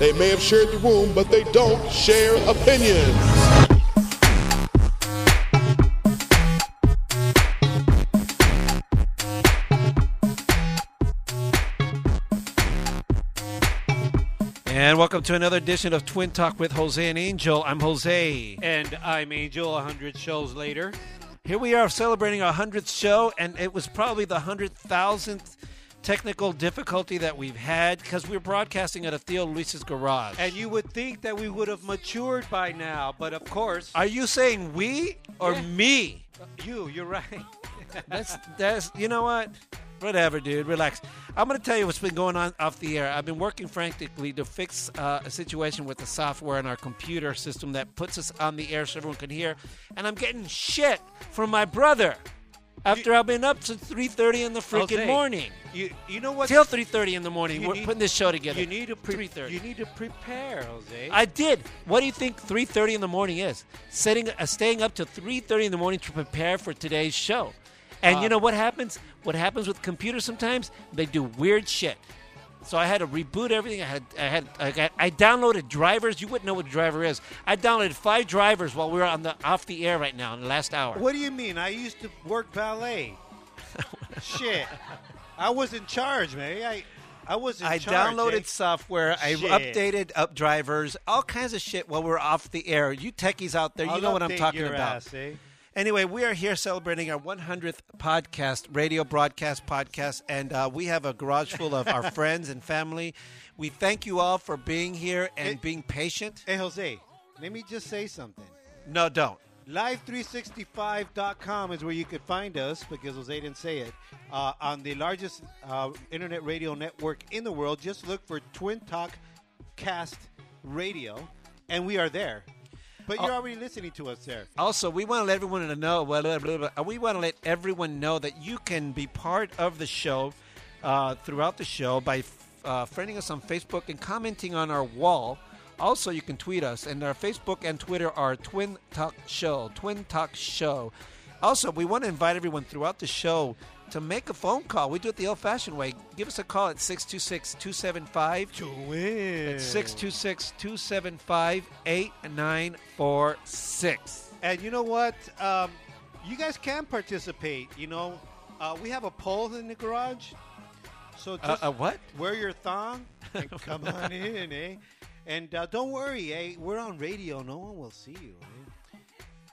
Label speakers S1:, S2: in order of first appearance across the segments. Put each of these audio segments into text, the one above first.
S1: They may have shared the room, but they don't share opinions.
S2: And welcome to another edition of Twin Talk with Jose and Angel. I'm Jose.
S3: And I'm Angel, 100 shows later.
S2: Here we are celebrating our 100th show, and it was probably the 100,000th technical difficulty that we've had because we're broadcasting out of Theo Luis's garage.
S3: And you would think that we would have matured by now, but of course,
S2: Are you saying we or
S3: Yeah.
S2: me?
S3: you, you're right.
S2: That's, that's, you know what? Whatever, dude. Relax. I'm going to tell you what's been going on off the air. I've been working frantically to fix uh, a situation with the software in our computer system that puts us on the air so everyone can hear. And I'm getting shit from my brother after I've been up since 3.30 in the freaking
S3: Jose,
S2: morning.
S3: You, you know what?
S2: Till 3.30 in the morning.
S3: You
S2: We're
S3: need-
S2: putting this show together.
S3: you need to pre-
S2: 3:30.
S3: You need to prepare, Jose.
S2: I did. What do you think 3:30 in the morning is? Setting, uh, staying up till 3:30 in the morning to prepare for today's show. And
S3: Ah.
S2: you know what happens? What happens with computers sometimes? They do weird shit. So I had to reboot everything. I had, I had, I, got, I downloaded drivers. You wouldn't know what a driver is. I downloaded five drivers while we were on the off the air right now in the last hour.
S3: what do you mean? I used to work valet. Shit. I was in charge, man. I, I was in
S4: I
S3: charge.
S4: downloaded
S3: eh?
S4: software. I
S3: Shit.
S4: updated up drivers, all kinds of shit while we were off the air. You techies out there, you
S3: I'll
S4: know what I'm
S3: update
S4: talking
S3: your
S4: about.
S3: ass, eh?
S4: Anyway, we are here celebrating our 100th podcast, radio broadcast podcast, and uh, we have a garage full of our friends and family. We thank you all for being here and
S3: It-
S4: being patient.
S3: Hey, Jose, let me just say something.
S4: No, don't.
S3: Live365.com is where you could find us because Jose didn't say it. Uh, on the largest uh, internet radio network in the world, just look for Twin Talk Cast Radio, and we are there. But
S4: Oh.
S3: you're already listening to us there.
S4: Also, we want to let everyone to know. Well, blah, blah, blah, we want to let everyone know that you can be part of the show uh, throughout the show by uh, friending us on Facebook and commenting on our wall. Also, you can tweet us, and our Facebook and Twitter are Twin Talk Show. Twin Talk Show. Also, we want to invite everyone throughout the show to make a phone call. We do it the old fashioned way. Give us a call at 626 275 626 275 8946.
S3: And you know what? Um, you guys can participate. You know, uh, we have a pole in the garage. So
S4: Uh,
S3: just
S4: uh, what?
S3: wear your thong and come on in, eh? And uh, don't worry, eh? We're on radio. No one will see you. Eh?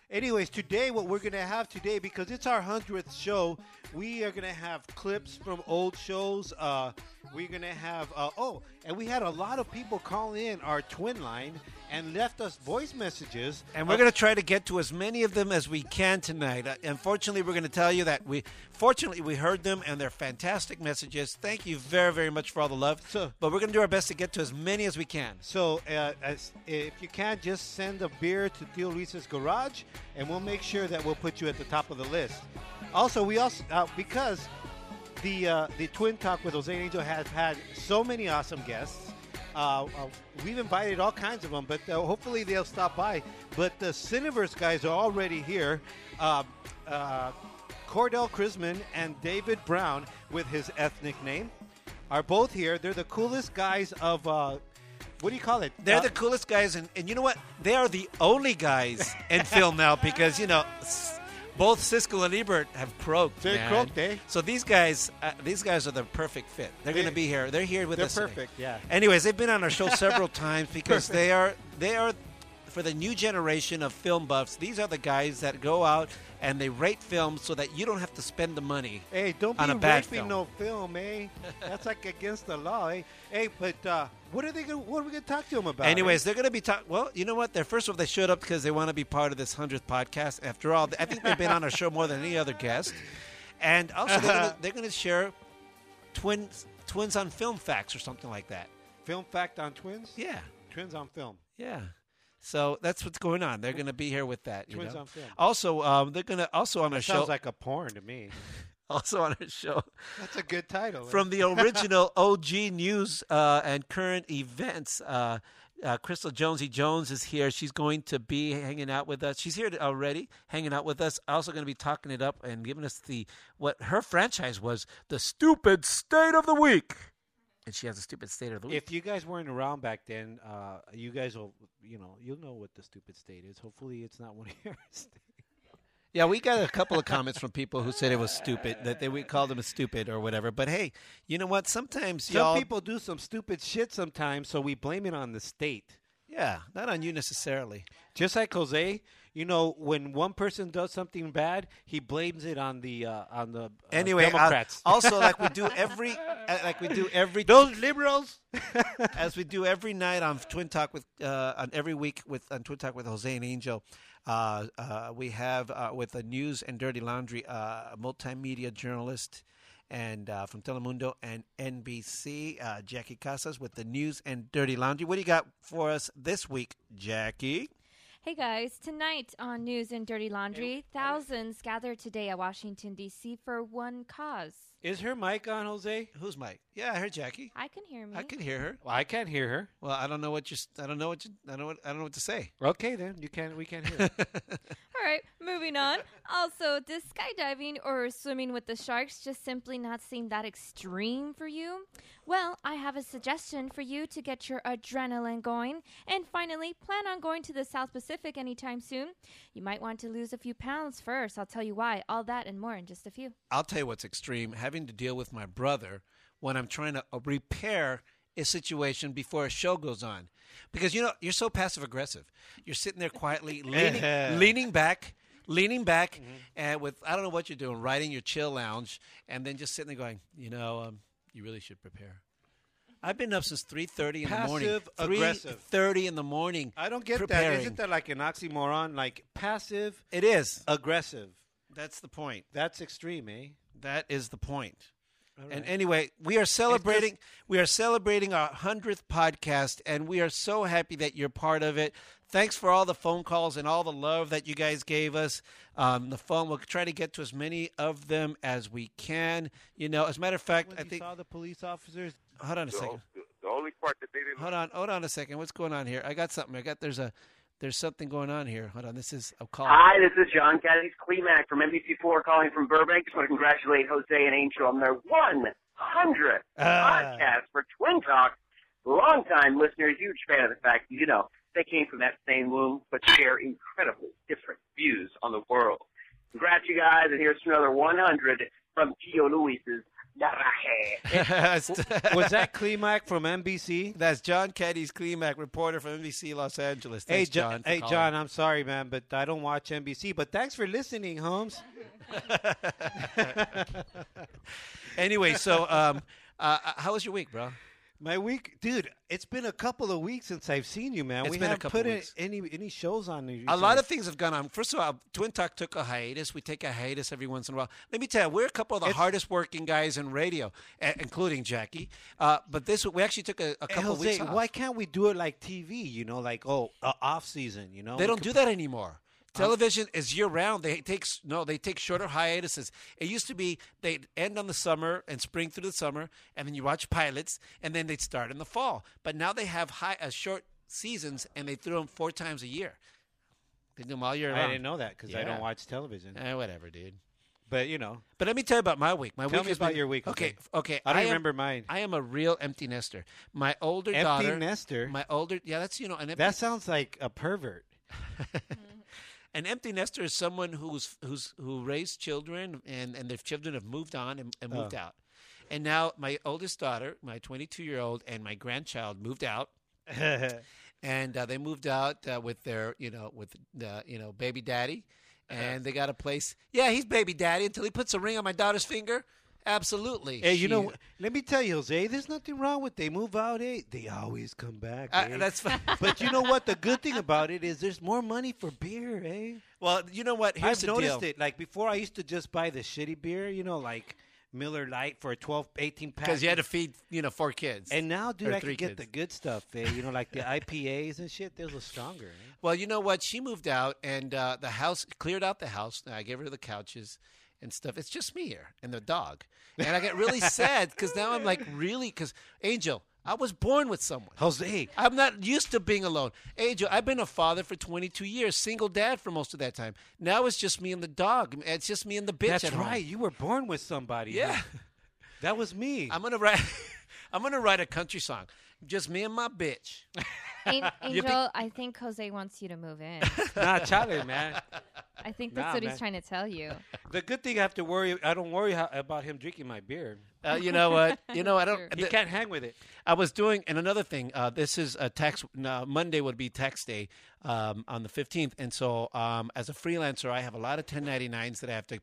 S3: Anyways, today, what we're going to have today, because it's our 100th show, we are going to have clips from old shows. Uh, we're going to have, uh, oh, and we had a lot of people call in our twin line and left us voice messages.
S4: And we're
S3: Uh,
S4: going to try to get to as many of them as we can tonight. Uh, unfortunately, we're going to tell you that we, fortunately, we heard them and they're fantastic messages. Thank you very, very much for all the love.
S3: So-
S4: but we're going to do our best to get to as many as we can.
S3: So, uh, as, if you can, just send a beer to Theo Luis's garage, and we'll make sure that we'll put you at the top of the list. Also, we also uh, because the uh, the Twin Talk with Jose and Angel has had so many awesome guests. Uh, uh, we've invited all kinds of them, but uh, hopefully they'll stop by. But the Cineverse guys are already here. Uh, uh, Cordell Chrisman and David Brown, with his ethnic name, are both here. They're the coolest guys of uh, what do you call it?
S4: They're
S3: Uh,
S4: the coolest guys, and, and you know what? They are the only guys in film now because, you know, s- both Siskel and Ebert have croaked.
S3: They
S4: man.
S3: croaked, eh?
S4: So these guys, uh, these guys are the perfect fit. They're
S3: They-
S4: going to be here. They're here with
S3: they're
S4: us. today.
S3: perfect, yeah.
S4: Anyways, they've been on our show several times because they are they are for the new generation of film buffs. These are the guys that go out and they rate films so that you don't have to spend the money.
S3: Hey, don't
S4: on
S3: be
S4: a bad
S3: raping
S4: film.
S3: no film, eh? That's like against the law, eh? Hey, but uh, what are they? Gonna, what are we gonna talk to them about? eh?
S4: Anyways, they're going to be talking. Well, you know what? They're first of all, they showed up because they want to be part of this hundredth podcast. After all, I think they've been on our show more than any other guest, and also they're gonna- they're going to share twins twins on film facts or something like that.
S3: film fact on twins.
S4: Yeah,
S3: Twins on film.
S4: yeah. So that's what's going on. They're going to be here with that. You
S3: Twins
S4: know?
S3: on film.
S4: Also, um, they're going to also on our show.
S3: Sounds like a porn to me.
S4: also on our show
S3: That's a good title.
S4: from the original OG news uh, and current events. Uh, uh, Crystal Jonesy Jones is here. She's going to be hanging out with us. She's here already, hanging out with us. Also going to be talking it up and giving us the what her franchise was, the stupid state of the week. And she has a stupid state of the week.
S3: If you guys weren't around back then, uh, you guys will, you know, you'll know what the stupid state is. Hopefully, it's not one of yours.
S4: Yeah, we got a couple of comments from people who said it was stupid that they we called them a stupid or whatever. But hey, you know what? Sometimes y'all,
S3: Some people do some stupid shit sometimes, so we blame it on the state.
S4: yeah, not on you necessarily.
S3: Just like Jose, you know, when one person does something bad, he blames it on the uh, on the uh,
S4: Anyway, uh,
S3: Democrats.
S4: also like we do every, uh, like we do every,
S3: Those liberals.
S4: as we do every night on Twin Talk with, uh, on every week with on Twin Talk with Jose and Angel, uh, uh, we have uh, with the news and dirty laundry, uh, multimedia journalist. And uh, from Telemundo and NBC, uh, Jackie Casas with the news and dirty laundry. What do you got for us this week, Jackie?
S5: Hey guys, tonight on News and Dirty Laundry, thousands gathered today at Washington, D.C. for one cause.
S3: Is her mic on, Jose?
S4: Who's Mike? Yeah, I heard Jackie.
S5: I can hear me.
S4: I can hear her.
S3: Well, I can't hear her.
S4: Well, I don't know what you. I don't know what you. I don't. What, I don't know what to say.
S3: Okay, then you can. We can't hear. her.
S5: All right, moving on. also, does skydiving or swimming with the sharks just simply not seem that extreme for you? Well, I have a suggestion for you to get your adrenaline going. And finally, plan on going to the South Pacific anytime soon. You might want to lose a few pounds first. I'll tell you why. All that and more in just a few.
S4: I'll tell you what's extreme: having to deal with my brother when I'm trying to uh, repair a situation before a show goes on, because you know you're so passive aggressive. You're sitting there quietly, leaning, leaning back, leaning back,
S3: Mm-hmm.
S4: and with I don't know what you're doing, riding your chill lounge, and then just sitting there going, you know, um, you really should prepare. I've been up since three thirty in the morning.
S3: Passive aggressive.
S4: thirty in the morning.
S3: I don't get
S4: preparing.
S3: that. Isn't that like an oxymoron? Like passive
S4: It is.
S3: aggressive.
S4: That's the point.
S3: That's extreme, eh?
S4: That is the point. And anyway, we are celebrating. We are celebrating our hundredth podcast, and we are so happy that you're part of it. Thanks for all the phone calls and all the love that you guys gave us. Um, the phone. We'll try to get to as many of them as we can. You know, as a matter of fact, I
S3: When you
S4: think.
S3: saw the police officers.
S4: Hold on a second.
S6: The, the only part that they didn't
S4: Hold on. Hold on a second. What's going on here? I got something. I got there's a there's something going on here. Hold on. This is a call.
S7: Hi, this is John Kennedy's Clemac from NBC4 calling from Burbank. Just want to congratulate Jose and Angel on their 100th
S4: Ah.
S7: podcast for Twin Talk. Longtime listeners, huge fan of the fact, you know, they came from that same womb, but share incredibly different views on the world. Congrats, you guys, and here's to another 100 from Gio Luis's Garaje.
S3: Was that Klimak from NBC?
S4: That's John Caddy's Klimak, reporter from NBC Los Angeles.
S3: Hey
S4: Thanks,
S3: John,
S4: for
S3: hey
S4: calling.
S3: John, I'm sorry, man, but I don't watch NBC. But thanks for listening, Holmes.
S4: Anyway, so um, uh, uh, how was your week, bro?
S3: My week, dude. It's been a couple of weeks since I've seen you, man.
S4: It's
S3: we
S4: been a
S3: haven't
S4: couple
S3: put in
S4: weeks.
S3: any any shows on.
S4: A lot of things have gone on. First of all, Twin Talk took a hiatus. We take a hiatus every once in a while. Let me tell you, we're a couple of the hardest working guys in radio, a- including Jackie. Uh, but this we actually took a, a
S3: Hey,
S4: couple of
S3: Jose,
S4: weeks off.
S3: why can't we do it like TV? You know, like oh, uh, off season. You know,
S4: They don't do that anymore. Television is year round. They take s- no, they take shorter hiatuses. It used to be they'd end on the summer and spring through the summer, and then you watch pilots, and then they'd start in the fall. But now they have high uh, short seasons, and they throw them four times a year. They do them all year
S3: I
S4: round.
S3: didn't know that because I
S4: Yeah.
S3: don't watch television.
S4: Eh, whatever, dude.
S3: But you know,
S4: But let me tell you about my week. My
S3: Tell
S4: week
S3: me
S4: has
S3: about
S4: been-
S3: your week,
S4: Okay,
S3: okay.
S4: f- okay.
S3: I don't
S4: am-
S3: remember mine.
S4: I am a real empty nester. My older
S3: Empty
S4: daughter,
S3: nester?
S4: My older, yeah, that's you know an empty
S3: that sounds like a pervert.
S4: An empty nester is someone who's who's who raised children and and their children have moved on and, and
S3: Oh.
S4: moved out. And now my oldest daughter, my 22 year old, and my grandchild moved out, and uh, they moved out uh, with their you know with the you know baby daddy,
S3: Uh-huh.
S4: and they got a place. Yeah, he's baby daddy until he puts a ring on my daughter's finger. Absolutely.
S3: Hey, you know,
S4: She-
S3: let me tell you, Jose. There's nothing wrong with they move out. Eh? They always come back.
S4: Uh,
S3: eh?
S4: that's fine.
S3: but you know what? The good thing about it is there's more money for beer, eh?
S4: well, you know what? Here's
S3: I've
S4: the
S3: noticed
S4: deal.
S3: it. Like before, I used to just buy the shitty beer, you know, like
S4: Miller Lite for a 12, 18 pack.
S8: because you had to feed you know four kids.
S4: and now, dude,
S8: or
S4: I can
S8: three
S4: get
S8: kids.
S4: the good stuff, eh? you know, like the IPAs and shit. Those are stronger. eh?
S8: Well, you know what? She moved out, and uh, the house cleared out the house. And I gave her the couches and stuff. It's just me here and the dog, and I got really sad because now I'm like really because Angel, I was born with someone.
S4: Jose,
S8: I'm not used to being alone. Angel, I've been a father for 22 years, single dad for most of that time. Now it's just me and the dog. It's just me and the bitch.
S4: that's
S8: at home.
S4: right. You were born with somebody.
S8: Yeah.
S4: dude. That was me.
S8: I'm gonna write. I'm gonna write a country song. Just me and my bitch.
S5: An- Angel, I think Jose wants you to move in.
S4: nah, Charlie, man.
S5: I think that's
S4: Nah,
S5: what
S4: man.
S5: he's trying to tell you.
S4: The good thing I have to worry, I don't worry how, about him drinking my beer.
S8: Uh, you know what? You know I don't.
S4: He can't hang with it.
S8: I was doing, and another thing. Uh, this is a tax. no, Monday would be tax day um, on the fifteenth, and so um, as a freelancer, I have a lot of ten ninety nines that I have to,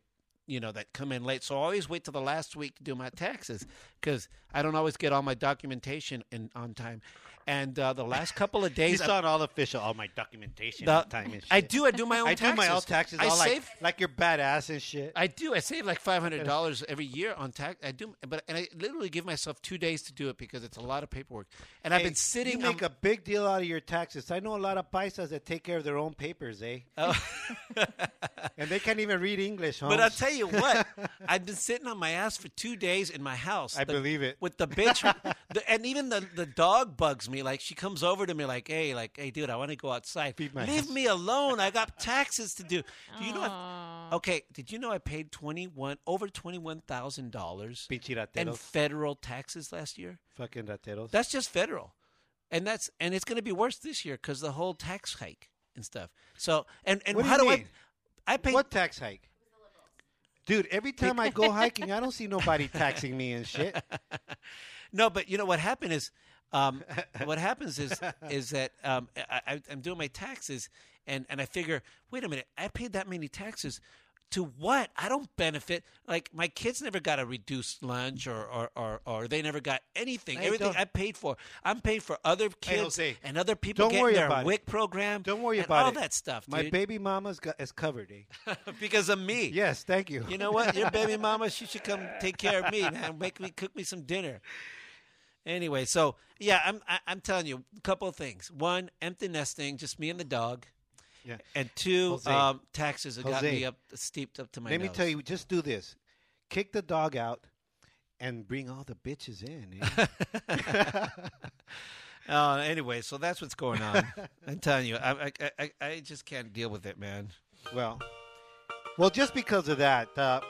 S8: you know, that come in late. So I always wait till the last week to do my taxes because I don't always get all my documentation in on time. And uh, the last couple of days,
S4: He's on all official, all my documentation,
S8: the-
S4: all time and shit.
S8: I do. I do my own.
S4: I do my own taxes.
S8: I
S4: all
S8: save.
S4: like, like you're badass and shit.
S8: I do. I save like five hundred dollars every year on tax. I do, but and I literally give myself two days to do it because it's a lot of paperwork. And I've
S4: Hey,
S8: been sitting.
S4: You make
S8: on,
S4: a big deal out of your taxes. I know a lot of paisas that take care of their own papers, eh? and they can't even read English, huh?
S8: Oh. but I'll tell you what, I've been sitting on my ass for two days in my house.
S4: I
S8: The-
S4: believe it.
S8: With the bitch, the, and even the, the dog bugs me. Like she comes over to me, like, hey, like, hey, dude, I want to go outside.
S4: Feed my
S8: Leave
S4: ass."
S8: me alone. I got taxes to do. Do you know? I've, okay, did you know I paid twenty one over twenty one thousand dollars
S4: Pinche
S8: in
S4: rateros.
S8: federal taxes last year?
S4: Fucking rateros.
S8: That's just federal, and that's and it's going to be worse this year because the whole tax hike and stuff. So and and
S4: What do
S8: how
S4: you
S8: do
S4: mean?
S8: I? I pay.
S4: what tax hike? Dude, every time I go hiking, I don't see nobody taxing me and shit.
S8: No, but you know what happened is, um, what happens is is that um, I, I, I'm doing my taxes and and I figure, wait a minute, I paid that many taxes. To what? I don't benefit. Like my kids never got a reduced lunch, or or, or, or they never got anything.
S4: Hey,
S8: Everything
S4: don't-
S8: I paid for, I'm paying for other kids
S4: Jose,
S8: and other people
S4: don't
S8: getting
S4: worry
S8: their
S4: about it.
S8: WIC program.
S4: Don't worry
S8: and
S4: about
S8: all
S4: it.
S8: that stuff,
S4: My
S8: dude.
S4: baby mama's got is covered, eh?
S8: because of me.
S4: Yes, thank you.
S8: You know what? Your baby mama, she should come take care of me, man. Make me cook me some dinner. Anyway, so yeah, I'm I, I'm telling you a couple of things. One, empty nesting, just me and the dog.
S4: Yeah.
S8: And two,
S4: Jose.
S8: um, taxes that got
S4: Jose.
S8: me up steeped up to my.
S4: Let me
S8: nose.
S4: tell you, just do this. Kick the dog out and bring all the bitches in. eh?
S8: Uh, anyway, so that's what's going on. I'm telling you, I, I I I just can't deal with it, man.
S4: Well, well, just because of that, uh,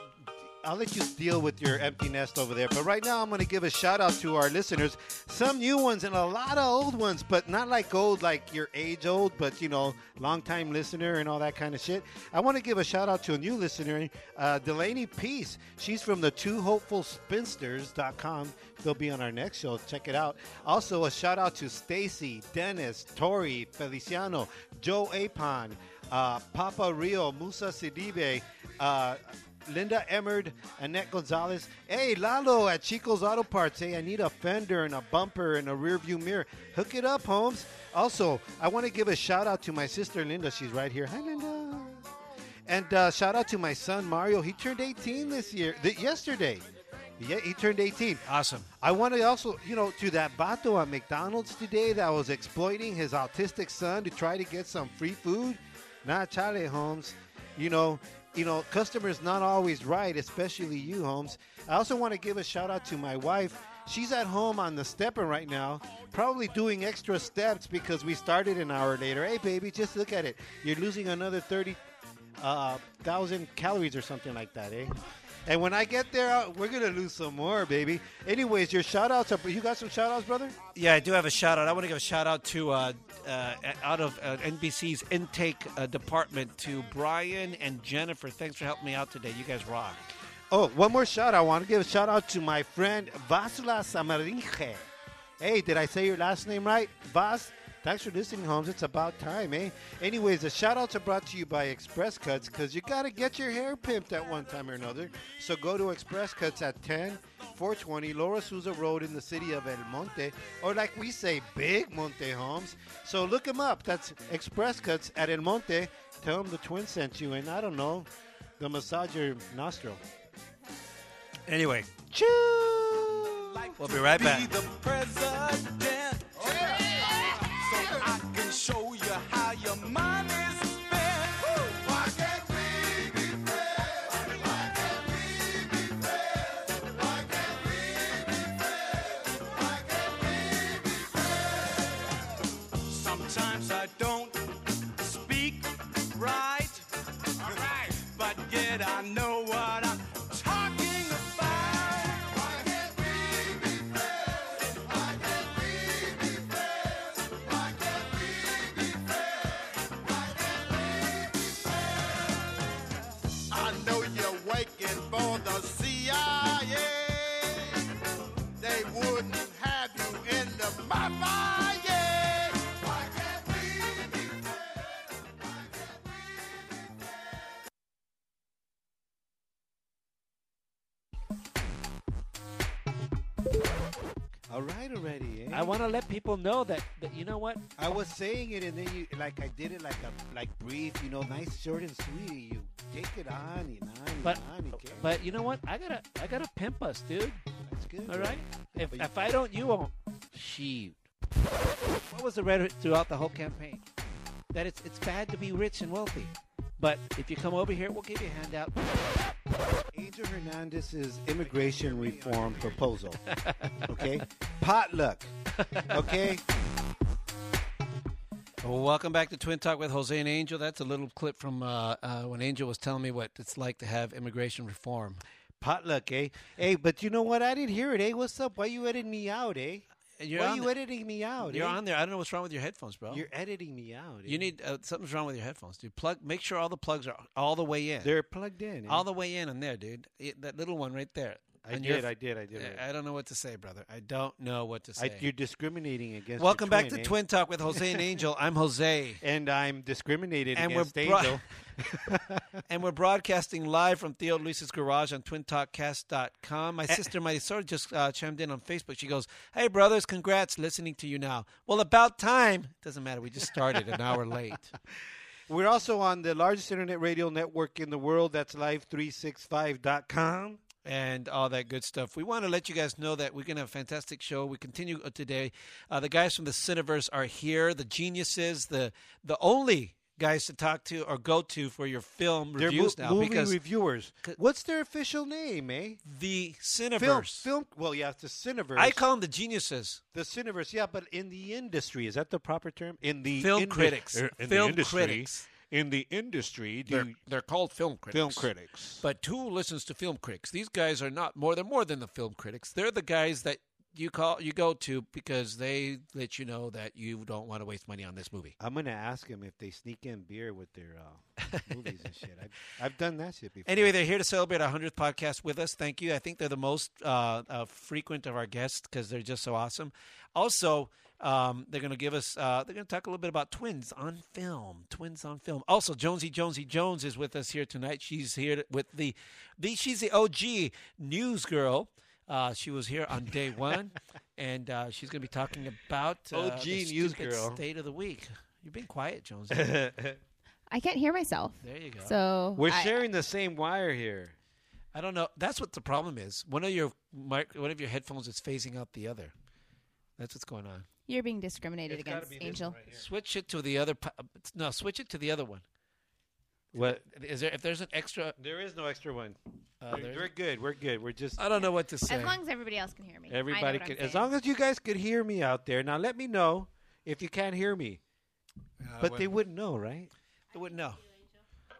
S4: I'll let you deal with your empty nest over there. But right now, I'm going to give a shout out to our listeners. Some new ones and a lot of old ones, but not like old, like your age old, but you know, long time listener and all that kind of shit. I want to give a shout out to a new listener, uh, Delaney Peace. She's from the Two Hopeful Spinsters.com. They'll be on our next show. Check it out. Also, a shout out to Stacy, Dennis, Tori, Feliciano, Joe Apon uh, Papa Rio, Musa Sidibe, uh, Linda Emmerd, Annette Gonzalez. Hey, Lalo at Chico's Auto Parts. Hey, I need a fender and a bumper and a rear view mirror. Hook it up, Holmes. Also, I want to give a shout out to my sister Linda. She's right here. Hi, Linda. And uh, shout out to my son Mario. He turned 18 this year, th- yesterday. Yeah, he turned 18.
S8: Awesome.
S4: I want to also, you know, to that bato at McDonald's today that was exploiting his autistic son to try to get some free food. Nah, Charlie Holmes, you know, you know, customers not always right, especially you, Holmes. I also want to give a shout out to my wife. She's at home on the stepper right now, probably doing extra steps because we started an hour later. Hey, baby, just look at it. You're losing another 30 uh, thousand calories or something like that, eh? And when I get there, uh, we're gonna lose some more, baby. Anyways, your shout outs are you got some shout outs, brother?
S8: Yeah, I do have a shout out. I want to give a shout out to uh, uh, out of uh, NBC's intake uh, department to Brian and Jennifer. Thanks for helping me out today. You guys rock.
S4: Oh, one more shout. I want to give a shout out to my friend Vasula Samarinje. Hey, did I say your last name right? Vas, thanks for listening, Holmes. It's about time, eh? Anyways, the shout outs are brought to you by Express Cuts because you got to get your hair pimped at one time or another. So go to Express Cuts at 10, 420 Laura Souza Road in the city of El Monte, or like we say, Big Monte, Holmes. So look them up. That's Express Cuts at El Monte. Tell them the twin sent you, and I don't know, the massage your nostril. Anyway, choo. We'll be right back.
S6: the president. Oh, So I can show you how your money is spent. Why can't we be friends? Why can't we be friends? Why can't we be friends? Why can't we be friends? Sometimes I don't speak right. All right. But yet I know what I'm talking about. Why can't we be friends? Why can't we be friends? Why can't we be friends? Why can't we be friends? I know you're waiting for the CIA. They wouldn't have you in the mafia. Why can't we be friends? Why can't we be friends?
S3: All right, already. Eh?
S2: I want to let people know that, that you know what?
S3: I was saying it, and then you like I did it like a like brief, you know, nice, short and sweet. You take it on and on and
S2: But
S3: on. And carry
S2: but you know what? I gotta I gotta pimp us, dude.
S3: it. that's good.
S2: All right. If,
S3: But you-
S2: if I don't, you won't. Shoot. What was the rhetoric throughout the whole campaign? That it's it's bad to be rich and wealthy, but if you come over here, we'll give you a handout.
S3: Angel Hernandez's immigration reform proposal. Okay, potluck. Okay,
S4: Well, welcome back to Twin Talk with Jose and Angel. That's a little clip from uh, uh, when Angel was telling me what it's like to have immigration reform.
S3: potluck, eh? Hey, but you know what? I didn't hear it, eh? What's up? Why you editing me out, eh?
S4: You're
S3: Why
S4: on
S3: you
S4: the-
S3: editing me out?
S4: You're
S3: eh?
S4: on there. I don't know what's wrong with your headphones, bro.
S3: You're editing me out.
S4: you
S3: eh?
S4: need uh, something's wrong with your headphones, dude. Plug. Make sure all the plugs are all the way in.
S3: They're plugged in. eh?
S4: all the way in on there, dude. It- that little one right there.
S3: I
S4: On
S3: did,
S4: your
S3: I did. I did. I
S4: I don't know what to say, brother. I don't know what to say.
S3: I, you're discriminating against. your
S4: Welcome back
S3: twin,
S4: to
S3: eh?
S4: Twin Talk with Jose and Angel. I'm Jose.
S3: And I'm discriminated
S4: And we're
S3: against.
S4: bro-
S3: Angel.
S4: And we're broadcasting live from Theo Luis's garage on twintalkcast.com.
S3: Eh.
S4: My sister Marisol just uh, chimed in on Facebook. She goes, Hey, brothers, congrats, listening to you now. Well, about time. Doesn't matter. We just started an hour late.
S3: We're also on the largest internet radio network in the world. That's live365.com.
S4: And all that good stuff. We want to let you guys know that we're going to have a fantastic show. We continue today. Uh, the guys from the Cineverse are here. The geniuses, the the only guys to talk to or go to for your film
S3: They're mo-
S4: reviews now
S3: movie
S4: because
S3: reviewers. What's their official name, eh?
S4: the Cineverse.
S3: Film, film. Well, yeah, it's the Cineverse.
S4: I call them the geniuses.
S3: the Cineverse. Yeah, but in the industry, is that the proper term? In the
S4: Film
S3: indus-
S4: critics.
S3: er, in the
S4: Film
S3: industry-
S4: critics.
S3: In the industry, do you-
S4: they're called film critics.
S3: film critics.
S4: But who listens to film critics? These guys are not more than more than the film critics. They're the guys that you call you go to because they let you know that you don't want to waste money on this movie.
S3: I'm gonna ask them if they sneak in beer with their uh, movies and shit. I've, I've done that shit before.
S4: Anyway, they're here to celebrate our hundredth podcast with us. Thank you. I think they're the most uh, uh, frequent of our guests because they're just so awesome. Also, um, they're going to give us. Uh, they're going to talk a little bit about twins on film. Twins on film. Also, Jonesy Jonesy Jones is with us here tonight. She's here with the, the she's the OG news girl. Uh, she was here on day one, and uh, she's going to be talking about uh,
S3: OG
S4: the
S3: news
S4: stupid
S3: girl.
S4: state of the week. You've been quiet, Jonesy. there
S9: I can't hear myself.
S4: you go.
S9: So
S3: we're
S9: I-
S3: sharing the same wire here.
S4: I don't know. That's what the problem is. One of your mic, one of your headphones is phasing out the other. That's what's going on.
S9: You're being discriminated
S3: gotta
S9: against,
S3: be this
S9: Angel.
S4: Switch it to the other. po- No, switch it to the other one.
S3: What?
S4: Is there? If there's an extra,
S3: There is no extra one.
S4: uh,
S3: we're,
S4: there's-
S3: we're good. We're good. We're just
S4: I don't know what to say.
S9: As long as everybody else can hear me. I know
S3: everybody.
S9: what
S3: Can,
S9: I'm
S3: as
S9: saying.
S3: long as you guys could hear me out there. Now let me know if you can't hear me. but they wouldn't know, right?
S4: I wouldn't know.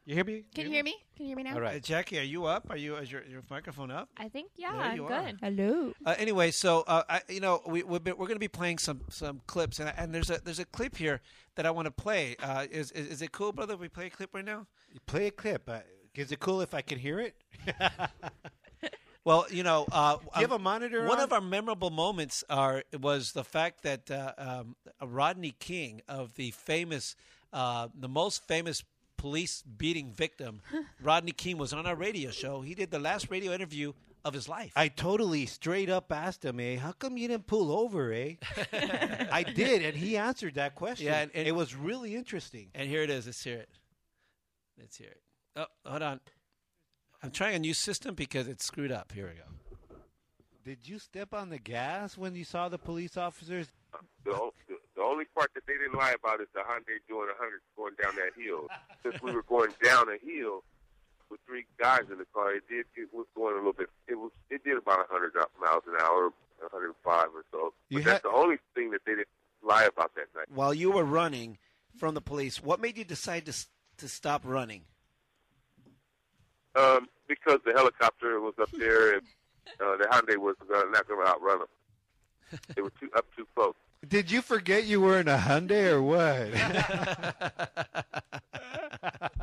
S3: You hear me?
S9: Can you hear me? Can you hear me now?
S3: All
S4: Uh,
S3: right.
S4: Jackie, are you up? Are you? Is your your microphone up?
S5: I think yeah,
S4: There
S5: I'm
S4: you
S5: good.
S4: are.
S9: Hello.
S4: Uh, anyway, so uh, I, you know, we we're, we're going to be playing some some clips, and, and there's a there's a clip here that I want to play. Uh, is, is is it cool, brother? if We play a clip right now.
S3: Play a clip. Uh, is it cool if I can hear it?
S4: Well, you know, uh, do
S3: have a monitor
S4: One
S3: on?
S4: of our memorable moments are was the fact that uh, um, Rodney King of the famous, uh, the most famous police beating victim, Rodney King was on our radio show. He did the last radio interview of his life.
S3: I totally straight up asked him, eh, how come you didn't pull over, eh? I did, and he answered that question.
S4: Yeah, and- and-
S3: it was really interesting.
S4: and here it is. Let's hear it. Let's hear it. Oh, hold on. I'm trying a new system because it's screwed up. Here we go.
S3: Did you step on the gas when you saw the police officers?
S10: The, o- the, the only part that they didn't lie about is the Hyundai doing 100 going down that hill. Since we were going down a hill with three guys in the car, it did it was going a little bit. It was it did about 100 miles an hour, 105 or so. But
S3: You
S10: that's
S3: had-
S10: the only thing that they didn't lie about that night.
S4: While you were running from the police, what made you decide to s- to stop running?
S10: Um, because the helicopter was up there and uh, the Hyundai was uh, not going to outrun them. They were too up too close.
S3: Did you forget you were in a Hyundai or what?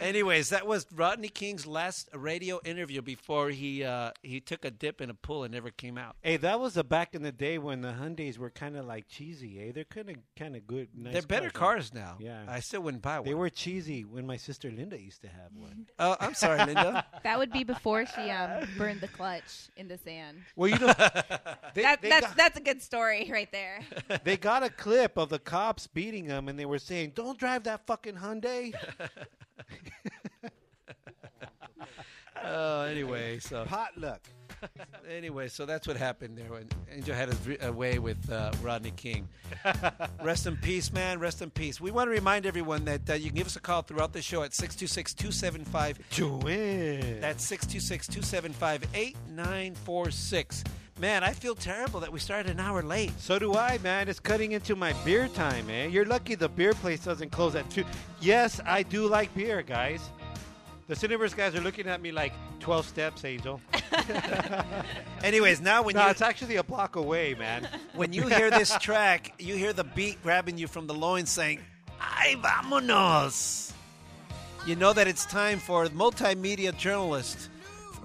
S4: Anyways, that was Rodney King's last radio interview before he uh, he took a dip in a pool and never came out.
S3: hey, that was a back in the day when the Hyundais were kind of like cheesy. Eh, they're kind of kind of good. Nice
S4: They're better
S3: cars.
S4: cars now.
S3: Yeah.
S4: I still wouldn't buy one.
S3: They were cheesy when my sister Linda used to have one.
S4: Oh, I'm sorry, Linda.
S9: That would be before she um, burned the clutch in the sand.
S3: Well, you know, they,
S9: That,
S3: they
S9: that's
S3: got-
S9: that's a good story right there.
S3: they got a clip of the cops beating him, and they were saying, "Don't drive that fucking Hyundai."
S4: Oh, anyway, so
S3: Potluck.
S4: anyway, so that's what happened there when Angel had his re- away with uh, Rodney King. Rest in peace, man. Rest in peace. We want to remind everyone that uh, you can give us a call throughout the show at 626-275
S3: To win.
S4: That's 626-275-8946. Man, I feel terrible that we started an hour late.
S3: So do I, man. It's cutting into my beer time, man. You're lucky the beer place doesn't close at 2. Yes, I do like beer, guys. The Cineverse guys are looking at me like 12 steps, Angel.
S4: Anyways, now when
S3: no,
S4: you
S3: it's actually a block away, man.
S4: when you hear this track, you hear the beat grabbing you from the loins saying, Ay vámonos. You know that it's time for multimedia journalist,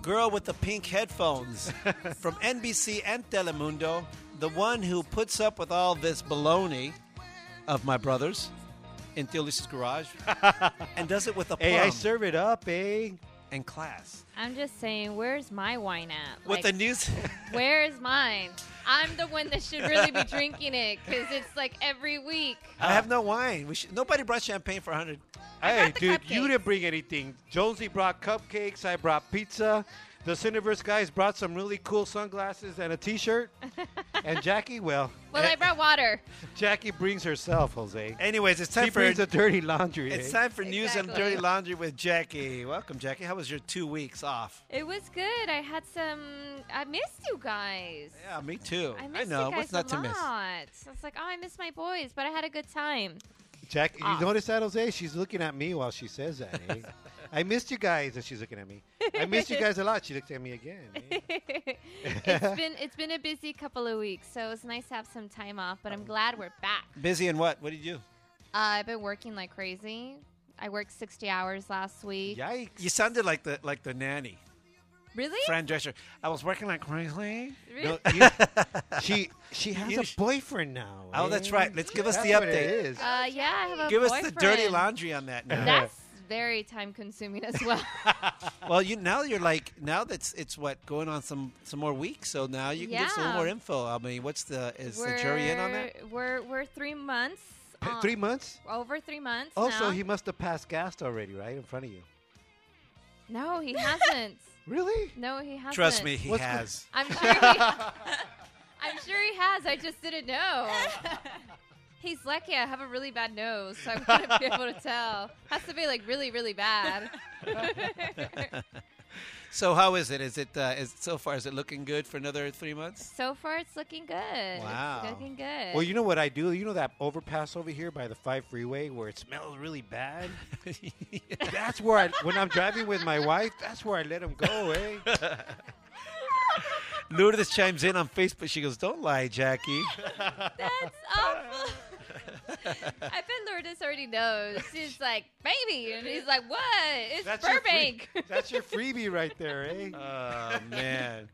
S4: girl with the pink headphones from NBC and Telemundo, the one who puts up with all this baloney of my brothers in Theolisa's garage and does it with a plum
S3: hey, I serve it up, eh?
S4: and class.
S5: I'm just saying, where's my wine at?
S4: With the
S5: Like,
S4: news.
S5: where's mine? I'm the one that should really be drinking it because it's like every week.
S3: Ah.
S4: I have no wine. We should, nobody brought champagne for 100.
S3: Hey,
S9: brought the
S3: dude, you
S9: cupcakes.
S3: didn't bring anything. Jonesy brought cupcakes. I brought pizza. The Cineverse guys brought some really cool sunglasses and a T-shirt. and Jackie, well,
S5: Well,
S4: Eh.
S5: I brought water.
S3: Jackie brings herself, Jose.
S4: Anyways, it's time
S3: She
S4: for
S3: brings the dirty laundry.
S4: It's
S3: eh?
S4: time for news and
S5: Exactly.
S4: dirty laundry with Jackie. Welcome, Jackie. How was your two weeks off?
S5: It was good. I had some. I missed you guys.
S4: Yeah, me too.
S5: I missed
S4: know.
S5: you guys
S4: What's not
S5: a
S4: to
S5: lot.
S4: miss?
S5: I was like, oh, I miss my boys, but I had a good time.
S3: Jack, you
S5: off.
S3: notice that, Jose? She's looking at me while she says that. eh? I missed you guys, and she's looking at me. I missed you guys a lot. She looked at me again. eh?
S5: it's been it's been a busy couple of weeks, so it's nice to have some time off. But
S4: Uh,
S5: I'm glad we're back.
S4: Busy and what? What did you do?
S5: Uh, I've been working like crazy. I worked 60 hours last week.
S3: Yikes!
S4: You sounded like the like the nanny,
S5: Really?
S4: Fran Drescher. I was working like crazy.
S5: Really?
S3: she she has
S4: You
S3: a
S4: sh-
S3: boyfriend now.
S4: Oh,
S3: eh?
S4: that's right. Let's give us
S3: That's
S4: the
S3: what it
S4: update.
S3: is.
S5: Uh, yeah, I have a
S4: Give us the dirty
S5: boyfriend.
S4: laundry on that now.
S5: That's very time consuming as well.
S4: well, you now you're like now that's it's what going on some some more weeks. So now you can give us a little
S5: Yeah.
S4: more info. I mean, what's the is the jury in on that?
S5: We're- We're we're three months.
S3: Uh,
S5: um,
S3: Three months.
S5: Over three months.
S4: Oh,
S3: Also,
S5: now.
S3: he must have passed gas already, right in front of you.
S5: No, he hasn't.
S3: Really?
S5: No, he hasn't.
S4: Trust me, he
S3: What's go-
S4: has.
S5: I'm sure he. I'm sure he has. I just didn't know. He's lucky. I have a really bad nose, so I wouldn't be able to tell. Has to be like really, really bad.
S4: So how is it? Is it uh, is so far? Is it looking good for another three months?
S5: so far, it's looking good.
S4: Wow.
S5: It's looking good.
S3: Well, you know what I do? You know that overpass over here by the five freeway where it smells really bad. That's where I, when I'm driving with my wife, that's where I let him go, eh?
S4: Lourdes chimes in on Facebook. She goes, "Don't lie, Jackie."
S5: That's awful. I bet Lourdes already knows. She's like, baby. And he's like, what? It's
S3: your free-
S5: Burbank.
S3: that's your freebie right there, eh?
S4: Oh man.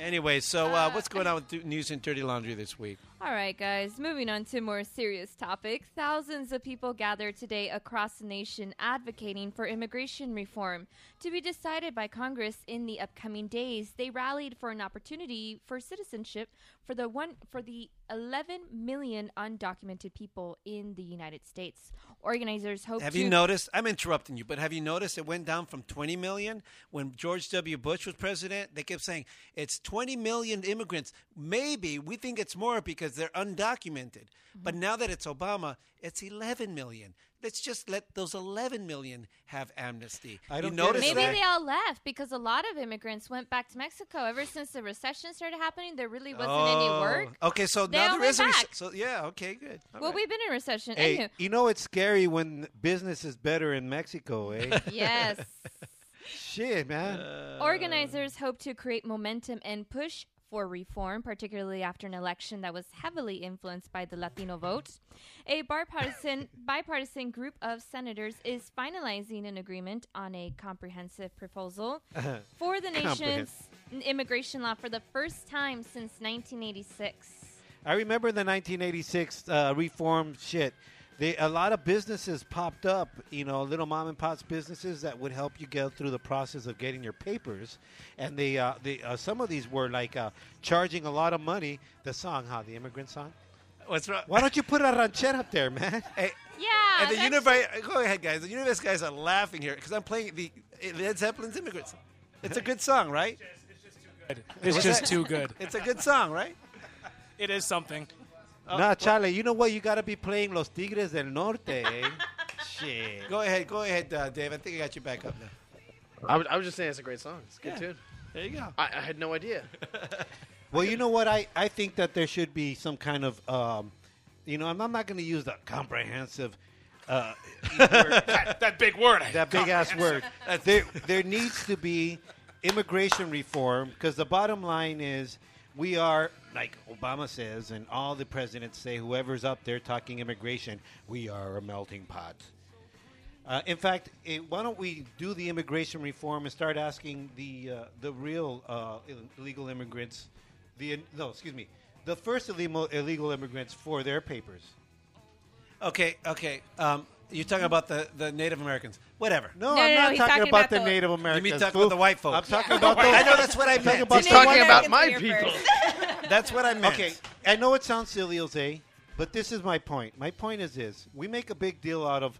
S4: Anyway, so uh, what's going on with du- news and dirty laundry this week?
S5: All right, guys, moving on to a more serious topic. Thousands of people gathered today across the nation advocating for immigration reform. To be decided by Congress in the upcoming days, they rallied for an opportunity for citizenship for the one for the 11 million undocumented people in the United States. Organizers hope
S4: Have
S5: to
S4: you noticed? I'm interrupting you, but have you noticed it went down from 20 million when George W. Bush was president? They kept saying it's 20 million immigrants. Maybe we think it's more because they're undocumented.
S5: Mm-hmm.
S4: But now that it's Obama, it's 11 million. Let's just let those 11 million have amnesty.
S3: I
S4: you
S3: don't get it.
S4: notice
S5: Maybe
S4: that?
S5: they all left because a lot of immigrants went back to Mexico. Ever since the recession started happening, there really wasn't
S4: Oh.
S3: Oh.
S5: any work.
S4: Okay, so
S5: They all
S4: now there
S5: went
S4: is a rec-
S5: back.
S4: so yeah, okay, good. All
S5: well,
S4: right.
S5: we've been in recession.
S3: Hey,
S5: Anywho.
S3: you know it's scary when business is better in Mexico, eh?
S5: Yes.
S3: Shit, man.
S4: Uh,
S5: Organizers hope to create momentum and push for reform, particularly after an election that was heavily influenced by the Latino vote. A bipartisan, bipartisan group of senators is finalizing an agreement on a comprehensive proposal for the nation's immigration law for the first time since 1986.
S3: I remember the 1986 uh, reform shit. They, a lot of businesses popped up, you know, little mom and pops businesses that would help you get through the process of getting your papers, and they, uh, they uh, some of these were like uh, charging a lot of money. The song, huh? The immigrant song.
S4: what's wrong?
S3: Why don't you put a ranchera up there, man?
S4: Hey,
S5: Yeah.
S6: Ah,
S4: and the
S5: that's-
S4: universe. Go ahead, guys. The universe guys are laughing here because I'm playing the Led Zeppelin's "Immigrants." It's a good song, right?
S11: It's
S4: What's
S11: just
S4: that?
S11: too good.
S4: It's a good song, right?
S11: It is something. Oh,
S3: nah, Charlie, you know what? You gotta be playing Los Tigres del Norte. eh? shit.
S4: Go ahead, go ahead, uh, Dave. I think I got you back up now.
S12: I was, I was just saying it's a great song. It's a good tune.
S4: There you go.
S12: I, I had no idea.
S3: Well, you know what? I, I think that there should be some kind of, um, you know, I'm, I'm not going to use the comprehensive, uh,
S11: That, that big word.
S3: that big ass word. There, there needs to be immigration reform because the bottom line is we are, like Obama says, and all the presidents say, whoever's up there talking immigration, we are a melting pot. Uh, in fact, eh, why don't we do the immigration reform and start asking the uh, the real uh, ill- illegal immigrants, the no, excuse me, the first illegal illegal immigrants for their papers?
S4: Okay, okay. Um, you're talking about the, the Native Americans. Whatever.
S3: No,
S5: No,
S3: I'm
S5: no,
S3: not
S5: he's
S3: talking,
S5: talking
S3: about,
S5: about
S3: the,
S5: the-
S3: Native Americans.
S4: talking
S3: fool.
S4: about the white folk.
S3: I'm talking
S5: Yeah.
S3: about the.
S4: I know that's what I
S3: I'm talking
S4: meant.
S3: about
S12: He's
S3: the
S12: talking
S3: white-
S12: about my
S9: Americans were
S12: people.
S9: first.
S4: That's what I meant.
S3: Okay, I know it sounds silly, Jose, but this is my point. My point is this: we make a big deal out of,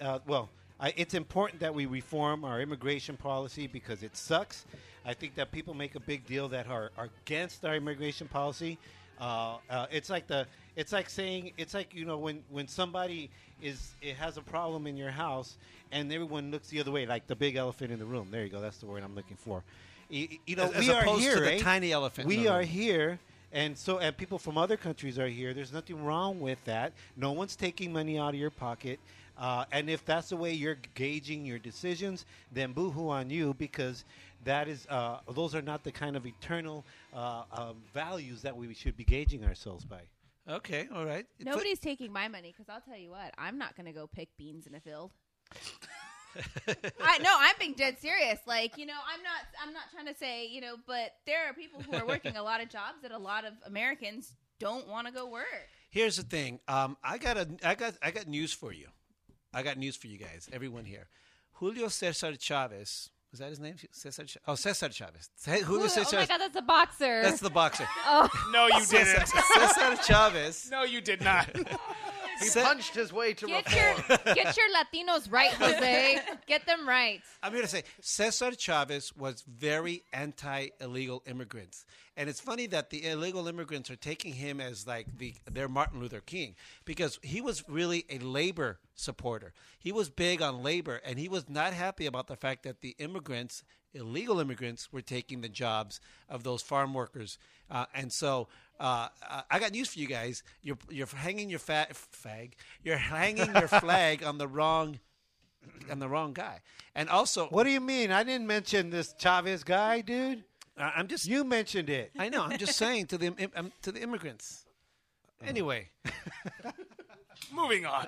S3: uh, well, I, it's important that we reform our immigration policy because it sucks. I think that people make a big deal that are, are against our immigration policy. Uh, uh, it's like the, it's like saying, it's like you know when when somebody is it has a problem in your house and everyone looks the other way, like the big elephant in the room. There you go. That's the word I'm looking for. Y- y- You know,
S4: As- as
S3: we are
S4: opposed to
S3: here,
S4: the
S3: eh?
S4: tiny elephant in
S3: We
S4: the
S3: are
S4: room.
S3: here and so and people from other countries are here there's nothing wrong with that no one's taking money out of your pocket uh, and if that's the way you're gauging your decisions then boo-hoo on you because that is uh, those are not the kind of eternal uh, uh, values that we should be gauging ourselves by
S4: Okay, all right.
S9: Nobody's taking my money because I'll tell you what, I'm not going to go pick beans in a field. I no, I'm being dead serious. Like you know, I'm not. I'm not trying to say you know, but there are people who are working a lot of jobs that a lot of Americans don't want to go work.
S4: Here's the thing. Um, I got a, I got, I got news for you. I got news for you guys, everyone here. Julio Cesar Chavez. Was that his name? Cesar. Ch- oh, Cesar Chavez. Ce- Julio
S5: Ooh,
S4: Cesar.
S5: oh my God, that's a boxer.
S4: That's the boxer.
S5: Oh.
S11: No, you
S4: Cesar,
S11: didn't.
S4: Cesar Chavez.
S11: No, you did not.
S12: He
S4: Sa-
S12: punched his way to
S5: get
S12: reform.
S5: your get your Latinos right, Jose. get them right.
S4: I'm here to say Cesar Chavez was very anti illegal immigrants. And it's funny that the illegal immigrants are taking him as like the their Martin Luther King because he was really a labor supporter. He was big on labor and he was not happy about the fact that the immigrants, illegal immigrants, were taking the jobs of those farm workers. Uh, and so uh, uh, I got news for you guys. You're, you're hanging your fa- fag. You're hanging your flag on the wrong I'm the wrong guy. And also,
S3: what do you mean i didn't mention this chavez guy dude
S4: I- I'm just
S3: you mentioned it
S4: I um,
S3: Uh-huh.
S4: know I'm just saying to the im- im- to the immigrants. Anyway,
S11: Moving on.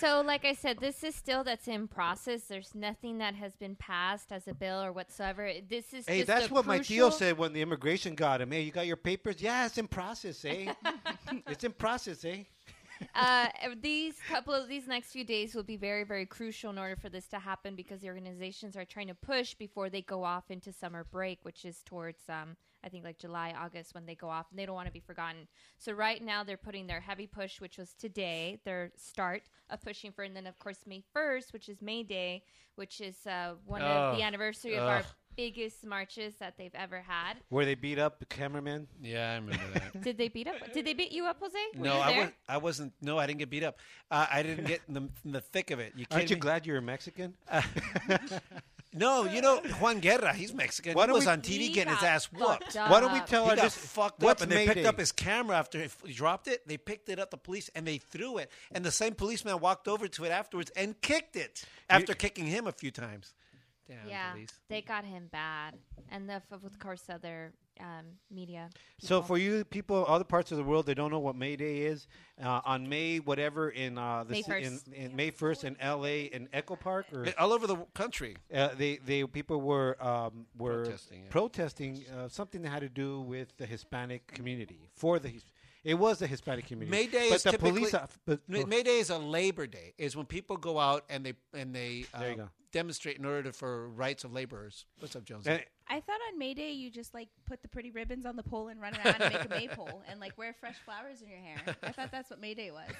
S5: So, like I said, this is still that's in process. There's nothing that has been passed as a bill or whatsoever. This is
S3: Hey,
S5: just
S3: that's
S5: a
S3: what my deal
S5: crucial-
S3: said when the immigration got him. Hey, you got your papers? Yeah, it's in process, eh? it's in process, eh?
S5: uh, these couple of these next few days will be very, very crucial in order for this to happen because the organizations are trying to push before they go off into summer break, which is towards um, I think like July, August when they go off, and they don't want to be forgotten. So right now they're putting their heavy push, which was today, their start of pushing for, and then of course May first, which is May Day, which is uh, one of
S3: Ugh.
S5: the anniversary of our
S3: Ugh.
S5: biggest marches that they've ever had.
S3: Where they beat up the cameraman?
S4: Yeah, I remember that.
S5: Did they beat up? Did they beat you up, Jose? Were
S4: no,
S5: you
S4: I,
S5: there?
S4: was, I wasn't. No, I didn't get beat up. Uh, I didn't get in the, in the thick of it. You
S3: Aren't
S4: kidding
S3: you
S4: me?
S3: glad you're Mexican?
S4: No, you know Juan Guerra. He's Mexican.
S3: Why
S4: he
S3: don't
S4: was
S3: we-
S4: on TV
S3: He
S4: getting his
S3: got
S4: ass whooped.
S3: fucked Why don't we up. tell
S4: he
S3: our
S4: got
S3: just-
S4: fucked up
S3: what's
S4: and they
S3: May
S4: picked up
S3: Day?
S4: his camera after he he dropped it. They picked it up. The police and they threw it. And the same policeman walked over to it afterwards and kicked it after kicking him a few times. Damn
S5: yeah,
S4: police.
S5: they got him bad, and the f- of course other um, media.
S3: So
S5: people.
S3: for you people, other parts of the world, they don't know what May Day is. Uh, on May whatever in uh, the
S5: May
S3: ci- in,
S5: 1st.
S3: in May first in L.A. in Echo Park or
S4: All over the w- country.
S3: uh, they they people were um, were
S4: Protesting, yeah.
S3: protesting, uh, something that had to do with the Hispanic community for the. His- It was the Hispanic community.
S4: May Day
S3: but
S4: is
S3: the
S4: typically,
S3: police. off- but,
S4: May May Day is a labor day. Is when people go out and they and they uh,
S3: There you go.
S4: demonstrate in order to, for rights of laborers. What's up, Jones?
S3: And-
S9: I thought on May Day you just like put the pretty ribbons on the pole and run around and make a maypole and like wear fresh flowers in your hair. I thought that's what May Day was.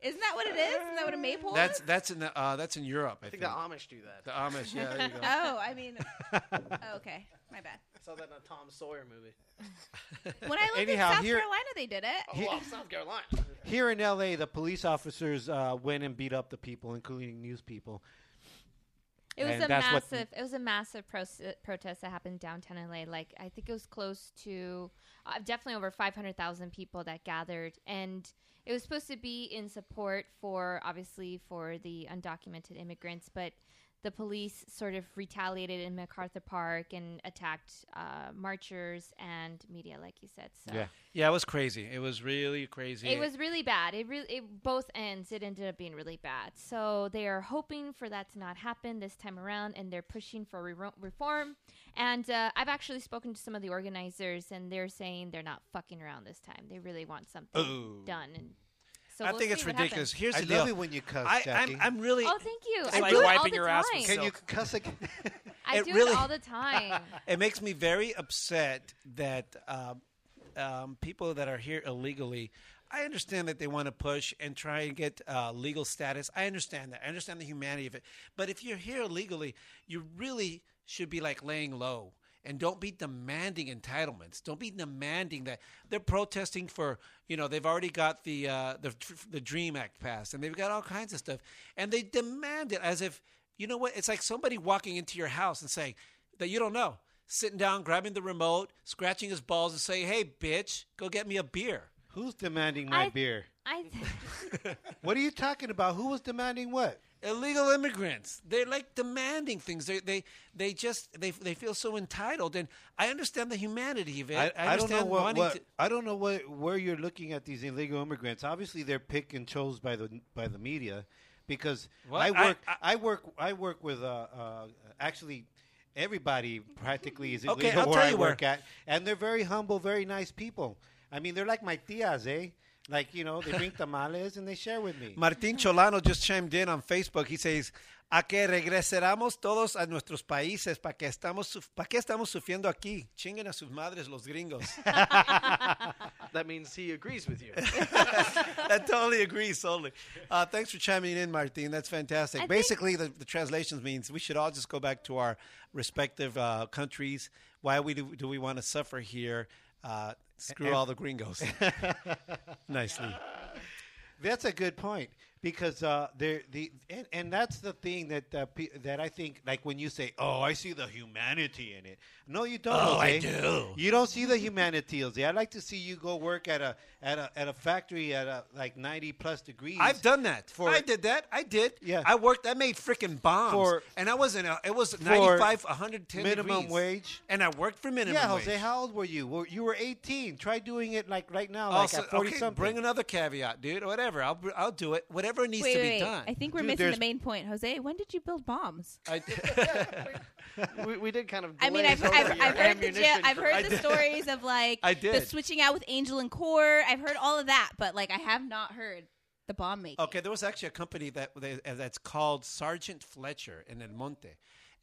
S9: Isn't that what it is? Isn't that what a maypole
S4: That's
S9: is?
S4: that's in the, uh, that's in Europe. I,
S12: I think the Amish do that.
S4: The Amish, yeah, there you go.
S9: oh, I mean, oh, okay, my bad.
S12: I saw that in a Tom Sawyer movie.
S9: When I lived
S3: Anyhow,
S9: in South
S3: here-
S9: Carolina, they did it.
S12: Oh, well, South Carolina.
S3: Here in L.A., the police officers uh, went and beat up the people, including news people.
S5: it was
S3: and
S5: a
S3: that's what-
S5: massive. It was a massive pro- protest that happened downtown LA. Like I think it was close to, uh, definitely over five hundred thousand people that gathered, and it was supposed to be in support for obviously for the undocumented immigrants, but. The police sort of retaliated in MacArthur Park and attacked uh, marchers and media, like you said. So
S4: Yeah, it was crazy. It was really crazy.
S5: It was really bad. It really it, both ends. It ended up being really bad. So they are hoping for that to not happen this time around, and they're pushing for re- reform. And uh, I've actually spoken to some of the organizers, and they're saying they're not fucking around this time. They really want something
S4: Ooh.
S5: done. And so
S4: Oh. I
S5: we'll
S4: think
S5: see
S4: it's
S5: what
S4: ridiculous.
S5: happens.
S4: Here's
S3: I
S4: the
S3: love
S4: deal.
S3: it when you cuss,
S4: I,
S3: Jackie.
S4: I'm, I'm really.
S5: Oh, thank you.
S11: It's
S5: I
S11: like
S5: do
S11: wiping
S5: it all the
S11: your
S5: time.
S11: ass with
S3: Can you
S11: So-
S3: cuss again?
S5: I
S4: It
S5: do
S4: really-
S5: it all the time.
S4: It makes me very upset that um, um, people that are here illegally. I understand that they want to push and try and get uh, legal status. I understand that. I understand the humanity of it. But if you're here illegally, you really should be like laying low and don't be demanding entitlements. Don't be demanding that they're protesting for. You know, they've already got the uh, the the Dream Act passed, and they've got all kinds of stuff, and they demand it as if you know what? It's like somebody walking into your house and saying that you don't know, sitting down, grabbing the remote, scratching his balls, and saying, "Hey, bitch, go get me a beer."
S3: Who's demanding my
S5: I-
S3: beer?
S5: I
S3: What are you talking about? Who was demanding what?
S4: Illegal immigrants. They're like demanding things. They they they just they they feel so entitled, and I understand the humanity of it.
S3: I, I don't know
S4: understand
S3: what,
S4: wanting
S3: what
S4: to-
S3: I don't know what where you're looking at these illegal immigrants. Obviously, they're picked and chose by the by the media, because
S4: Well,
S3: I
S4: I-
S3: work I, work I work with uh, uh, actually everybody practically is illegal
S4: Okay, I'll
S3: where
S4: tell
S3: I
S4: you where.
S3: work at, and they're very humble, very nice people. I mean, they're like my tias, eh? Like you know, they bring tamales and they share with me.
S4: Martin Cholano just chimed in on Facebook. He says, "A que regresaremos todos a nuestros países, pa que estamos suf- pa que estamos sufriendo aquí? Chinguen a sus madres los gringos."
S12: That means he agrees with you.
S4: I totally agree, totally. Uh, thanks for chiming in, Martin. That's fantastic.
S5: I think-
S4: Basically, the, the translations means we should all just go back to our respective uh, countries. Why we do, do we want to suffer here? Uh, screw all the gringos. Nicely.
S3: That's a good point. because uh, they're the and, and that's the thing that uh, pe- that I think like when you say, "Oh, I see the humanity in it." No, you don't.
S4: Oh,
S3: Jose.
S4: I do.
S3: You don't see the humanity, Jose. I'd like to see you go work at a at a at a factory at a, like ninety plus degrees.
S4: I've done that.
S3: For
S4: I did that. I did.
S3: Yeah.
S4: I worked. I made freaking bombs.
S3: For-
S4: and I wasn't. A, it was
S3: for
S4: 95, 110
S3: minimum
S4: degrees.
S3: wage.
S4: And I worked for minimum
S3: yeah,
S4: wage.
S3: Jose. How old were you? Well, you were eighteen. Try doing it like right now,
S4: also,
S3: Oh, like at forty
S4: Oh, okay,
S3: something.
S4: bring another caveat, dude. Whatever. I'll br- I'll do it. Whatever needs
S9: wait,
S4: to
S9: wait,
S4: be
S9: wait.
S4: done.
S9: I think we're
S4: Dude,
S9: missing the
S4: there's-
S9: main point, Jose. When did you build bombs?
S4: I
S12: we, we did kind of.
S9: I mean,
S12: glaze
S9: I've, I've,
S12: over your
S9: I've heard the
S12: ammunition
S9: ja- I've
S12: for-
S9: heard the stories of like
S4: I
S9: the
S4: did.
S9: switching out with Angel and Core. I've heard all of that, but like I have not heard the bomb making.
S4: Okay, there was actually a company that they- uh, that's called Sergeant Fletcher in El Monte,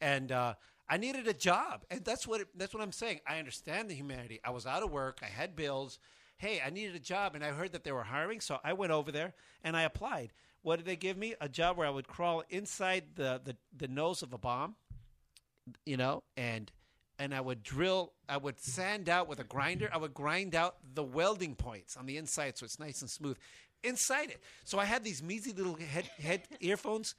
S4: and uh, I needed a job, and that's what it, that's what I'm saying. I understand the humanity. I was out of work. I had bills. Hey, I needed a job, and I heard that they were hiring, so I went over there and I applied. What did they give me? A job where I would crawl inside the the, the nose of a bomb, you know, and and I would drill. I would sand out with a grinder. I would grind out the welding points on the inside, so it's nice and smooth inside it. So I had these measly little head head earphones,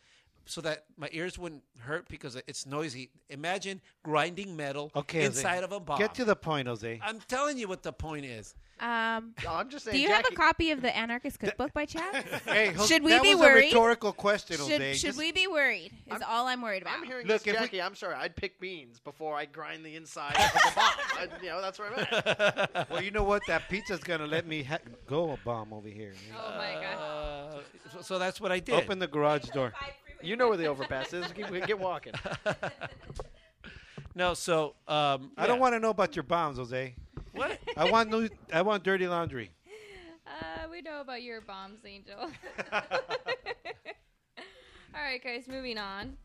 S4: so that my ears wouldn't hurt because it's noisy. Imagine grinding metal
S3: okay, Jose.
S4: inside of a bomb.
S3: Get to the point, Jose.
S4: I'm telling you what the point is.
S9: Um,
S12: I'm just
S9: do
S12: saying,
S9: you have
S12: Jackie,
S9: a copy of the Anarchist Cookbook by chance?
S3: Hey, Jose,
S9: Should we
S3: that
S9: be
S3: was
S9: worried?
S3: A rhetorical question,
S9: should
S3: Jose.
S9: should
S3: Just-
S9: we be worried? Is all I'm worried about.
S12: I'm hearing
S3: Look,
S12: this,
S3: if we-
S12: Jackie. I'm sorry. I'd pick beans before I grind the inside of the box. I, you know, that's where I'm at.
S3: Well, you know what? That pizza's gonna let me ha- go a bomb over here.
S5: Oh my god.
S4: Uh, so, so that's what I did.
S3: Open the garage door.
S12: You know where the overpass is. Keep, get walking.
S4: no, so um,
S3: I don't
S4: yeah.
S3: want to know about your bombs, Jose.
S4: what.
S3: I want new. I want dirty laundry.
S5: Uh, we know about your bombs, Angel. All right, guys, moving on.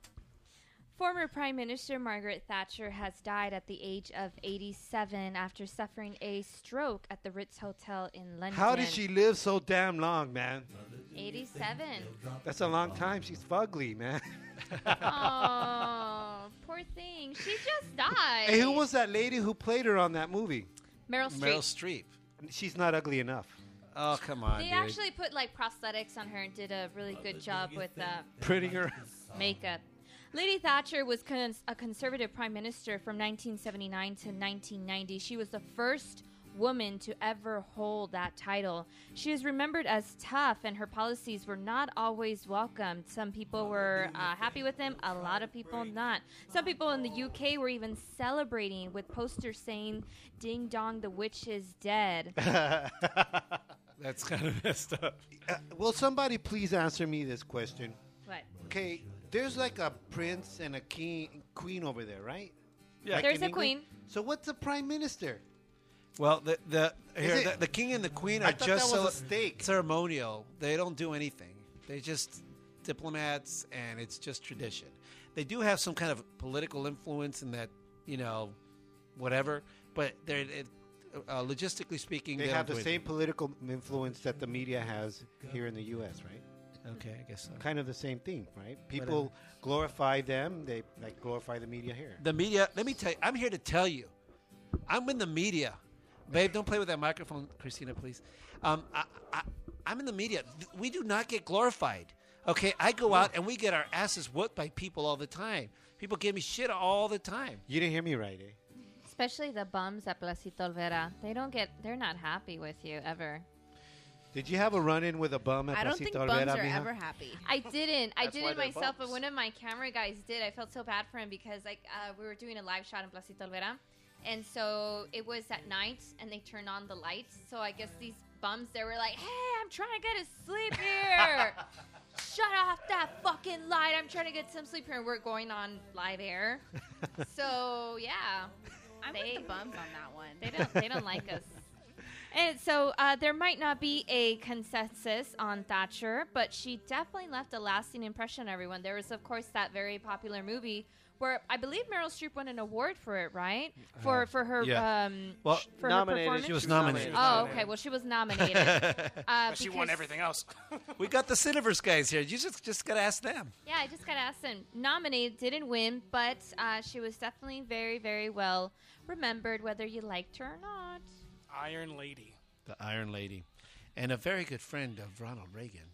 S5: Former Prime Minister Margaret Thatcher has died at the age of 87 after suffering a stroke at the Ritz Hotel in London.
S3: How did she live so damn long, man?
S5: 87.
S3: That's a long time. She's fugly, man.
S5: oh, poor thing. She just died.
S3: Hey, who was that lady who played her on that movie?
S5: Meryl Streep?
S4: Meryl Streep.
S3: She's not ugly enough.
S4: Oh come on,
S5: they
S4: dude. Oh,
S5: actually put like prosthetics on her and did a really good job with uh,
S3: Pretty girl.
S5: makeup. Lady Thatcher was cons- a conservative prime minister from 1979 to 1990. She was the first woman to ever hold that title. She is remembered as tough, and her policies were not always welcomed. Some people were uh, happy with them, a lot of people not. Some people in the UK were even celebrating with posters saying, Ding dong, the witch is dead.
S4: That's kind of messed up.
S3: Uh, will somebody please answer me this question?
S5: what?
S3: Okay, there's like a prince and a king, queen over there, right?
S4: Yeah.
S3: Like
S5: There's
S3: in
S5: a
S3: England?
S5: queen.
S3: So what's a prime minister?
S4: Well, the the, here,
S3: it-
S4: the the king and the queen
S3: I
S4: are
S3: thought
S4: just
S3: that was
S4: so
S3: a steak.
S4: ceremonial. They don't do anything. They're just diplomats, and it's just tradition. They do have some kind of political influence in that, you know, whatever. But they're it, uh, logistically speaking,
S3: They
S4: they
S3: have
S4: don't
S3: the
S4: do
S3: same political influence that the media has here in the U.S., right?
S4: anything. Okay, I guess so. uh,
S3: Kind of the same thing, right? People glorify them. They like glorify the media here.
S4: The media. Let me tell you. I'm here to tell you. I'm in the media, babe. Don't play with that microphone, Christina, please. Um, I, I, I'm in the media. Th- We do not get glorified. Okay, I go out and we get our asses whooped by people all the time. People give me shit all the time.
S3: You didn't hear me right, eh?
S5: Especially the bums at Placito Olvera. They don't get, they're not happy with you ever.
S3: Did you have a run-in with a bum at
S9: I don't
S3: Placito
S9: think
S3: Olvera,
S9: bums are
S3: mija?
S9: ever happy.
S5: I didn't. I
S12: That's why
S5: didn't
S12: they're
S5: myself, but
S12: bumps.
S5: one of my camera guys did. I felt so bad for him because like uh, we were doing a live shot in Placito Olvera, and so it was at night, and they turned on the lights. So I guess these bums they were like, "Hey, I'm trying to get to sleep here. Shut off that fucking light. I'm trying to get some sleep here." And we're going on live air. so yeah,
S9: I'm
S5: They-
S9: with the bums on that one.
S5: they don't. They don't like us. And so uh, there might not be a consensus on Thatcher, but she definitely left a lasting impression on everyone. There was, of course, that very popular movie where I believe Meryl Streep won an award for it, right? For for her
S4: Uh, yeah.
S5: um,
S4: Well,
S5: for her
S12: nominated.
S5: performance.
S4: She was nominated.
S5: oh, okay. Well, she was nominated. uh,
S11: But she won
S5: because-
S11: everything else.
S4: We got the Cineverse guys here. You just just gotta ask them.
S5: Yeah, I just got to ask them. Nominated, didn't win, but uh, she was definitely very, very well remembered, whether you liked her or not.
S11: Iron Lady.
S3: Mm-hmm.
S4: The Iron Lady, and a very good friend of Ronald Reagan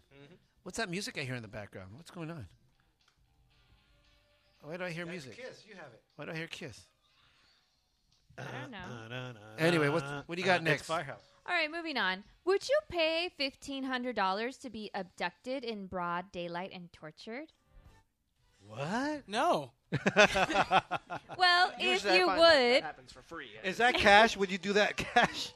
S4: What's that music I hear in the background? What's going on? Why do I hear
S3: That's
S4: music?
S3: Kiss, you have it.
S4: Why do I hear Kiss?
S5: I don't know.
S4: Anyway, what's, what do you got
S3: Uh,
S4: next?
S3: It's Firehouse.
S5: All right, moving on. Would you pay fifteen hundred dollars to be abducted in broad daylight and tortured?
S3: What?
S11: No.
S5: Well, if
S12: Usually I
S5: you
S12: find that- that
S5: would,
S12: happens for free. eh?
S3: Is that cash? Would you do that cash?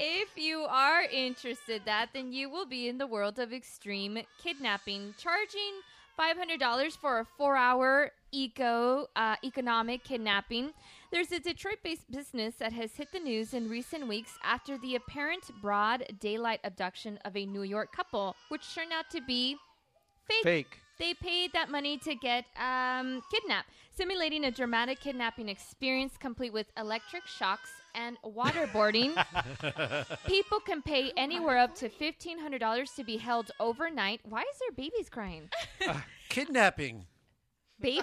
S5: if you are interested that, then you will be in the world of extreme kidnapping, charging five hundred dollars for a four-hour eco uh, economic kidnapping. There's a Detroit-based business that has hit the news in recent weeks after the apparent broad daylight abduction of a New York couple, which turned out to be
S4: Fake.
S5: they paid that money to get um, kidnapped, simulating a dramatic kidnapping experience complete with electric shocks and waterboarding. People can pay anywhere up to $1,500 to be held overnight. Why is there babies crying?
S4: Uh, Kidnapping.
S5: babies?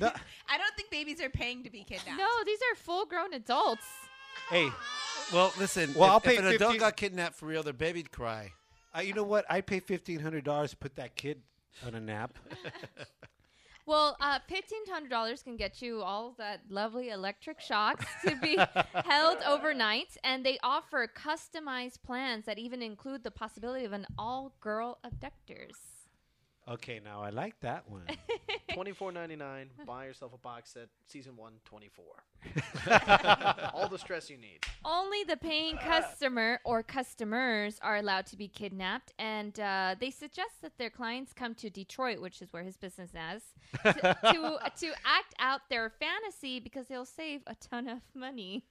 S9: I don't think babies are paying to be kidnapped.
S5: No, these are full grown adults.
S4: Hey, well, listen.
S3: Well, I'll
S4: if,
S3: pay
S4: if an adult
S3: 50
S4: got kidnapped for real, their baby'd cry.
S3: Uh, you know what? I'd pay fifteen hundred dollars to put that kid on a nap.
S5: Well, uh, $1,500 can get you all that lovely electric shocks to be held overnight, and they offer customized plans that even include the possibility of an all girl abductors.
S3: okay, now I like that one.
S12: Twenty four ninety nine. Buy yourself a box set, season one, 24. All the stress you need.
S5: Only the paying customer or customers are allowed to be kidnapped, and uh, they suggest that their clients come to Detroit, which is where his business is, to, to, to act out their fantasy because they'll save a ton of money.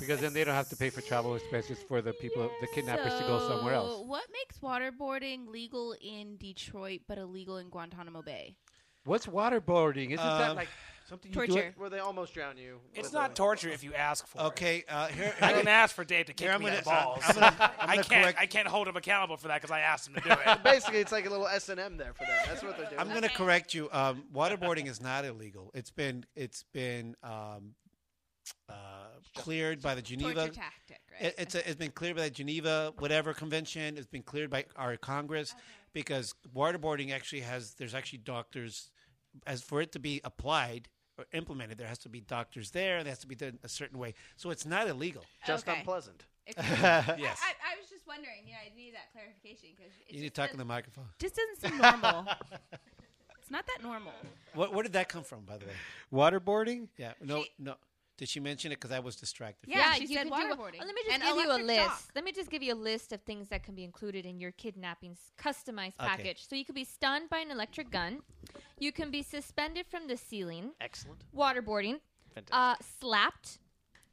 S4: Because then they don't have to pay for travel expenses for the people, the
S9: So What makes waterboarding legal in Detroit but illegal in Guantanamo Bay?
S4: What's waterboarding? Isn't
S3: Um,
S4: that like something you do?
S9: Torture.
S4: it-
S12: Where they almost drown you.
S11: It's
S12: with
S11: not
S12: a-
S11: torture if you ask for it.
S4: Okay, uh, here,
S11: I
S4: here-
S11: didn't ask for Dave to kick
S4: Here, I'm
S11: me
S4: gonna-
S12: uh,
S11: in the balls.
S4: I'm gonna- I'm
S11: I
S4: gonna
S11: can't.
S4: correct-
S11: I can't hold him accountable for that because I asked him to do it.
S12: Basically, it's like a little S and M there for them. That's what they're doing.
S4: I'm going to correct you. Um, waterboarding is not illegal. It's been it's been um, uh, cleared by the Geneva.
S9: Torture tactic, right?
S4: It, it's a, it's been cleared by the Geneva whatever convention. It's been cleared by our Congress because waterboarding actually has there's actually doctors as for it to be applied or implemented. There has to be doctors there. It has to be done a certain way. So it's not illegal.
S12: Just
S9: Okay.
S12: unpleasant.
S9: If- I, I, I was just wondering. Yeah, I need that clarification because
S4: You need to talk in the microphone.
S9: Just doesn't seem normal. it's not that normal.
S4: What, where did that come from, by the way?
S3: Waterboarding?
S4: Yeah. No. no. Did she mention it? Because I was distracted.
S9: Yeah, she
S5: you
S9: said
S5: can do-
S9: waterboarding.
S5: let me just
S9: And
S5: give you a
S9: electric
S5: list.
S9: shock.
S5: Let me just give you a list of things that can be included in your kidnapping's customized
S4: Okay.
S5: package. So you could be stunned by an electric gun. You can be suspended from the ceiling.
S12: Excellent.
S5: waterboarding, uh,
S12: Fantastic.
S5: slapped,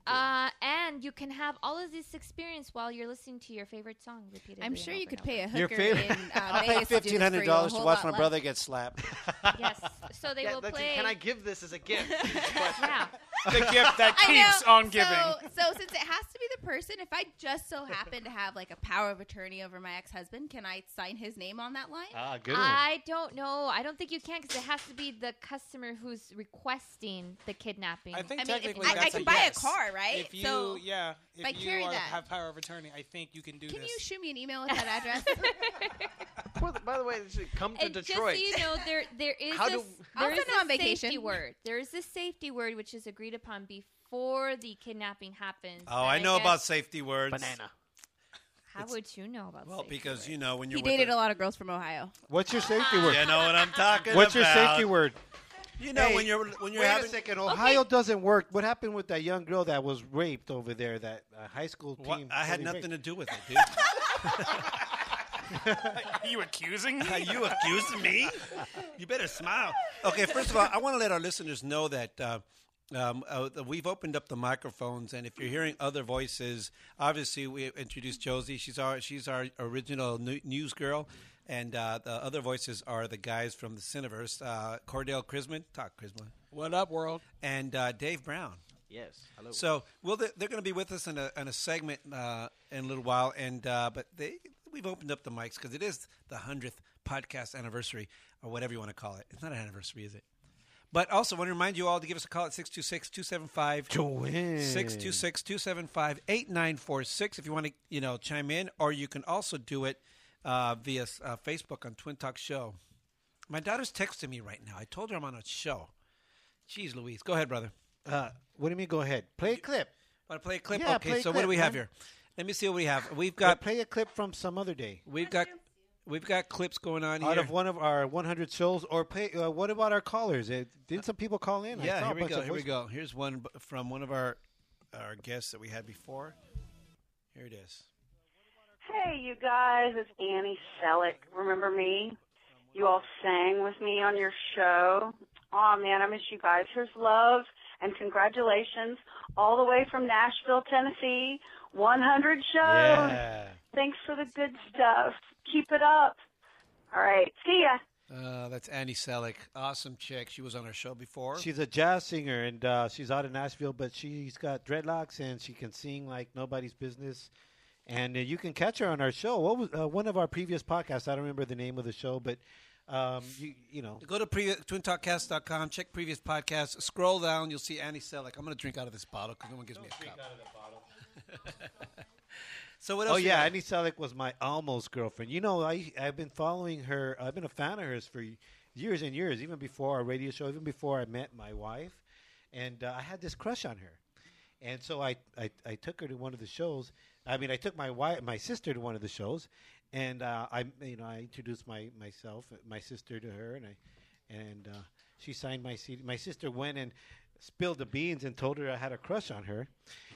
S5: uh, and you can have all of this experience while you're listening to your favorite song repeatedly.
S9: I'm
S5: and
S9: sure you
S5: over
S9: could
S5: and
S9: pay a
S3: Your
S9: hooker in
S3: favorite-
S9: uh,
S4: I
S9: Vegas to
S4: paid
S9: do this
S4: fifteen
S9: for you
S4: hundred
S9: a
S4: dollars to
S9: whole
S4: watch
S9: lot
S4: my
S9: less.
S4: brother get slapped.
S5: over. Yes. So they
S12: Yeah,
S5: will
S12: that's-
S5: play.
S12: Can I give this as a gift?
S5: yeah.
S11: The gift that
S9: I know.
S11: keeps on giving.
S9: So, so since it has to be the person, if I just so happen to have like a power of attorney over my ex-husband, can I sign his name on that line?
S3: Ah, good
S5: I don't know. I don't think you can because it has to be the customer who's requesting the kidnapping.
S11: I think
S9: I mean, if-
S11: technically
S9: I- I
S11: that's
S9: can
S11: a
S9: buy a
S11: yes.
S9: car, right?
S11: If you,
S9: So,
S11: yeah, if
S9: I
S11: you
S9: carry
S11: are,
S9: that-
S11: have power of attorney, I think you can do
S9: Can
S11: this.
S9: you shoot me an email with that address?
S12: Well, by the way, they should come to
S5: and
S12: Detroit.
S5: just so you know, there there is
S12: How
S5: a,
S12: do-
S5: s- there
S9: Also
S5: is
S9: not
S5: a
S9: on vacation.
S5: safety word. There is a safety word which is agreed upon before the kidnapping happens.
S4: Oh, I
S5: And
S4: know
S5: guess-
S4: about safety words.
S12: Banana.
S5: How would you know about?
S4: Well,
S5: safety
S4: because
S5: words?
S4: you know when you're
S9: he
S4: with
S9: dated
S4: a-
S9: a lot of girls from Ohio.
S3: What's your safety word?
S4: You know what I'm talking
S3: What's your
S4: about.
S3: safety word?
S4: You know
S3: Hey,
S4: when you're when you're
S3: Wait
S4: having
S3: a second. Ohio doesn't work. What happened with that young girl that was raped over there? That uh, high school
S4: What-
S3: team.
S4: I had
S3: totally
S4: nothing
S3: raped.
S4: to do with it, dude.
S11: Are you accusing me?
S4: Are you accusing me? You better smile. Okay, first of all, I want to let our listeners know that uh, um, uh, that we've opened up the microphones, and if you're hearing other voices, obviously we introduced Josie. She's our she's our original nu- news girl, and uh, the other voices are the guys from the Cineverse, uh, Cordell Crisman, talk Crisman,
S11: What up, world?
S4: and uh, Dave Brown.
S12: Yes. Hello.
S4: So, well, they're, they're going to be with us in a, in a segment uh, in a little while, and uh, but they we've opened up the mics because it is the hundredth podcast anniversary or whatever you want to call it. It's not an anniversary, is it? But also, want to remind you all to give us a call at 626 275 626 275 8946 if you want to, you know, chime in, or you can also do it uh, via uh, Facebook on Twin Talk Show. My daughter's texting me right now. I told her I'm on a show. Jeez, Louise, go ahead, brother.
S3: Uh, what do you mean? Go ahead. Play a clip.
S4: Want to play a clip?
S3: Yeah,
S4: okay,
S3: play a
S4: so what do
S3: clip,
S4: we have
S3: man.
S4: here? Let me see what we have. We've got
S3: play a clip from some other day.
S4: We've got we've got clips going on
S3: Out
S4: here.
S3: of one of our 100 shows, or play. Uh, what about our callers? Uh, didn't some people call in? I
S4: yeah,
S3: saw
S4: here
S3: a
S4: we
S3: bunch
S4: go.
S3: of
S4: Here we
S3: voice-
S4: go. Here's one b- from one of our our guests that we had before. Here it is.
S13: Hey, you guys, it's Annie Selleck. Remember me? You all sang with me on your show. Aw, man, I miss you guys. Here's love and congratulations all the way from Nashville, Tennessee. 100 shows. Thanks for the good stuff. Keep it up. All right. See ya.
S4: Uh, that's Annie Selleck, awesome chick. She was on our show before.
S3: She's a jazz singer, and uh, she's out of Nashville, but she's got dreadlocks, and she can sing like nobody's business. And uh, you can catch her on our show. What was uh, one of our previous podcasts? I don't remember the name of the show, but um, you you know
S4: Go to pre- twintalkcast.com, check previous podcasts, scroll down, you'll see Annie Selleck. I'm going to drink out of this bottle because no one gives me a cup. so what else?
S3: Oh
S4: you
S3: yeah,
S4: got?
S3: Annie Selleck was my almost girlfriend. You know, I I've been following her. I've been a fan of hers for years and years, even before our radio show, even before I met my wife, and uh, I had this crush on her. And so I, I I took her to one of the shows. I mean, I took my wife, my sister to one of the shows, and uh, I you know I introduced my myself, my sister to her, and I and uh, she signed my CD. My sister went and spilled the beans and told her I had a crush on her,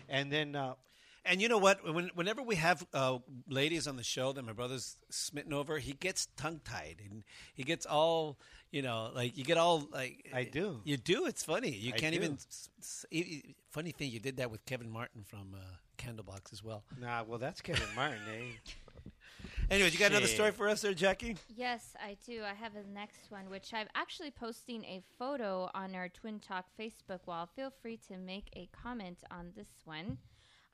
S3: and then. Uh,
S4: And you know what? When, whenever we have uh, ladies on the show that my brother's smitten over, he gets tongue tied and he gets all, you know, like you get all like. I
S3: do.
S4: You do. It's funny. You
S3: I
S4: can't
S3: do.
S4: even. s- s- e- e- Funny thing, you did that with Kevin Martin from uh, Candlebox as well.
S3: Nah, well, that's Kevin Martin, eh?
S4: Anyways, you got another
S3: Shit.
S4: story for us there, Jackie?
S5: Yes, I do. I have the next one, which I'm actually posting a photo on our Twin Talk Facebook wall. Feel free to make a comment on this one.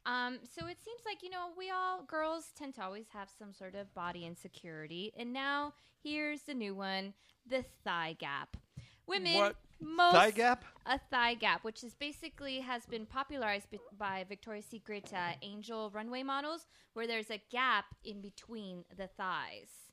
S5: Um, so it seems like, you know, we all girls tend to always have some sort of body insecurity. And now here's the new one the thigh gap. Women.
S3: What?
S5: Most
S3: Thigh gap?
S5: A thigh gap, which is basically has been popularized b- by Victoria's Secret uh, angel runway models, where there's a gap in between the thighs.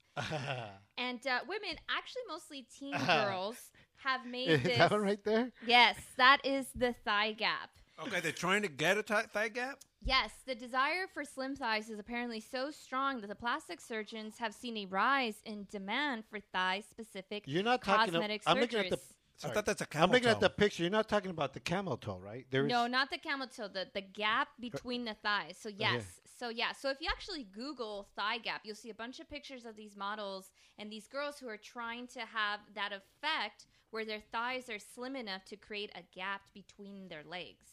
S5: And uh, women, actually mostly teen girls, have made this.
S3: Oh. that one right there?
S5: Yes, that is the thigh gap.
S4: Okay, they're trying to get a ti- thigh gap?
S5: Yes, the desire for slim thighs is apparently so strong that the plastic surgeons have seen a rise in demand for thigh specific
S3: You're not talking. Of,
S5: cosmetic
S3: I'm
S5: surgeries.
S3: looking at the. sorry.
S4: thought that's a
S3: I'm looking
S4: camel
S3: at the
S4: toe.
S3: picture. You're not talking about the camel toe, right? There is Oh,
S5: no, not the camel toe, the, the gap between the thighs. So, yes. So, yeah. So, if you actually Google thigh gap, you'll see a bunch of pictures of these models and these girls who are trying to have that effect where their thighs are slim enough to create a gap between their legs.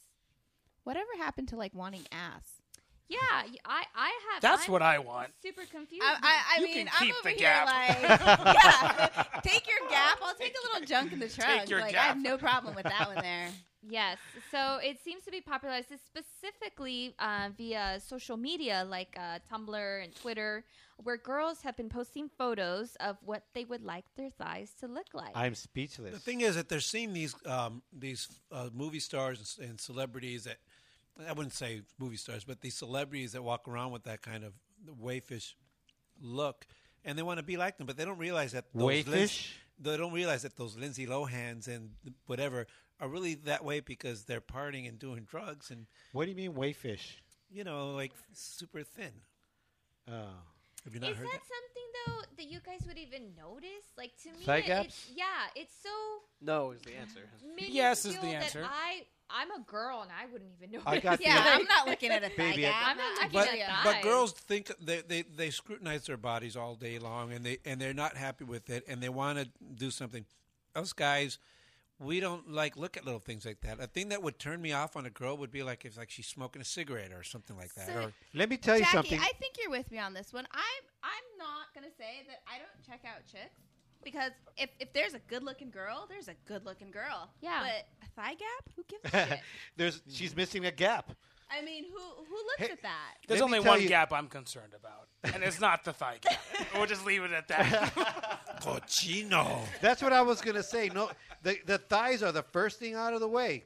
S9: Whatever happened to like wanting ass?
S5: Yeah. y- I, I have.
S9: That's
S5: I'm
S9: what I want.
S5: Super confused.
S9: I, I, I
S5: You
S9: mean,
S5: can
S9: I'm
S5: keep
S9: over
S5: the
S9: here
S5: gap.
S9: like, yeah, take your gap. I'll take a little junk in the trunk.
S5: your
S9: like, I
S5: gap.
S9: have no problem with that one there.
S5: Yes. So it seems to be popularized specifically uh, via social media like uh, Tumblr and Twitter, where girls have been posting photos of what they would like their thighs to look like.
S3: I'm speechless.
S4: The thing is that they're seeing these um, these uh, movie stars and, c- and celebrities that I wouldn't say movie stars, but these celebrities that walk around with that kind of wayfish look, and they want to be like them, but they don't realize that those Lin-
S3: Wayfish?
S4: they don't realize that those Lindsay Lohan's and whatever are really that way because they're partying and doing drugs and
S3: What do you mean wayfish?
S4: you know like super thin.
S3: Oh.
S4: Have you not
S5: Is
S4: heard
S5: that,
S4: that?
S5: something though that you guys would even notice? Like to me,
S12: Thigh
S5: it's,
S12: gaps?
S5: yeah, it's so.
S12: No is the answer.
S5: made me
S12: Yes is
S5: feel
S12: the
S5: that
S12: answer.
S5: I I'm a girl and I wouldn't even know.
S4: I got the-
S9: Yeah, I'm not looking at a thigh
S4: Baby, I-
S9: gap.
S5: I'm not looking
S4: but,
S5: at
S4: but
S5: thighs.
S4: girls think they, they, they scrutinize their bodies all day long and they and they're not happy with it and they want to do something us guys we don't like look at little things like that a thing that would turn me off on a girl would be like if like she's smoking a cigarette or something like that
S9: So-
S4: or
S3: Let me tell you
S9: Jackie,
S3: something.
S9: I think you're with me on this one. I'm I'm not gonna say that I don't check out chicks because if, if there's a good looking girl, there's a good looking girl. Yeah. But a thigh gap? Who gives a shit?
S3: There's she's missing a gap.
S9: I mean, who who looks at that?
S11: There's
S3: Let me
S11: only
S3: tell
S11: one
S3: you-
S11: gap I'm concerned about, and it's not the thigh gap. we'll just leave it at that.
S4: Cochino.
S3: That's what I was gonna say. No, the the thighs are the first thing out of the way.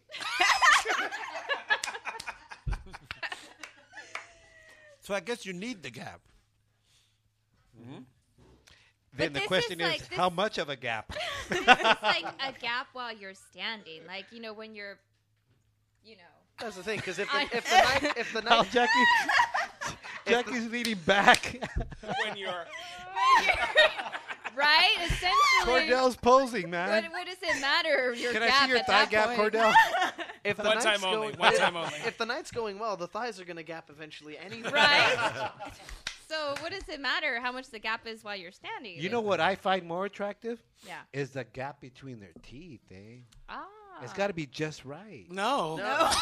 S12: Mm-hmm.
S4: so i guess you need the gap
S3: Then
S5: But
S3: the
S5: this
S3: question
S5: is
S3: is,
S5: like- this-
S3: how much of a gap?
S5: it's like a gap while you're standing. Like, you know, when you're, you know.
S12: That's the thing, because if,
S5: I-
S12: the- if the night, if the
S3: How
S12: night,
S3: Jackie, Jackie's leaning back.
S11: when you're
S5: right? Essentially.
S3: Cordell's posing,
S5: what,
S3: man.
S5: what does it matter? Your
S12: Can I
S5: gap
S12: see your
S5: at
S12: thigh
S5: that
S12: gap,
S5: point?
S12: Cordell? if the
S11: One
S12: night's
S11: time
S12: going,
S11: only, one
S12: if-
S11: time only.
S12: If the night's going well, the thighs are going to gap eventually anyway.
S5: Right? so what does it matter how much the gap is while you're standing?
S4: You know what I find more attractive?
S5: Yeah.
S4: Is the gap between their teeth, eh?
S5: Ah.
S4: It's got to be just right.
S11: no.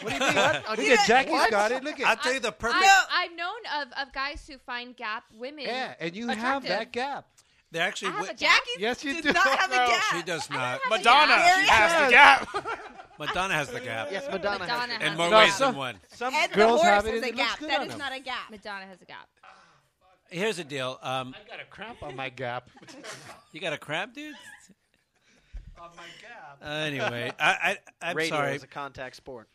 S4: What do you mean? Look at Jackie's got it. Look at.
S14: I'll tell you the perfect.
S5: I, I've known of, of guys who find gap women.
S4: yeah, and you have
S5: attractive.
S4: that gap.
S14: They're actually.
S5: I have a gap.
S9: Jackie
S4: Yes, you
S9: does
S4: do.
S9: not have a
S11: No,
S9: gap.
S14: She does not.
S5: have a
S11: Madonna
S5: gap.
S9: Very
S11: has the gap.
S14: Madonna has the gap.
S12: Yes, Madonna. has
S5: Madonna
S12: it.
S5: has
S14: In more
S5: a
S14: ways
S5: gap.
S14: than one.
S4: Some
S9: Ed the
S4: girls
S9: horse
S4: have
S9: is
S4: it. and
S9: a
S4: it looks
S9: gap.
S4: good
S9: That
S4: on
S9: is
S4: them.
S9: not a gap.
S5: Madonna has a gap.
S14: Here's the deal. Um,
S4: I got a cramp on my gap.
S14: you got a crab, dude?
S4: on my gap.
S14: Uh, anyway, I, I, I'm
S12: Radio
S14: sorry.
S12: is a contact sport.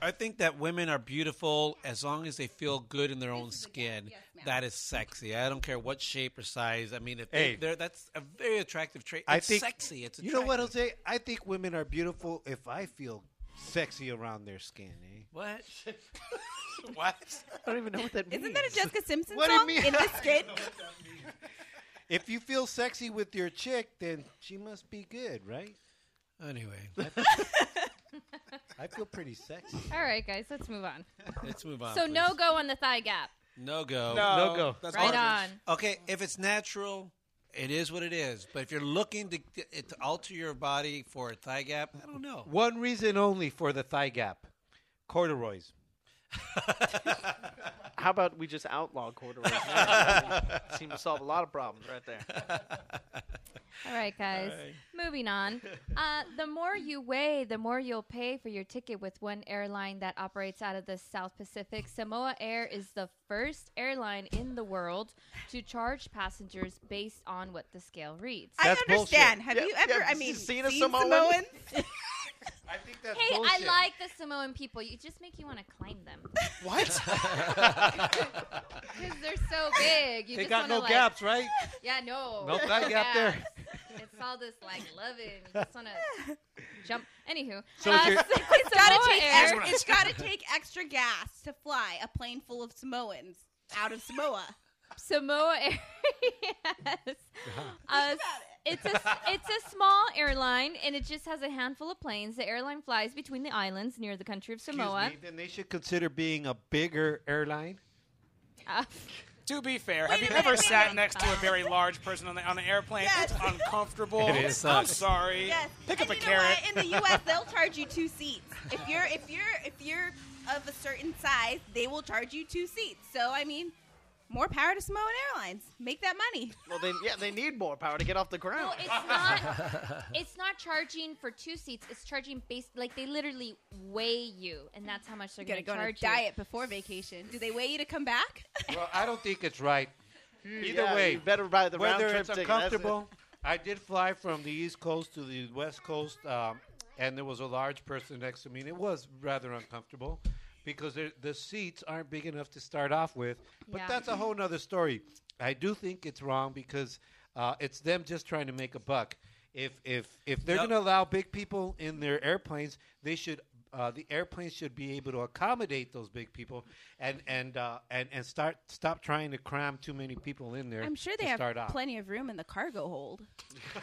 S14: I think that women are beautiful as long as they feel good in their own skin. That is sexy. I don't care what shape or size. I mean, if they,
S4: Hey.
S14: they're, that's a very attractive trait. It's
S4: I think-
S14: sexy. It's
S4: You know what,
S14: attractive.
S4: Jose? I think women are beautiful if I feel sexy around their skin. Eh?
S14: What? what?
S12: I don't even know what that means.
S9: Isn't that a Jessica Simpson
S4: What do you
S9: song?
S4: mean?
S9: In the skin?
S4: If you feel sexy with your chick, then she must be good, right?
S14: Anyway,
S4: I feel pretty sexy.
S5: All right, guys, let's move on.
S14: let's move on.
S5: So
S14: please.
S5: no go on the thigh gap.
S14: no go.
S11: No.
S4: go.
S14: That's
S5: right
S14: garbage.
S5: on.
S14: Okay, if it's natural, it is what it is. But if you're looking to to alter your body for a thigh gap, I don't know.
S4: One reason only for the thigh gap corduroys.
S12: How about we just outlaw corduroys? now? Seem to solve a lot of problems right there.
S5: All right, guys. Moving on. Uh, the more you weigh, the more you'll pay for your ticket with one airline that operates out of the South Pacific. Samoa Air is the first airline in the world to charge passengers based on what the scale reads.
S9: I
S4: That's bullshit.
S9: understand. Have
S12: Yeah,
S9: you ever?
S12: yeah,
S9: I
S12: you
S9: mean, seen,
S12: seen a Samoan?
S9: Samoans?
S4: I think that's
S5: hey, I like the Samoan people. You just make you want to climb them
S4: what?
S5: because they're so big. You
S4: they
S5: just
S4: got
S5: wanna,
S4: no
S5: like-
S4: gaps, right?
S5: Yeah, no.
S4: No thigh gap there.
S5: gaps. It's all this like loving. You just want to jump. Anywho, uh,
S4: So it's your-
S9: Uh, It's gotta
S5: Samoa
S9: take
S5: Air-
S9: ex- it's gotta take extra gas to fly a plane full of Samoans out of Samoa.
S5: Samoa Air. yes. Uh, it's a it's a small airline and it just has a handful of planes. The airline flies between the islands near the country of Samoa.
S4: Excuse me, then they should consider being a bigger airline.
S5: Uh,
S11: To be fair,
S9: a
S11: have you
S9: minute,
S11: ever
S9: wait a
S11: sat
S9: minute.
S11: next to a very large person on the on an airplane?
S9: Yes.
S11: It's uncomfortable.
S4: It is.
S11: I'm sorry.
S9: Yes.
S11: Pick
S9: And
S11: up a
S9: you know
S11: carrot.
S9: What? In the U.S., they'll charge you two seats if you're if you're if you're of a certain size. They will charge you two seats. So I mean, more power to Samoan Airlines. Make that money.
S12: Well, they yeah, they need more power to get off the
S5: no,
S12: ground.
S5: it's not. It's not charging for two seats. It's charging based like they literally weigh you, and that's how much they're
S9: You gotta
S5: going
S9: go on
S5: to
S9: a
S5: charge you.
S9: diet before vacation. Do they weigh you to come back?
S4: Well, I don't think it's right. Either
S12: Yeah,
S4: way,
S12: you better buy the round
S4: whether
S12: trip
S4: it's
S12: ticket, that's it.
S4: uncomfortable. I did fly from the East Coast to the West Coast, um, and there was a large person next to me, and it was rather uncomfortable because there- the seats aren't big enough to start off with. But
S5: Yeah.
S4: that's a whole nother story. I do think it's wrong because uh, it's them just trying to make a buck. If if if they're
S14: Yep.
S4: going to allow big people in their airplanes, they should. Uh, the airplanes should be able to accommodate those big people, and and uh, and and start stop trying to cram too many people in there.
S9: I'm sure they
S4: to
S9: have
S4: start off.
S9: plenty of room in the cargo hold.
S14: Oh,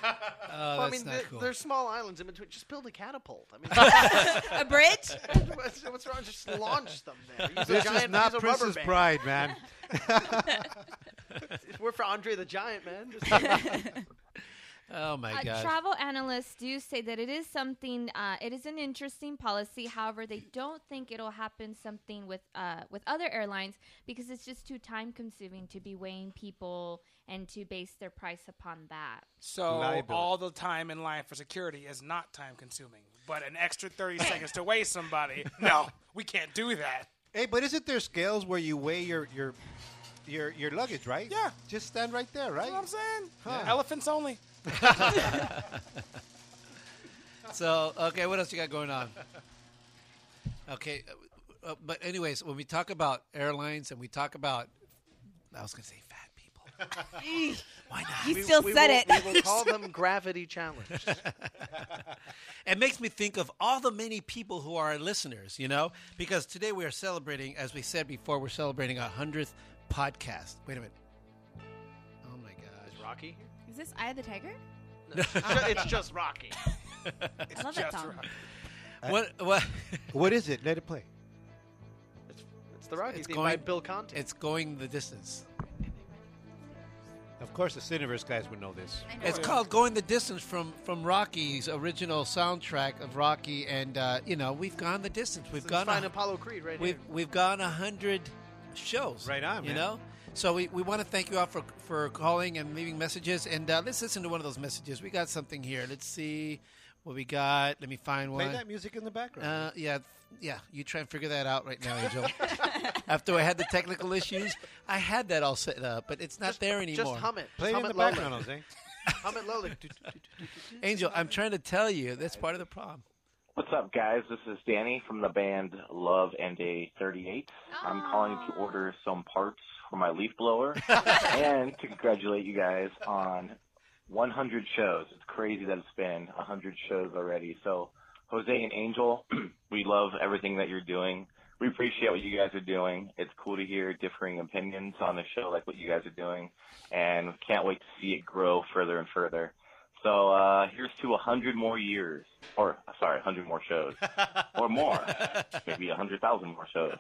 S12: Well, I
S14: that's
S12: mean,
S14: not
S12: there-
S14: cool.
S12: there's small islands in between. Just build a catapult. I
S9: A bridge?
S12: mean, what's, what's wrong? Just launch them there. Use a
S4: This
S12: giant,
S4: is not
S12: use a rubber
S4: Princess
S12: band.
S4: Bride, man.
S12: We're for Andre the Giant, man. Just-
S14: Oh my
S5: Uh,
S14: god.
S5: travel analysts do say that it is something. Uh, it is an interesting policy. However, they don't think it'll happen something with uh, with other airlines because it's just too time consuming to be weighing people and to base their price upon that.
S11: So
S4: Liability.
S11: all the time in line for security is not time consuming, but an extra 30 seconds to weigh somebody. No, we can't do that.
S4: hey, but isn't there scales where you weigh your your your your luggage, right?
S11: Yeah.
S4: Just stand right there, right?
S11: You know what I'm saying? Elephants only.
S14: So okay, what else you got going on? Okay, uh, uh, but anyways, when we talk about airlines and we talk about, I was gonna say fat people,
S9: Why
S12: not?
S9: You
S12: We-
S9: still
S12: we
S9: said
S12: will-
S9: it.
S12: We will call them gravity challenged.
S4: it makes me think of all the many people who are our listeners, you know, because today we are celebrating, as we said before, we're celebrating our 100th podcast. Wait a minute. Oh my gosh.
S12: Rocky?
S9: Is this Eye of the Tiger?
S12: it's just Rocky.
S9: I love that song.
S4: Uh, What, what,
S3: Uh, what is it? Let it play.
S12: It's the Rocky
S4: It's
S12: theme
S4: going-
S12: by Bill Conti.
S4: It's going the distance.
S3: Of course, the Cineverse guys would know this.
S4: It's called Going the Distance from, from Rocky's original soundtrack of Rocky. And, uh, you know, we've gone the distance. We've gone.
S12: Find
S4: a-
S12: Apollo Creed right
S4: we've
S12: here.
S4: we've gone a hundred shows.
S3: Right on,
S4: You
S3: man.
S4: know, so we, we want to thank you all for for calling and leaving messages. And uh, let's listen to one of those messages. We got something here. Let's see what we got. Let me find
S3: Play
S4: one.
S3: that music in the background.
S4: Uh, yeah, th- yeah. You try and figure that out right now, Angel. After I had the technical issues, I had that all set up, but it's not there anymore.
S12: Just hum it.
S3: Play it
S12: hum
S3: in the
S12: lowly.
S3: background, Jose.
S12: hum it lowly.
S4: Mm-hmm. Angel, I'm trying to tell you that's part of the problem.
S15: What's up, guys? This is Danny from the band Love and a 38. I'm calling to order some parts for my leaf blower and to congratulate you guys on 100 shows. It's crazy that it's been 100 shows already. So, Jose and Angel, we love everything that you're doing. We appreciate what you guys are doing. It's cool to hear differing opinions on the show, like what you guys are doing, and can't wait to see it grow further and further. So uh, here's to 100 more years, or sorry, 100 more shows, or more, maybe 100,000 more shows.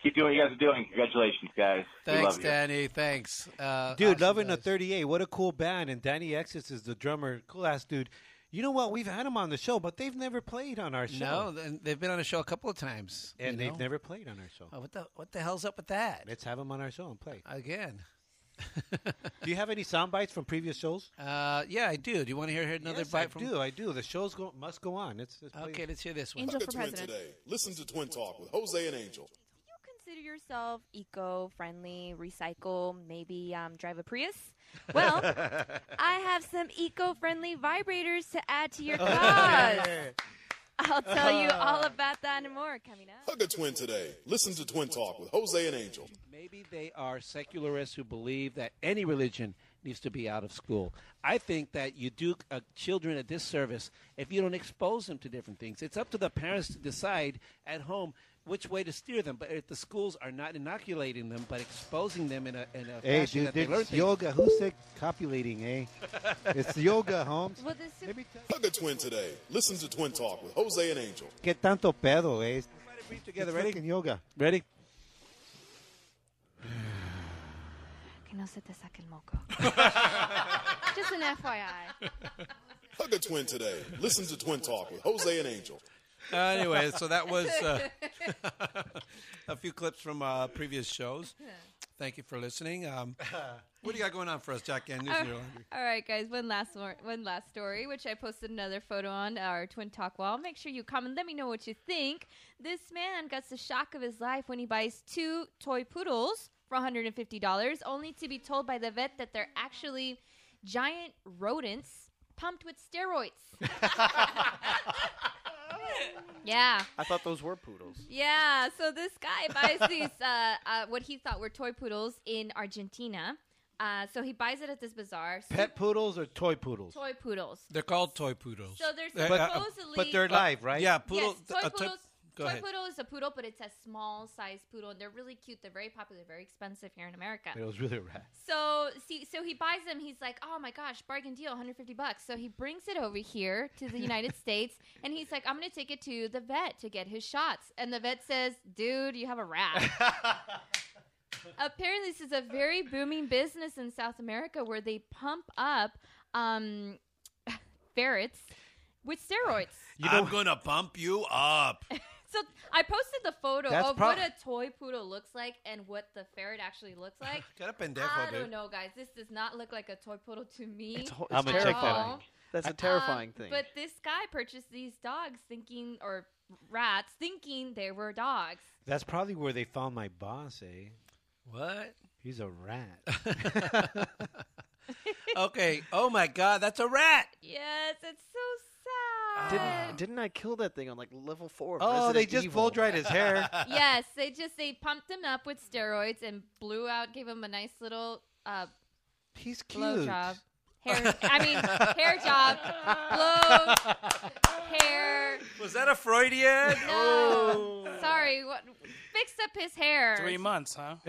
S15: Keep doing what you guys are doing. Congratulations, guys. we
S4: Thanks,
S15: love you.
S4: Danny. Thanks, uh,
S3: dude,
S4: awesome
S3: loving
S4: guys.
S3: the 38. What a cool band. And Danny Exis is the drummer. Cool ass dude. You know what? We've had him on the show, but they've never played on our show.
S4: No, th- they've been on a show a couple of times,
S3: and
S4: you
S3: they've
S4: know?
S3: never played on our show.
S4: Oh, what the what the hell's up with that?
S3: Let's have them on our show and play.
S4: Again.
S3: do you have any sound bites from previous shows?
S4: Uh, yeah, I do. Do you want to hear, hear another
S3: Yes,
S4: bite
S3: I
S4: from?
S3: do. I do. The shows go, must go on. It's, it's
S4: Okay, let's hear this
S5: one. Angel for
S1: Twin
S5: president.
S1: today. Listen to Twin Talk with Jose and Angel.
S5: Consider yourself eco-friendly, recycle, maybe um, drive a Prius. Well, I have some eco-friendly vibrators to add to your cause. I'll tell you all about that and more coming up.
S1: Hug a twin today. Listen to Twin Talk with Jose and Angel.
S4: Maybe they are secularists who believe that any religion needs to be out of school. I think that you do uh, children a disservice if you don't expose them to different things. It's up to the parents to decide at home which way to steer them. But if the schools are not inoculating them, but exposing them in a, in a
S3: Hey,
S4: fashion
S3: dude,
S4: that they learn
S3: it's
S4: things.
S3: yoga. Who said copulating, eh? it's yoga, Holmes.
S5: Well, this is
S1: Hug a twin today. Listen to Twin Talk with Jose and Angel.
S3: Que tanto pedo, eh?
S4: together,
S3: It's
S4: ready?
S3: fucking yoga.
S4: Ready?
S5: Que no se te saque el moco. Just an FYI.
S1: Hug a twin today. Listen to Twin Talk with Jose and Angel.
S4: Uh, anyway, so that was uh, a few clips from uh, previous shows. Thank you for listening. Um, what do you got going on for us, Jack? And
S5: All right, all right, guys. One last one, one last story, which I posted another photo on our Twin Talk wall. Make sure you comment. Let me know what you think. This man gets the shock of his life when he buys two toy poodles for $150, only to be told by the vet that they're actually giant rodents pumped with steroids. yeah.
S12: I thought those were poodles.
S5: Yeah, so this guy buys these uh, uh, what he thought were toy poodles in Argentina. Uh, so he buys it at this bazaar.
S3: Pet poodles or toy poodles?
S5: Toy poodles.
S4: They're called toy poodles.
S5: So there's
S4: Uh, uh,
S5: supposedly.
S3: but they're live, right?
S4: Yeah, poodle.
S5: Yes, toy
S4: a
S5: poodles.
S4: go
S5: toy
S4: ahead.
S5: poodle is a poodle, but it's a small size poodle, and they're really cute. They're very popular, very expensive here in America.
S3: It was really rad.
S5: So see, so he buys them. He's like, "Oh my gosh, bargain deal, 150 bucks." So he brings it over here to the United States, and he's like, "I'm gonna take it to the vet to get his shots." And the vet says, "Dude, you have a rat." Apparently, this is a very booming business in South America where they pump up um, ferrets with steroids.
S4: I'm gonna bump you up.
S5: So I posted the photo
S4: That's
S5: of
S4: prob-
S5: what a toy poodle looks like and what the ferret actually looks like.
S4: Got a pendejo,
S5: I
S4: dude.
S5: don't know, guys. This does not look like a toy poodle to me.
S12: It's, ho- it's
S3: I'ma check that
S5: at
S12: terrifying.
S5: all.
S12: That's a
S5: Um,
S12: terrifying thing.
S5: But this guy purchased these dogs thinking, or rats thinking they were dogs.
S3: That's probably where they found my boss, eh?
S4: What?
S3: He's a rat.
S4: okay. Oh my God, that's a rat.
S5: Yes, it's so sad.
S4: Oh,
S12: Didn't, didn't I kill that thing on like level four? of
S3: oh, they
S12: Resident
S3: just
S12: Evil?
S3: blow dried his hair.
S5: yes, they just they pumped him up with steroids and blew out, gave him a nice little uh,
S4: He's
S5: Blow
S4: cute.
S5: job. Hair. I mean, hair job. Blow. Hair.
S4: Was that a Freudian?
S5: No.
S4: Oh.
S5: Sorry. What? Fixed up his hair.
S11: Three months, huh?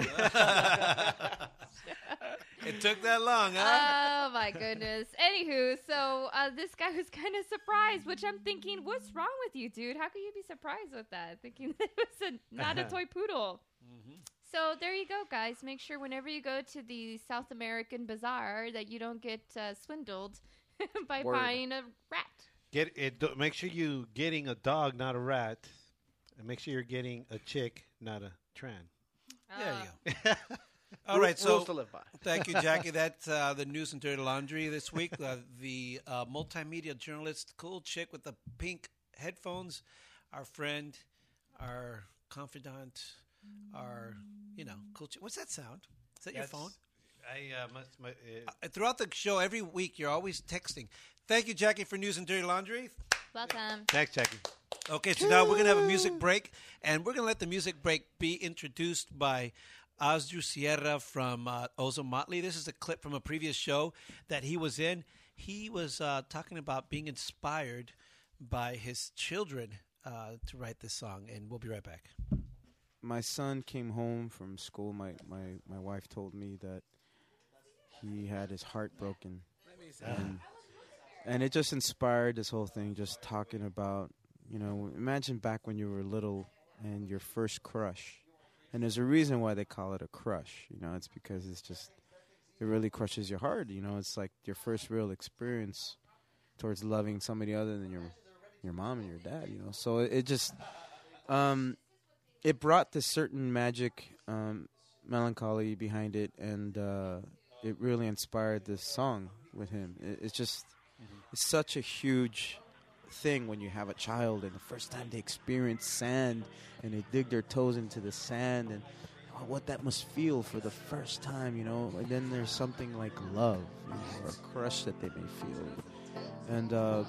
S4: it took that long,
S5: Oh my goodness. Anywho, so uh, this guy was kind of surprised, which I'm thinking, what's wrong with you, dude? How could you be surprised with that? Thinking that it was a, not a
S4: Uh-huh.
S5: toy poodle.
S4: Mm-hmm.
S5: So there you go, guys. Make sure whenever you go to the South American bazaar that you don't get uh, swindled by
S3: Word.
S5: buying a rat.
S3: Get it. do- Make sure you getting a dog, not a rat, and make sure you're getting a chick, not a tran.
S4: There you go. All right, so
S12: Rules to live by.
S4: thank you, Jackie. That's uh, the news and dirty laundry this week. Uh, the uh, multimedia journalist, cool chick with the pink headphones, our friend, our confidant, our you know, cool chick. What's that sound? Is that
S3: That's-
S4: your phone?
S3: I uh, must. My, uh,
S4: Uh, Throughout the show, every week, you're always texting. Thank you, Jackie, for news and dirty laundry.
S5: Welcome.
S3: Thanks, Jackie.
S4: Okay, so now we're gonna have a music break, and we're gonna let the music break be introduced by Osdu Sierra from uh, Ozo Motley. This is a clip from a previous show that he was in. He was uh, talking about being inspired by his children uh, to write this song, and we'll be right back.
S8: my son came home from school. My my my wife told me that he had his heart broken, and, and it just inspired this whole thing. Just talking about, you know, imagine back when you were little and your first crush, and there's a reason why they call it a crush. You know, it's because it's just it really crushes your heart. You know, it's like your first real experience towards loving somebody other than your your mom and your dad. You know, so it, it just um, it brought this certain magic, um, melancholy behind it, and uh, it really inspired this song with him. It, it's just it's such a huge thing when you have a child and the first time they experience sand and they dig their toes into the sand and oh, what that must feel for the first time you know and then there's something like love you know, or a crush that they may feel and uh,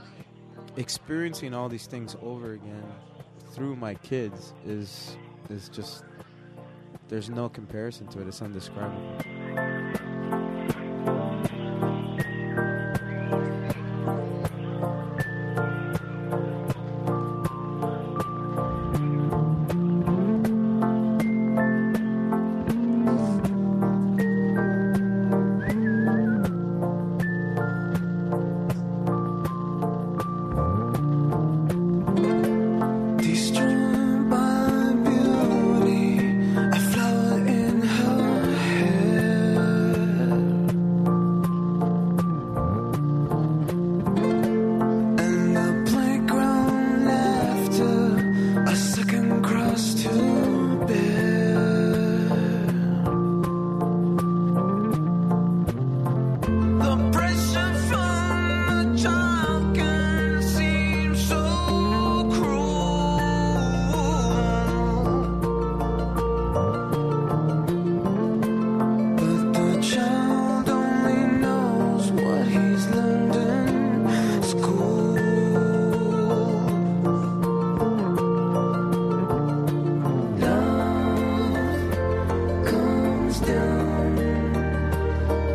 S8: experiencing all these things over again through my kids is is just there's no comparison to it it's undescribable
S6: Destroyed by beauty, a flower in her hair, and the playground after a second cross to bear. The pressure from the child can seem so cruel, but the child only knows what he's learned in school. Love comes down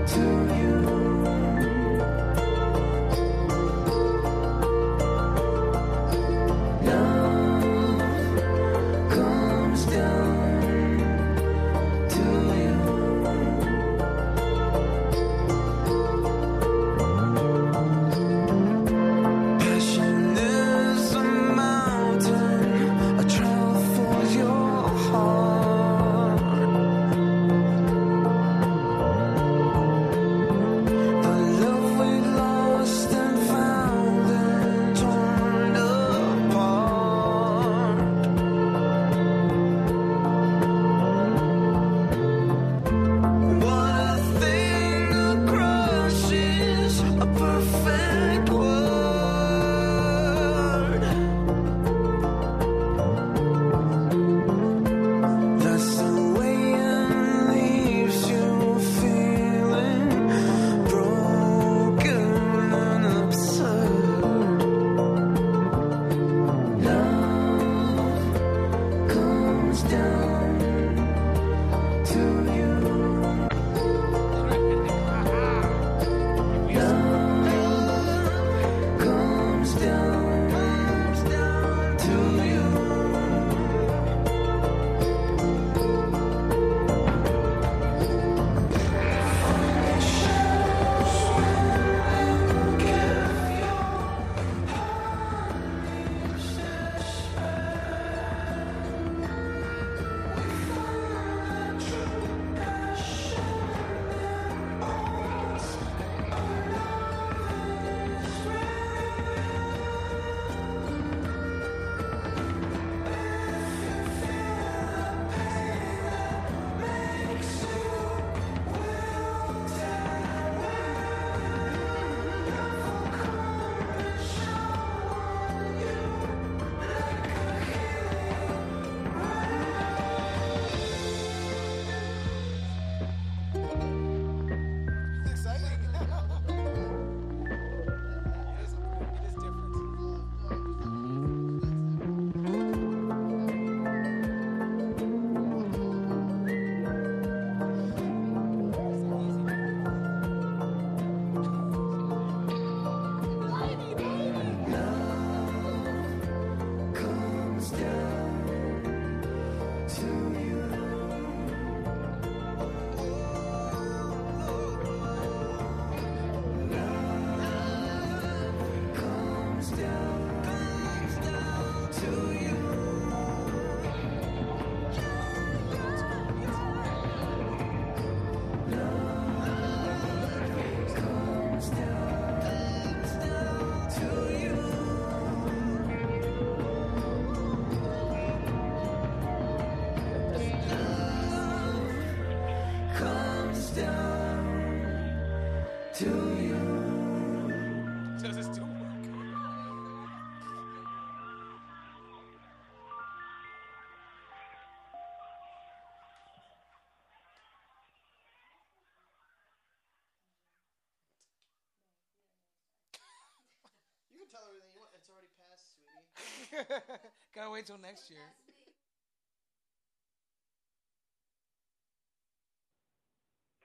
S6: to you. Love comes down to you. Passion is a mountain, a trial for your heart. The love we lost and found and torn apart. What a thing a crush is, a perfect word. That's the way it leaves you feeling broken and absurd. Love comes down to you.
S12: tell her everything you want. It's already passed, sweetie.
S11: Gotta wait till next year.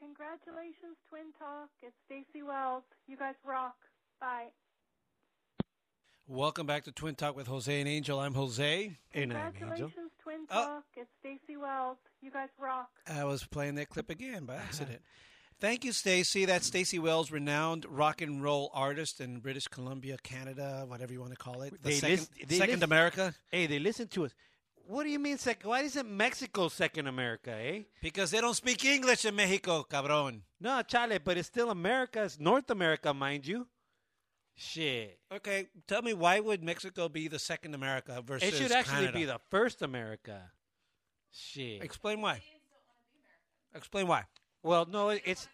S16: Congratulations, Twin Talk. It's Stacy Wells. You guys rock. Bye.
S4: Welcome back to Twin Talk with Jose and Angel. I'm Jose. And
S16: Congratulations, Twin Talk. It's Stacy Wells. You guys rock.
S4: I was playing that clip again
S3: Uh-huh.
S4: by accident. Thank you, Stacy. That's Stacy Wells, renowned rock and roll artist in British Columbia, Canada, whatever you want to call it. The
S3: They
S4: second,
S3: lis- they
S4: second
S3: lis-
S4: America.
S3: Hey, they listen to us. What do you mean second? Why isn't Mexico second America, eh?
S4: Because they don't speak English in Mexico, cabron.
S3: No, chale, but it's still America. It's North America, mind you. Shit.
S4: Okay, tell me why would Mexico be the second America versus
S3: It should actually
S4: Canada?
S3: be the first America. Shit.
S4: Explain why. Explain why.
S3: Well, no, it- it's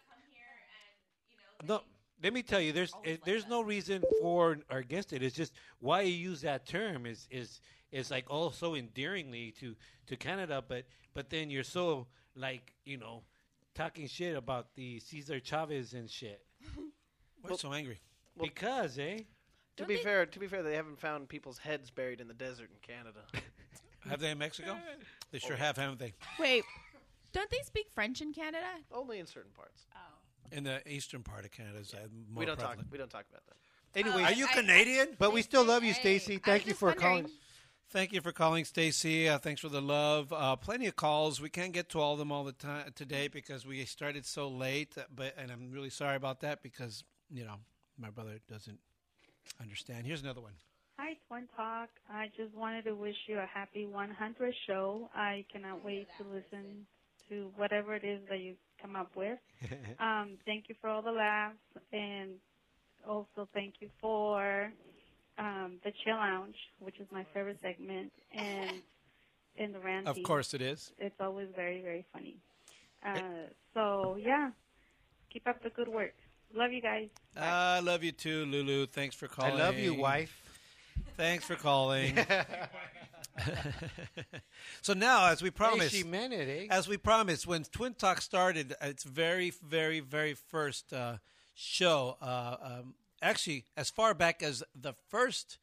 S3: no. Let me tell you, there's it, there's no reason for or against it. It's just why you use that term is is is like all so endearingly to to Canada, but but then you're so like you know talking shit about the Cesar Chavez and shit.
S4: Why so angry?
S3: because, eh?
S12: To be fair, to be fair, they haven't found people's heads buried in the desert in Canada.
S4: Have they in Mexico? They
S12: Oh,
S4: sure have, haven't they?
S9: Wait, don't they speak French in Canada?
S12: Only in certain parts.
S9: Oh.
S4: In the eastern part of Canada, is that more
S12: we don't talk.
S4: prevalent.
S12: We don't talk about that.
S4: Anyway, are you Canadian?
S3: But we still love you, Stacy. Thank you for calling.
S4: Thank you for calling, Stacy. Uh, thanks for the love. Uh, plenty of calls. We can't get to all of them all the time today because we started so late. uh, But and I'm really sorry about that because you know my brother doesn't understand. Here's another one.
S16: Hi, Twin Talk. I just wanted to wish you a happy 100 show. I cannot wait to listen to whatever it is that you come up with. Um, thank you for all the laughs, and also thank you for um, the Chill Lounge, which is my favorite segment, and and the Ranty.
S4: Of course it is. Eh.
S16: It's always very very funny. Uh, so yeah, keep up the good work. Love you guys.
S4: I love you too, Lulu. Thanks for
S3: I
S4: calling.
S3: love you, wife.
S4: Thanks for calling. so now, as we promised,
S3: she meant it, eh?
S4: As we promised, when Twin Talk started, uh, its very, very, very first uh, show, uh, um, actually, as far back as the first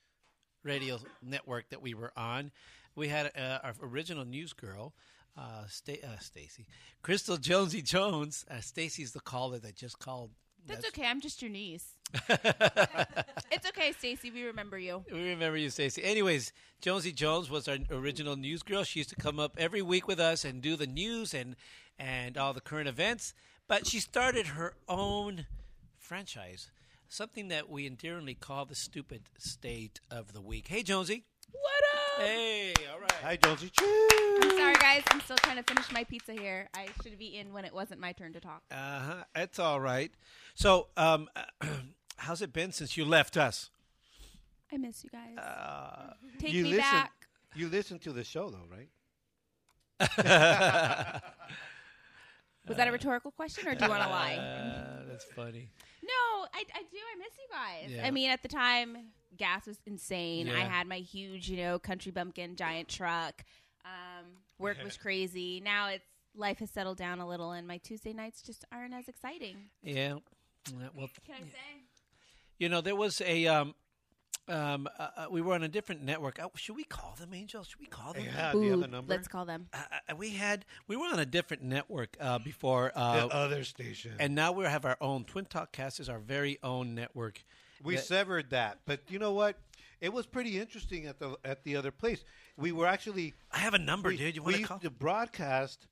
S4: radio network that we were on, we had uh, our original news girl. Uh, Sta- uh, Stacy, Crystal Jonesy Jones. Uh, Stacy's the caller that just called.
S9: That's okay. I'm just your niece. it's okay, Stacy. We remember you.
S4: We remember you, Stacey. Anyways, Jonesy Jones was our original news girl. She used to come up every week with us and do the news and and all the current events. But she started her own franchise, something that we endearingly call the stupid state of the week. Hey, Jonesy.
S9: What up?
S4: Hey, all right.
S3: Hi, Jonesy.
S9: I'm sorry, guys. I'm still trying to finish my pizza here. I should have eaten when it wasn't my turn to talk.
S4: Uh huh. That's all right. So, um, how's it been since you left us?
S9: I miss you guys.
S4: Uh,
S9: Take
S3: you
S9: me
S3: listen,
S9: back.
S3: You listen to the show though, right?
S9: Was that a rhetorical question, or do you want to lie?
S4: Uh, that's funny.
S9: No, I, I do. I miss you guys.
S4: Yeah.
S9: I mean, at the time, gas was insane. I
S4: Yeah.
S9: had my huge, you know, country bumpkin giant truck. Um, work was crazy. Now it's life has settled down a little, and my Tuesday nights just aren't as exciting.
S4: Yeah. Yeah, Well,
S9: Can I
S4: yeah.
S9: say?
S4: You know, there was a um, um, uh, uh, we were on a different network. Uh, should we call them, Angel? Should we call them?
S3: Yeah, do you have a Ooh, number?
S9: Let's call them.
S4: Uh, uh, we had we were on a different network uh, before uh,
S3: The other station.
S4: and now we have our own Twin Talk Cast is our very own network.
S3: We
S4: that-
S3: severed that, but you know what? It was pretty interesting at the at the other place. We were actually.
S4: I have a number,
S3: we,
S4: dude. You
S3: we
S4: wanna
S3: used
S4: call?
S3: to broadcast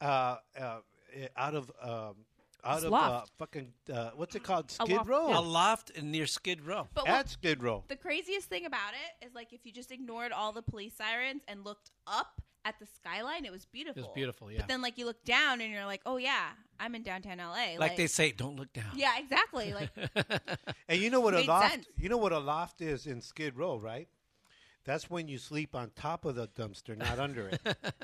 S3: uh, uh, eh, out of um, out
S4: It's
S3: of uh,
S4: loft.
S3: fucking uh, what's it called?
S9: A
S3: Skid
S9: loft,
S3: Row.
S9: yeah.
S4: a loft in- near Skid Row.
S9: But
S3: at
S9: what-
S3: Skid Row.
S9: The craziest thing about it is like if you just ignored all the police sirens and looked up at the skyline, it was beautiful.
S4: beautiful, yeah.
S9: But then like you look down and you're like, oh yeah, I'm in downtown LA.
S4: Like, they say, don't look down.
S9: Yeah, exactly. Like
S3: And you know what a
S9: Made
S3: loft?
S9: sense.
S3: You know what a loft is in Skid Row, right? That's when you sleep on top of the dumpster, not under it.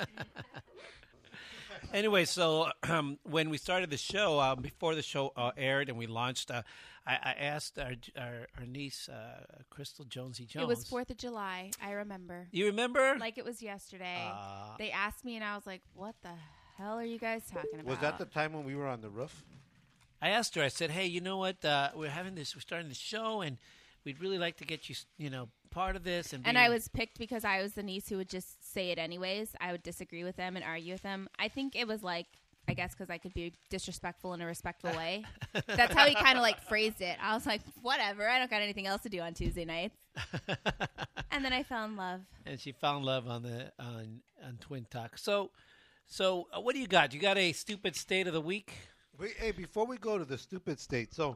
S4: anyway, so um, when we started the show, uh, before the show uh, aired and we launched, uh, I, I asked our our, our niece uh, Crystal Jonesy Jones.
S9: it was Fourth of July. I remember.
S4: You remember? Uh,
S9: Like it was yesterday.
S3: Ah.
S9: they asked me and I was like, what the hell are you guys talking about?
S3: Was that the time when we were on the roof?
S4: I asked her. I said, "Hey, you know what? Uh, we're having this. We're starting the show, and
S5: We'd really like to get you, s- you know, part of this. And,
S9: And
S5: be-
S9: I was picked because I was the niece who would just say it anyways. I would disagree with them and argue with them. I think it was like, I guess, because I could be disrespectful in a respectful way. That's how he kind of like phrased it. I was like, whatever. I don't got anything else to do on Tuesday nights. and then I fell in love.
S5: and she found love on the on on Twin Talk. So, so uh, what do you got? You got a stupid state of the week?
S6: Wait, hey, before we go to the stupid state, so,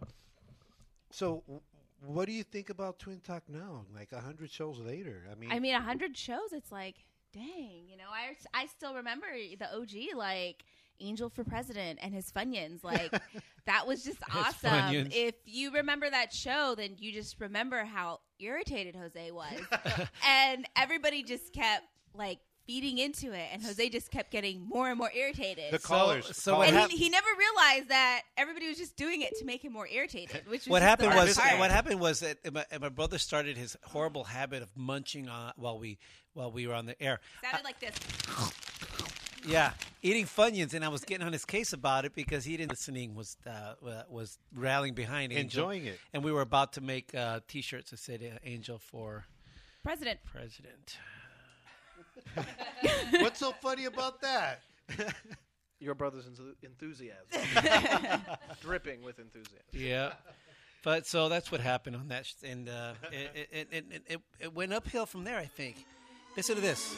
S6: so w- what do you think about Twin Talk now? Like a hundred shows later, I mean,
S9: I mean, 100 shows, it's like, dang, you know, I, I still remember the OG, like, Angel for President and his Funyuns. Like, that was just awesome.
S5: Funyuns.
S9: If you remember that show, then you just remember how irritated Jose was. and everybody just kept, like, feeding into it. And Jose just kept getting more and more irritated.
S6: The So- callers, the so what
S9: and he-
S6: hap-
S9: he, never realized that everybody was just doing it to make him more irritated, which was
S4: What
S9: just the
S4: happened
S9: worst
S4: was
S9: part.
S4: what happened was that my, my brother started his horrible habit of munching on while we while we were on the air.
S9: Sounded like this.
S4: Yeah, eating Funyuns, and I was getting on his case about it because he didn't listening was uh, wa- was rallying behind Angel,
S6: Enjoying it.
S4: and we were about to make uh, T-shirts that said uh, "Angel for
S9: President.
S4: President."
S6: what's so funny about that?
S12: Your brother's enthu- enthusiasm, dripping with enthusiasm.
S4: Yeah, but so that's what happened on that, sh- and uh, it, it, it, it, it, it went uphill from there. I think. Listen to this.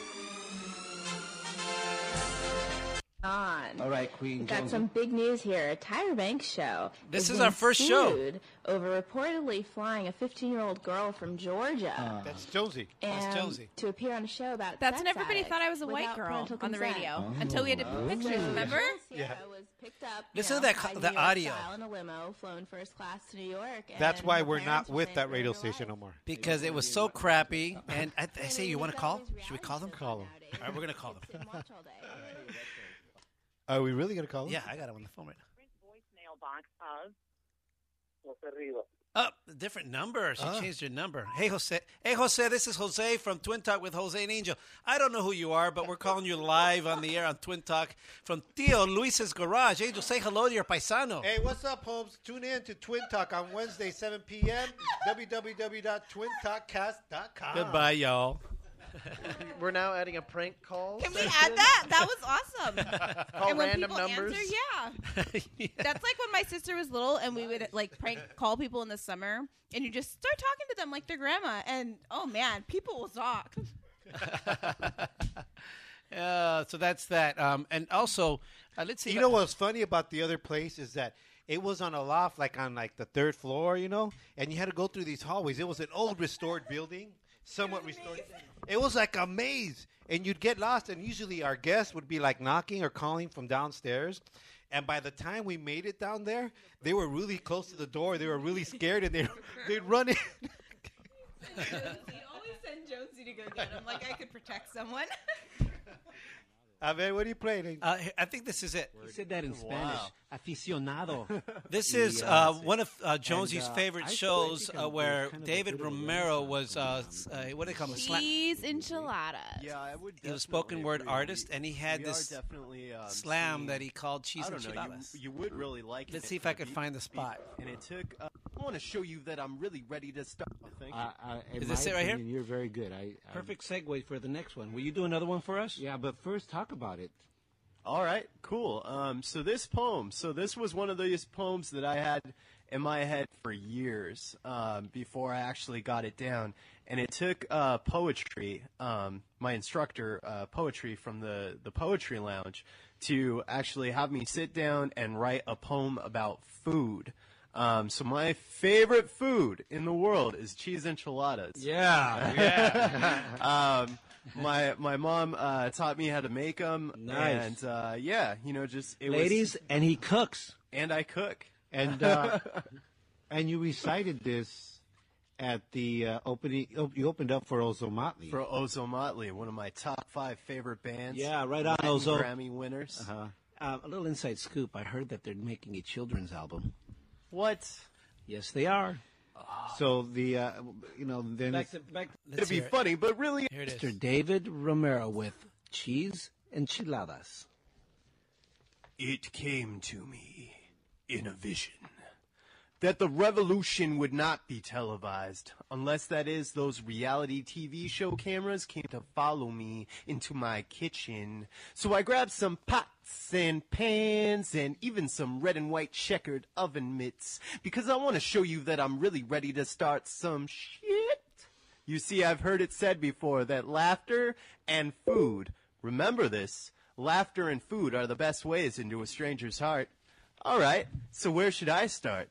S13: on.
S4: All right, Queen
S13: We've got
S4: Jones.
S13: some big news here. A Tyra Banks show.
S4: This is
S13: being
S4: our first show.
S13: sued Over reportedly flying a 15 year old girl from Georgia.
S6: That's Josie.
S13: and To appear on a show about
S9: That's
S13: sex
S9: when everybody
S13: addicts
S9: thought I was a white
S13: without
S9: girl
S13: parental
S9: on the
S13: consent.
S9: radio
S6: Oh.
S9: until we had to put pictures. Remember?
S13: Sierra was picked up.
S4: Listen
S13: you
S4: to
S13: know,
S4: that co-
S13: by
S4: the
S13: New York
S4: audio.
S13: style in a limo, flown first class to New York.
S6: That's
S13: and
S6: why
S13: her
S6: we're not
S13: parents
S6: with
S13: went
S6: that radio station no more.
S4: because it was so crappy. And I, I say, you want to call? Should we call them? Call them. All right, we're gonna call them.
S6: Are we really gonna call him?
S4: Yeah, I got him on the phone right now.
S17: mailbox of
S4: Up, a different number. She
S17: Ah.
S4: changed her number. Hey, Jose. Hey, Jose. This is Jose from Twin Talk with Jose and Angel. I don't know who you are, but we're calling you live on the air on Twin Talk from Tio Luis's garage. Angel, say hello to your paisano.
S6: Hey, what's up, Holmes? Tune in to Twin Talk on Wednesday, 7 p.m. www.twintalkcast.com.
S4: Goodbye, y'all.
S12: We're now adding a prank call.
S9: Can we add that? That was awesome.
S12: Call
S9: and when
S12: random
S9: people
S12: numbers.
S9: answer, yeah. That's like when my sister was little and we would like prank call people in the summer and you just start talking to them like their grandma and oh man, people will talk.
S4: Uh, so that's that. Um, and also, uh, let's see.
S6: You know what's funny about the other place is that it was on a loft, like on like the third floor, you know, and you had to go through these hallways. It was an old restored building, somewhat restored. It was like a maze, and you'd get lost. And usually, our guests would be like knocking or calling from downstairs. And by the time we made it down there, they were really close to the door. They were really scared, and they they'd run in.
S9: always send Jonesy to go get him like I could protect someone.
S6: I mean, what are you playing?
S4: Uh, I think this is it.
S18: He said that in Spanish. Aficionado.
S4: Oh, This
S18: Y,
S4: is
S18: uh,
S4: uh, one of uh, Jonesy's
S18: and, uh, I
S4: favorite
S18: feel
S4: shows
S18: like it
S4: uh, where
S18: kind of a
S4: David Romero was, uh, s- uh, what do they call him? A slap.
S9: Cheese enchiladas.
S18: Yeah, I would.
S4: He was a spoken word artist, and he had
S18: we
S4: this
S18: are definitely um,
S4: slam
S18: seeing-
S4: that he called cheese
S18: I don't
S4: enchiladas.
S18: Know, you, you would really like it.
S4: Let's see if I could find the spot.
S18: And it took. Uh, I want to show you that I'm really ready to start. Thank you.
S4: Uh,
S19: I, I, in
S4: Is this
S19: my
S4: it right here?
S19: opinion, You're very good. I, I
S18: Perfect segue for the next one. Will you do another one for us? Yeah, but first talk about it. All right, cool. Um, so this poem, so this was one of those poems that I had in my head for years um, before I actually got it down, and it took uh, poetry, um, my instructor, uh, poetry from the the poetry lounge, to actually have me sit down and write a poem about food. Um, so my favorite food in the world is cheese enchiladas. Yeah, yeah.
S19: um, my my mom uh, taught me how to make them.
S18: Nice.
S19: And uh, yeah, you know, just it was-
S18: Ladies, and he cooks.
S19: and I cook.
S18: And, uh,
S6: and you recited this at the uh, opening. op- You opened up for Ozo Motley.
S19: for Ozo Motley, one of my top five favorite bands.
S18: Yeah, right on,
S19: Latin
S18: Ozo.
S19: Grammy winners.
S18: Uh-huh. Uh, a little inside scoop. I heard that they're making a children's album.
S19: What?
S18: Yes, they are.
S6: So the uh, you know then
S18: Back
S6: it's
S18: to, back.
S19: It'd be funny, but really,
S4: Here it is.
S18: Mr. David Romero with cheese enchiladas.
S19: It came to me in a vision.
S18: that the revolution would not be televised, unless that is those reality TV show cameras came to follow me into my kitchen. So I grabbed some pots and pans and even some red and white checkered oven mitts because I want to show you that I'm really ready to start some shit. You see, I've heard it said before that laughter and food, remember this, laughter and food are the best ways into a stranger's heart. All right, so where should I start?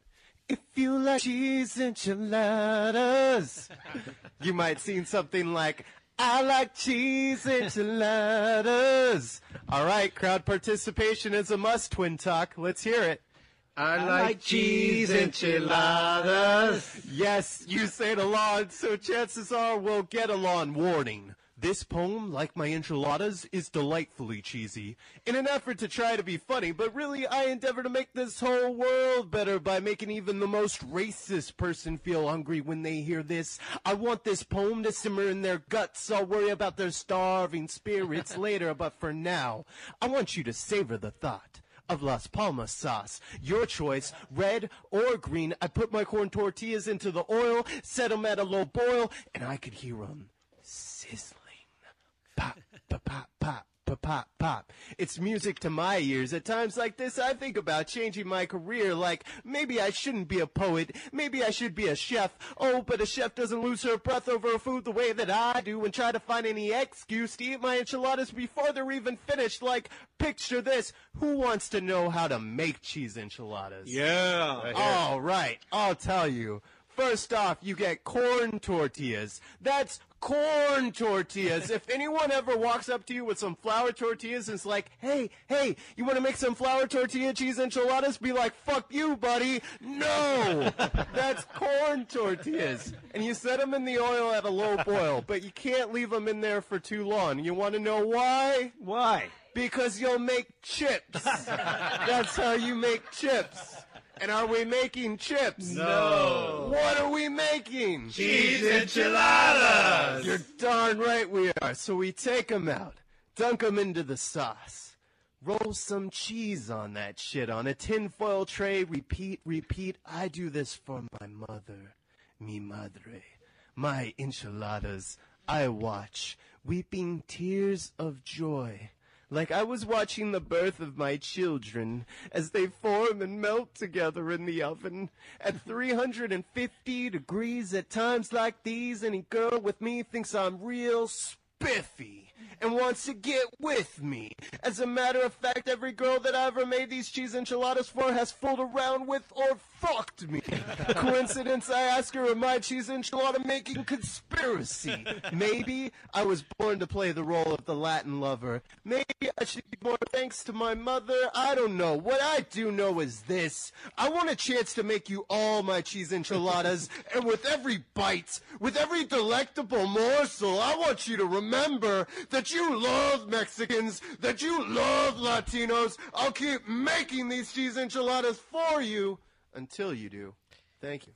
S18: If you like cheese enchiladas, you might sing something like, I like cheese enchiladas. All right, crowd participation is a must, Twin Talk. Let's hear it. I
S6: like cheese enchiladas.
S18: Yes, you say it along, so chances are we'll get a lawn warning. This poem, like my enchiladas, is delightfully cheesy. In an effort to try to be funny, but really I endeavor to make this whole world better by making even the most racist person feel hungry when they hear this. I want this poem to simmer in their guts. I'll worry about their starving spirits later, but for now, I want you to savor the thought of Las Palmas sauce. Your choice, red or green. I put my corn tortillas into the oil, set them at a low boil, and I could hear 'em sizzling. Pop, pop, pop, pop. It's music to my ears. At times like this, I think about changing my career. Like, maybe I shouldn't be a poet. Maybe I should be a chef. Oh, but a chef doesn't lose her breath over food the way that I do and try to find any excuse to eat my enchiladas before they're even finished. Like, picture this. Who wants to know how to make cheese enchiladas?
S6: Yeah. Right here.
S18: All right. I'll tell you. First off, you get corn tortillas. That's corn tortillas. if anyone ever walks up to you with some flour tortillas and is like, hey, hey, you want to make some flour tortilla cheese enchiladas? Be like, fuck you, buddy. No! That's corn tortillas. And you set them in the oil at a low boil, but you can't leave them in there for too long. You want to know why? Why? Because you'll make chips. That's how you make chips. And are we making chips?
S6: No.
S18: What are we making?
S6: Cheese enchiladas.
S18: You're darn right we are. So we take them out, dunk them into the sauce, roll some cheese on that shit on a tinfoil tray. Repeat, repeat. I do this for my mother, mi madre, my enchiladas. I watch, weeping tears of joy. Like I was watching the birth of my children as they form and melt together in the oven at 350 degrees at times like these. Any girl with me thinks I'm real spiffy and wants to get with me. As a matter of fact, every girl that I ever made these cheese enchiladas for has fooled around with or fucked me. Coincidence, I ask her, am I cheese enchilada making conspiracy? Maybe I was born to play the role of the Latin lover. Maybe I should be more thanks to my mother. I don't know. What I do know is this. I want a chance to make you all my cheese enchiladas, and with every bite, with every delectable morsel, I want you to remember that you love Mexicans, that you love Latinos. I'll keep making these cheese enchiladas for you until you do. Thank you.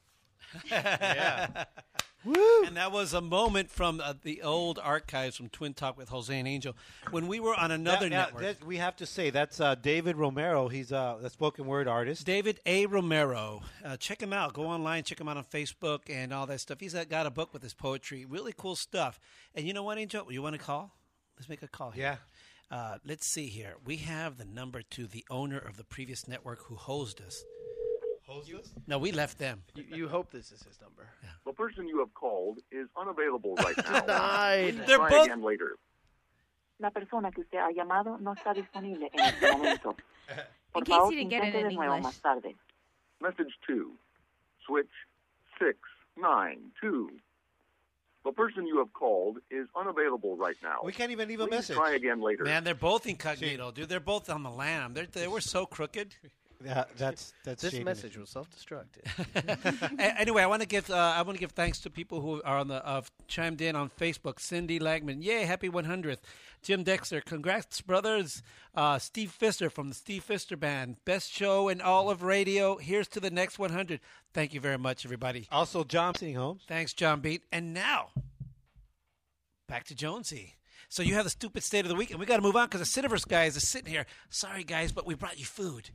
S14: yeah.
S4: And that was a moment from uh, the old archives from Twin Talk with Jose and Angel when we were on another
S3: Now- now,
S4: network.
S3: that- we have to say that's uh, David Romero. He's uh, a spoken word artist.
S4: David A. Romero. Uh, check him out. Go online, check him out on Facebook and all that stuff. He's uh, got a book with his poetry. Really cool stuff. And you know what, Angel? You want to call? Let's make a call here. Yeah. Uh, let's see here. We have the number to the owner of the previous network who hosed us. No, we left them.
S12: You, you hope this is his number.
S20: The person you have called is unavailable right now.
S12: Denied.
S20: Please
S12: They're
S20: try
S12: both-
S20: again later.
S21: La persona que usted ha llamado no está disponible en este momento. Por
S20: In case
S21: favor,
S20: you didn't get it
S21: intente
S20: in
S21: de nuevo
S20: English.
S21: más tarde.
S20: Message two. Switch six nine two. The person you have called is unavailable right now.
S4: We can't even leave a
S20: Please
S4: message.
S20: Try again later.
S4: Man, they're both incognito, dude. They're both on the lam. They're, they were so crooked.
S3: Yeah, that's that's
S4: This
S3: shady.
S4: message
S12: was self-destructed.
S4: A- anyway, I want to give uh, I want to give thanks to people who are on the uh, chimed in on Facebook. Cindy Lagman, yay, happy 100th. Jim Dexter, congrats, brothers. Uh, Steve Fister from the Steve Fister Band, best show in all of radio. Here's to the next 100. Thank you very much, everybody.
S3: Also, John Singh Holmes.
S4: Thanks, John Beat. And now, back to Jonesy. So you have the stupid state of the week, and we got to move on because the Cineverse guys are sitting here. Sorry, guys, but we brought you food.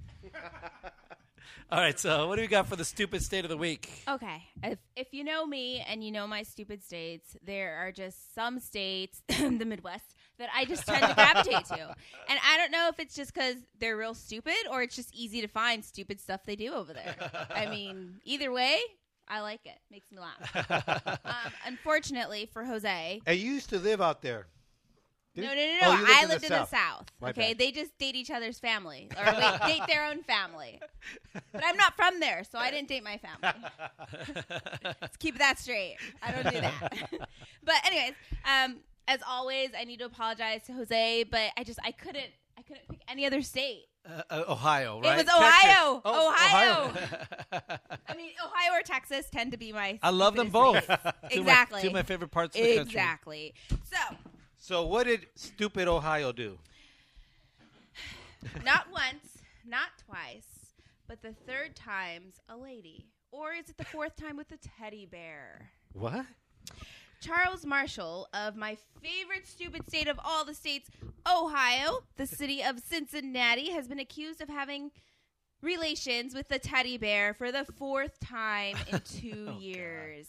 S4: All right, so what do we got for the stupid state of the week?
S9: Okay. If if you know me and you know my stupid states, there are just some states, the Midwest, that I just tend to gravitate to. And I don't know if it's just because they're real stupid or it's just easy to find stupid stuff they do over there. I mean, either way, I like it. Makes me laugh. um, unfortunately for Jose,
S3: And you used to live out there.
S9: no,
S3: Did-
S9: no, no,
S3: Oh,
S9: no.
S3: you
S9: I lived in the South.
S3: My
S9: okay,
S3: bad.
S9: they just date each other's family or wait, date their own family. But I'm not from there, so I didn't date my family. Let's keep that straight. I don't do that. but anyways, um, as always, I need to apologize to Jose, but I just I couldn't I couldn't pick any other state.
S4: Uh, uh, Ohio,
S9: It
S4: right?
S9: was
S4: Texas.
S9: Ohio,
S4: Oh,
S9: Ohio. I mean, Ohio or Texas tend to be my.
S4: I love them both.
S9: stupidest
S4: Uh, Two of my-
S9: states. exactly.
S4: Two of my favorite parts of the country.
S9: Exactly. So
S3: So what did stupid Ohio do?
S9: not once, not twice, but the third time's a lady. Or is it the fourth time with the teddy bear?
S3: What?
S9: Charles Marshall of my favorite stupid state of all the states, Ohio, the city of Cincinnati, has been accused of having relations with the teddy bear for the fourth time in two
S4: Oh,
S9: years.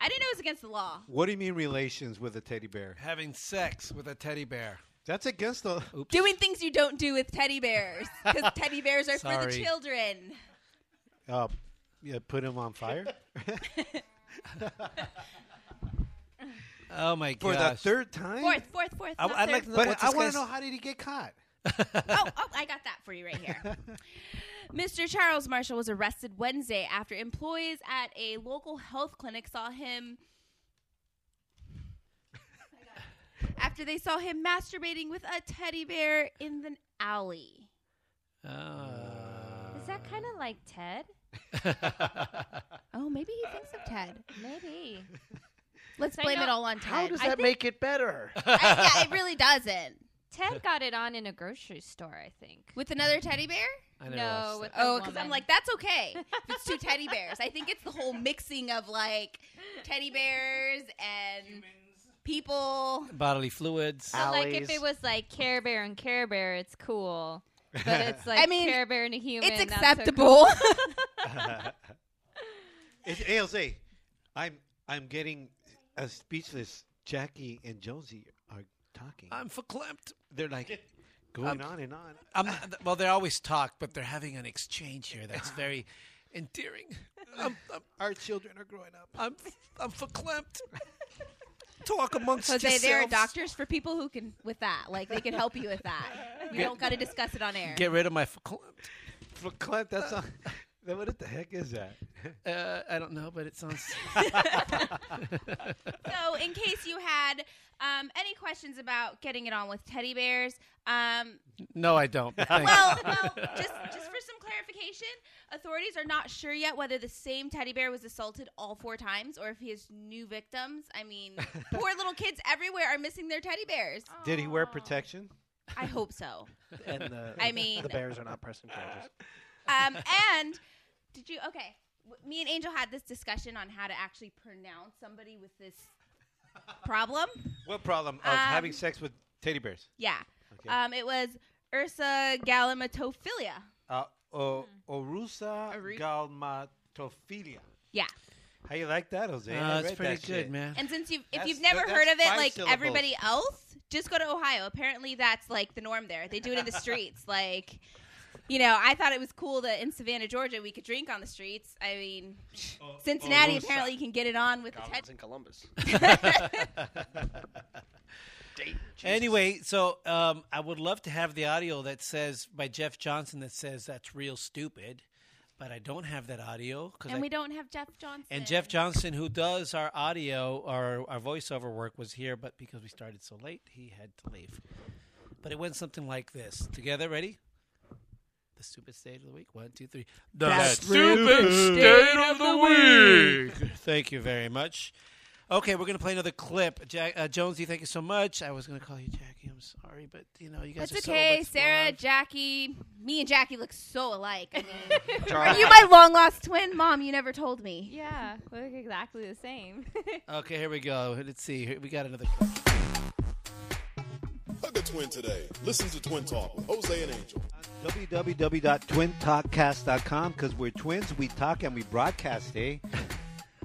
S9: I didn't know it was against the law.
S3: What do you mean relations with a teddy bear?
S4: Having sex with a teddy bear.
S3: That's against the.
S9: Doing things you don't do with teddy bears because teddy bears are for the
S3: Sorry.
S9: children.
S3: Uh, yeah, put him on fire.
S4: Oh my
S3: For the
S4: gosh.
S3: third time.
S9: Fourth, fourth, fourth.
S4: I-
S9: not
S4: I'd
S9: third.
S4: like to know
S3: But
S4: what's
S3: I
S4: this
S3: want
S4: guy's-
S3: to know how did he get caught?
S9: oh, oh, I got that for you right here. Mr. Charles Marshall was arrested Wednesday after employees at a local health clinic saw him. After they saw him masturbating with a teddy bear in the alley.
S4: Ah,
S5: Is that kind of like Ted?
S9: oh, maybe he thinks of Ted. Maybe. Let's
S5: I
S9: blame
S5: know-
S9: it all on Ted.
S5: How does that make
S9: it better? I, yeah, it really doesn't.
S5: Ted got it on in a grocery store, I think.
S9: With another teddy bear?
S5: I never No, watched with that. a
S9: oh, because I'm
S5: woman.
S9: like, that's okay. if it's two teddy bears. I think it's the whole mixing of like teddy bears and people.
S4: Bodily fluids.
S5: So like if it was like Care Bear and Care Bear, it's cool. But it's like
S9: I mean,
S5: Care Bear and a human.
S9: it's
S5: not so
S9: acceptable.
S3: It's ALZ. I'm I'm getting a speechless. Jackie and Josie are talking.
S4: I'm verklempt.
S3: They're like going on and on.
S4: I'm, well, they always talk, but they're having an exchange here that's very endearing. I'm, I'm,
S3: Our children are growing up.
S4: I'm, I'm verklempt. Talk amongst
S9: Jose, there are
S4: yourselves.
S9: doctors for people who can with that. Like they can help you with that. We
S4: Get-
S9: don't got to discuss it on air.
S4: Get rid of my verklempt.
S3: Verklempt, that's not. What the heck is that?
S4: Uh, I don't know, but it sounds.
S9: so, in case you had um, any questions about getting it on with teddy bears, um,
S4: no, I don't. but thanks.
S9: well, well, just just for some clarification, authorities are not sure yet whether the same teddy bear was assaulted all four times or if he has new victims. I mean, poor little kids everywhere are missing their teddy bears.
S4: Oh.
S3: Did he wear protection?
S9: I hope so.
S12: And the,
S9: Ah. I mean-
S12: the Bears are not pressing charges.
S9: Um, and did you? Okay, w- me and Angel had this discussion on how to actually pronounce somebody with this problem.
S3: What problem of
S9: Um,
S3: having sex with teddy bears?
S9: Yeah.
S3: Okay.
S9: Um, it was Ursa gallimatophilia.
S3: Uh, o-
S9: Hmm.
S3: Orusa galmatophilia.
S9: Yeah.
S3: How you like that, Jose?
S4: Uh,
S3: I
S4: it's
S3: read
S4: pretty
S3: that
S4: good,
S3: shit.
S4: man.
S9: And since you, if
S3: That's-
S9: you've never
S3: that-
S9: heard of
S3: that's
S9: it,
S3: five
S9: like
S3: syllables.
S9: everybody else, just go to Ohio. Apparently, that's like the norm there. They do it in the streets. like, you know, I thought it was cool that in Savannah, Georgia, we could drink on the streets. I mean, Cincinnati
S12: Orusa.
S9: apparently you can get it on with the
S12: God, I
S9: Ted.
S12: was in Columbus.
S4: Anyway, so um, I would love to have the audio that says by Jeff Johnson that says that's real stupid, but I don't have that audio because
S9: and we don't have Jeff Johnson.
S4: And Jeff Johnson, who does our audio, our our voiceover work, was here, but because we started so late, he had to leave. But it went something like this. Together, ready? The stupid state of the week. One, two, three. The
S6: That's stupid state of the
S4: week. Thank you very much. Okay, we're gonna play another clip. Jack, uh, Jonesy, thank you so much. I was gonna call you Jackie. I'm sorry, but you know you guys
S9: That's
S4: are so
S9: okay,
S4: much
S9: Sarah, Jackie. Me and Jackie look so alike. I mean,
S4: Charles.
S9: are you my long lost twin, Mom? You never told me.
S5: Yeah, we look exactly the same.
S4: Okay, here we go. Let's see. Here, we got another. clip.
S1: Hug a twin today. Listen to Twin Talk with Jose and Angel.
S3: www.twintalkcast.com because we're twins. We talk and we broadcast, eh?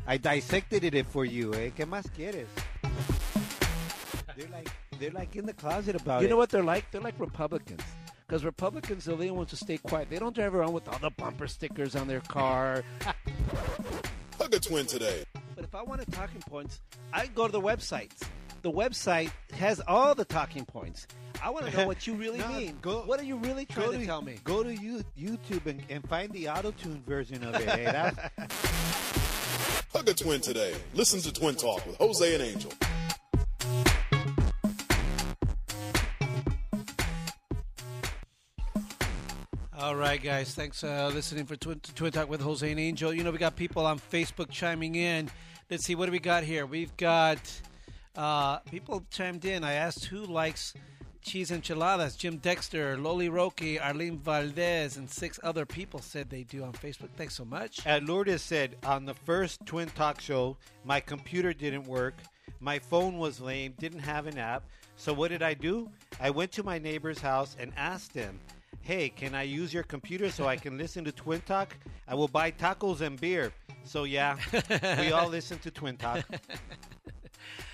S3: I dissected it for you, eh? ¿Qué más quieres? They're like they're like in the closet about
S4: you
S3: it.
S4: know what they're like? They're like Republicans. Because Republicans, are the only ones to stay quiet. They don't drive around with all the bumper stickers on their car.
S1: Hug a twin today.
S4: But if I want to talking points, I go to the website. The website has all the talking points. I want to know what you really
S3: No,
S4: mean. what are you really trying
S3: go
S4: to,
S3: to-
S4: tell me?
S3: Go to you, YouTube and, and find the auto tune version of it. eh? That's-
S1: Hug a twin today. Listen to Twin Talk with Jose and Angel.
S4: All right, guys. Thanks uh, listening for Twin, Twin Talk with Jose and Angel. You know, we got people on Facebook chiming in. Let's see, what do we got here? We've got uh, people chimed in. I asked who likes cheese enchiladas. Jim Dexter, Loli Roque, Arlene Valdez, and six other people said they do on Facebook. Thanks so much.
S3: At Uh, Lourdes said on the first Twin Talk show, my computer didn't work, my phone was lame, didn't have an app. So what did I do? I went to my neighbor's house and asked them, "Hey, can I use your computer so I can listen to Twin Talk? I will buy tacos and beer." So yeah, we all listen to Twin Talk.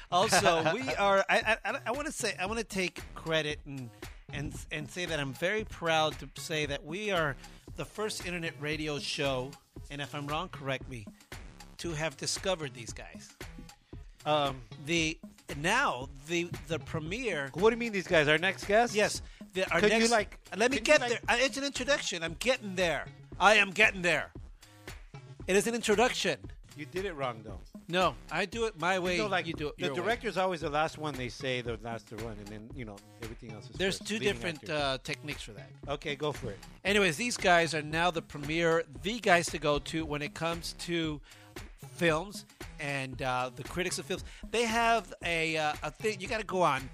S4: also, we are. I, I, I want to say I want to take credit and and and say that I'm very proud to say that we are the first internet radio show. And if I'm wrong, correct me. To have discovered these guys.
S3: Um,
S4: the now the the premiere.
S3: What do you mean these guys? Our next guest?
S4: Yes, the, our
S3: Could you,
S4: next.
S3: like-
S4: let me
S3: could you,
S4: get
S3: like-
S4: there. Uh, It's an introduction. I'm getting there. I am getting there. It is an introduction.
S3: You did it wrong though.
S4: No, I do it my way. You,
S3: know, like,
S4: do it
S3: The
S4: your way.
S3: director's always the last one they say they're the last to run, and then you know everything else is.
S4: There's
S3: first,
S4: two
S3: leading
S4: different
S3: actor.
S4: uh, techniques for that.
S3: okay, go for it.
S4: Anyways, these guys are now the premier, the guys to go to when it comes to films and uh, the critics of films. They have a, uh, a thing, you got to go on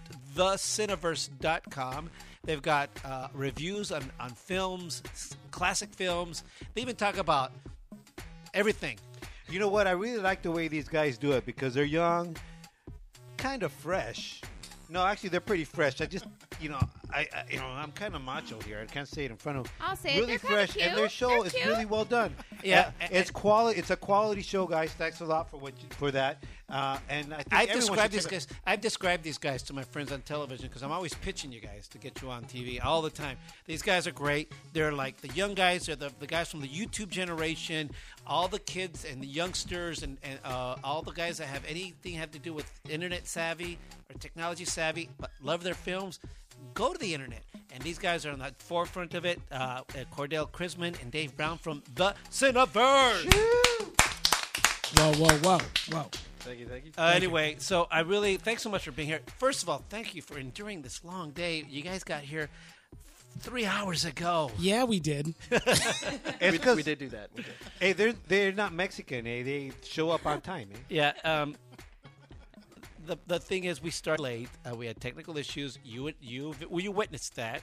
S4: thecineverse.com. They've got uh, reviews on, on films, s- classic films. They even talk about everything.
S3: You know what? I really like the way these guys do it because they're young, kind of fresh. No, actually, they're pretty fresh. I just, you know, I, I you know, I'm kind of macho here. I can't say it in front of.
S9: I'll say it.
S3: really
S9: They're kinda
S3: fresh,
S9: cute.
S3: and their show
S9: They're
S3: is
S9: cute.
S3: really well done.
S4: Yeah,
S3: Uh, it's quality. It's a quality show, guys. Thanks a lot for what you, for that. Uh, and I think
S4: I've
S3: everyone should
S4: described these
S3: check
S4: guys. I've described these guys to my friends on television because I'm always pitching you guys to get you on TV all the time. These guys are great. They're like the young guys. They're the, the guys from the YouTube generation. All the kids and the youngsters and, and uh, all the guys that have anything have to do with internet savvy or technology savvy, but love their films. Go to the internet, and these guys are on the forefront of it. Uh, Cordell Chrisman and Dave Brown from the Cineverse.
S7: Whoa, whoa, whoa, whoa.
S12: Thank you, thank you.
S4: Uh, anyway, so I really thanks so much for being here. First of all, thank you for enduring this long day. You guys got here three hours ago.
S7: Yeah, we did.
S3: It's 'cause-
S12: we did do that. We did.
S3: Hey, they're they're not Mexican. Eh? They show up on time. Eh?
S4: Yeah. Um, the the thing is, we started late. Uh, we had technical issues. You you well, you witnessed that,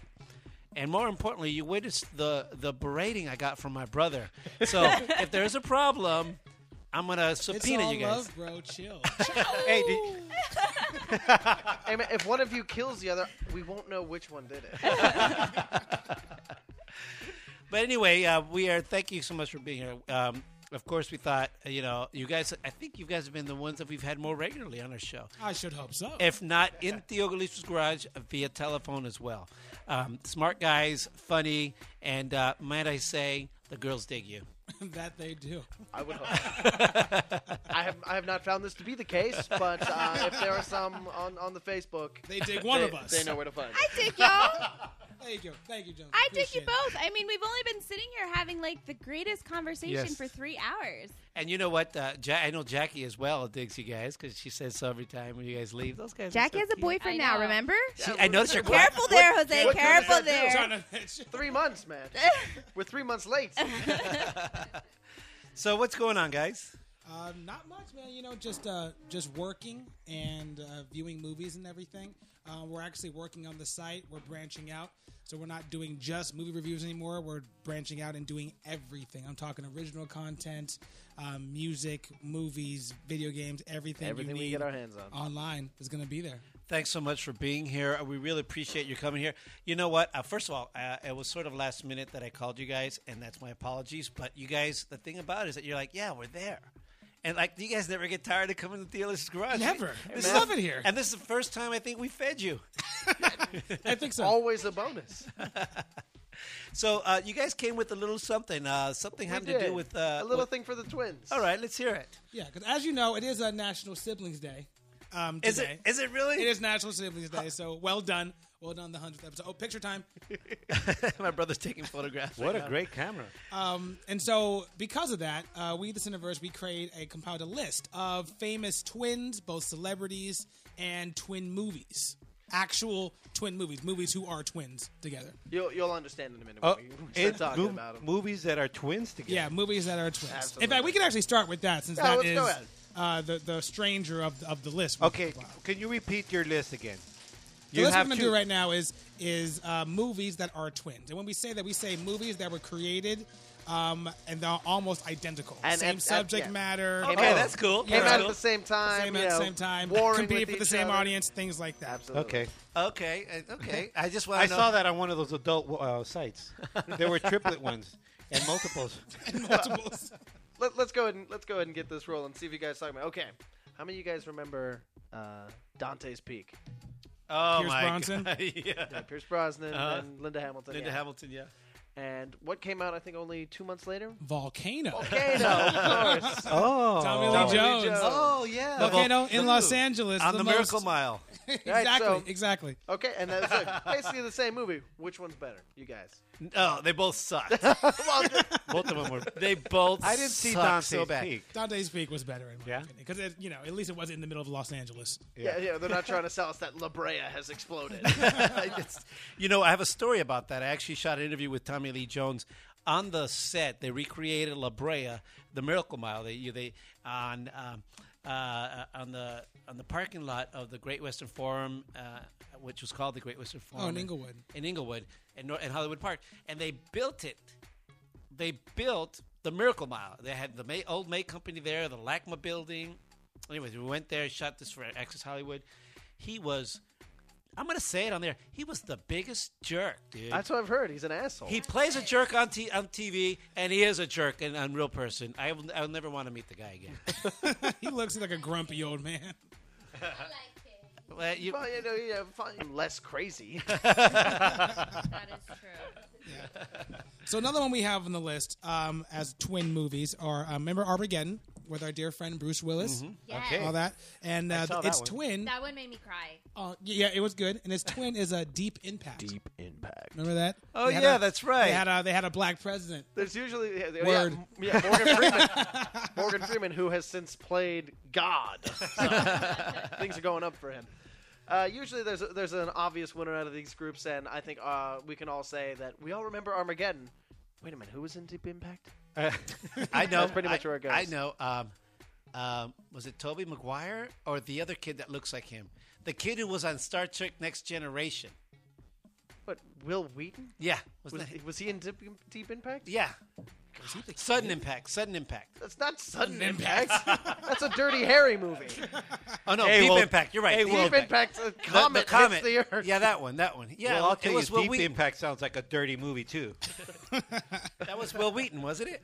S4: and more importantly, you witnessed the the berating I got from my brother. So if there is a problem, I'm gonna subpoena
S7: all
S4: you guys.
S7: love, bro. Oh, Chill.
S3: hey,
S12: hey, man, if one of you kills the other, we won't know which one did it.
S4: But anyway, uh, we are. Thank you so much for being here. Um, of course, we thought uh, you know you guys. I think you guys have been the ones that we've had more regularly on our show.
S7: I should hope so.
S4: If not in Theo Galisa's garage, uh, via telephone as well. Um, smart guys, funny, and uh, might I say, the girls dig you.
S7: that they do.
S12: I would hope. I have I have not found this to be the case, but uh, if there are some on, on the Facebook,
S7: They dig one
S12: they-
S7: of us.
S12: They know where to find.
S9: I dig y'all.
S7: Thank you. Thank you, Jones.
S9: I dig you
S4: Appreciate it.
S9: both. I mean, we've only been sitting here having like the greatest conversation
S4: Yes.
S9: for three hours.
S4: And you know what? Uh, ja- I know Jackie as well digs you guys because she says so every time when you guys leave. Those guys.
S9: Jackie
S4: are
S9: has
S4: so
S9: a boyfriend
S4: cute.
S9: now. Remember?
S4: She- I noticed your
S9: Careful
S4: boyfriend.
S9: there, Jose. Careful there.
S12: Three months, man. We're three months late.
S4: So what's going on, guys?
S7: Uh, not much, man. You know, just uh, just working and uh, viewing movies and everything. Uh, we're actually working on the site. We're branching out, so we're not doing just movie reviews anymore. We're branching out and doing everything. I'm talking original content, um, music, movies, video games, everything. you
S12: Everything we
S7: need
S12: get our hands on.
S7: online is going to be there.
S4: Thanks so much for being here. We really appreciate you coming here. You know what? Uh, first of all, uh, it was sort of last minute that I called you guys, and that's my apologies. But you guys, the thing about it is that you're like, yeah, we're there. And like, do you guys never get tired of coming to the Dealer's Garage?
S7: Never. We
S4: is
S7: love
S4: the-
S7: it here.
S4: And this is the first time I think we fed you.
S7: I think so.
S12: Always a bonus.
S4: So uh, you guys came with a little something. Uh, something
S12: We
S4: having to
S12: did.
S4: do with uh,
S12: a little
S4: with-
S12: thing for the twins.
S4: All right, let's hear it.
S7: Yeah, because as you know, it is a National Siblings Day. Um,
S4: Is it-
S7: today.
S4: is it really?
S7: It is National Siblings Day. So well done, well done, the hundredth episode. Oh, picture time.
S4: My brother's taking photographs.
S3: What
S4: right
S3: a
S4: now.
S3: great camera.
S7: Um, and so, because of that, uh, we the Cineverse we created a compiled a list of famous twins, both celebrities and twin movies, actual twin movies, movies who are twins together.
S12: You'll, you'll understand in a minute.
S3: Oh,
S12: when we start
S3: it's
S12: talking
S3: mo-
S12: about 'em.
S3: movies that are twins together.
S7: Yeah, movies that are twins.
S12: Absolutely.
S7: In fact, we can actually start with that since
S12: Yeah,
S7: that
S12: let's
S7: is
S12: go ahead.
S7: uh, the the stranger of of the list.
S3: Okay, can you repeat your list again?
S7: So that's what I'm gonna
S3: two-
S7: do right now is is uh, movies that are twins, and when we say that, we say movies that were created um, and they're almost identical,
S12: And
S7: same
S12: at- at-
S7: subject
S12: yeah.
S7: matter.
S12: Came out- Came out at the same time.
S7: Same
S12: you
S7: at the
S12: know,
S7: same time.
S12: warring
S7: Competing
S12: with
S7: for the
S12: each
S7: same
S12: other.
S7: audience, things like that.
S3: Okay.
S4: Okay. uh, Okay. I just want.
S3: I saw that on one of those adult uh, sites. there were triplet ones and multiples.
S12: Let, let's go ahead and let's go ahead and get this rolling. See if you guys talk about. Okay, how many of you guys remember uh, Dante's Peak?
S4: Oh Pierce my Brosnan? God,
S12: yeah.
S4: yeah.
S12: Pierce Brosnan
S4: Uh-huh.
S12: and Linda Hamilton.
S4: Linda
S12: yeah.
S4: Hamilton, yeah.
S12: And what came out? I think only two months later.
S7: Volcano.
S12: Volcano, of course.
S7: Oh. Tommy Lee Jones.
S12: Oh yeah.
S7: Volcano in Los Angeles.
S12: On the Miracle
S7: most-
S12: Mile.
S7: exactly.
S12: Right, so-
S7: exactly.
S12: Okay, and that's it. basically the same movie. Which one's better, you guys?
S4: No, they both sucked. both of them were. They both.
S7: I didn't see
S4: sucked
S7: Dante's
S4: so bad.
S7: Dante's Peak was better in my
S4: Yeah?
S7: opinion because you know at least it wasn't in the middle of Los Angeles.
S12: Yeah, yeah. They're not trying to sell us that La Brea has exploded.
S4: You know, I have a story about that. I actually shot an interview with Tommy Lee Jones on the set. They recreated La Brea, the Miracle Mile. They you- they on um, uh, on the on the parking lot of the Great Western Forum, uh, which was called the Great Western Forum.
S7: Oh, in Inglewood.
S4: In Inglewood, in, Nor- in Hollywood Park, and they built it. They built the Miracle Mile. They had the May, old May Company there, the LACMA building. Anyways, we went there, shot this for Access Hollywood. He was I'm gonna say it on there. He was the biggest jerk, dude.
S12: That's what I've heard. He's an asshole.
S4: He plays a jerk on, t- on TV, and he is a jerk and unreal person. I will, I'll never want to meet the guy again.
S7: he looks like a grumpy old man.
S4: Well, you,
S12: well, you know, yeah, fine. I'm less crazy.
S7: So another one we have on the list um, as twin movies are um, remember Armageddon with our dear friend Bruce Willis,
S9: Mhm. Yes. Okay.
S7: all that, and
S9: I
S7: uh,
S9: saw
S7: its
S9: that
S7: twin.
S9: That one made me cry.
S7: Oh yeah, it was good, and its twin is a Deep Impact. Deep
S12: Impact.
S7: Remember that?
S12: Oh,
S7: They had
S12: yeah,
S7: a-
S12: that's right.
S7: They had a they had a black president.
S12: There's usually yeah, yeah,
S7: Word.
S12: yeah, Morgan Freeman, Morgan Freeman, who has since played God. So, things are going up for him. Uh, usually, there's a, there's an obvious winner out of these groups, and I think uh, we can all say that we all remember Armageddon. Wait a minute, who was in Deep Impact?
S4: I know.
S12: That's pretty much
S4: I,
S12: where it goes.
S4: I know. Um, um, was it Toby Maguire or the other kid that looks like him? The kid who was on Star Trek Next Generation.
S12: What Will Wheaton?
S4: Yeah,
S12: was,
S4: was
S12: was,
S4: that-
S12: he, in Deep, Deep Impact?
S4: Yeah. Sudden impact. Sudden impact.
S12: That's not sudden
S4: Sudden
S12: impact.
S4: Impact.
S12: That's a Dirty Harry movie.
S4: Oh no,
S12: Hey,
S4: Deep
S12: well-
S4: Impact. You're right.
S12: Hey,
S4: Deep
S12: well-
S4: Impact. uh,
S12: Deep Impact's a
S4: The- the
S12: comet hits
S4: comet.
S12: the Earth.
S4: Yeah, that one. That one. Yeah,
S3: well, I'll tell
S4: it
S3: you,
S4: was Will
S3: Deep
S4: Wheaton.
S3: Impact sounds like a dirty movie too.
S4: That was Will Wheaton, wasn't it?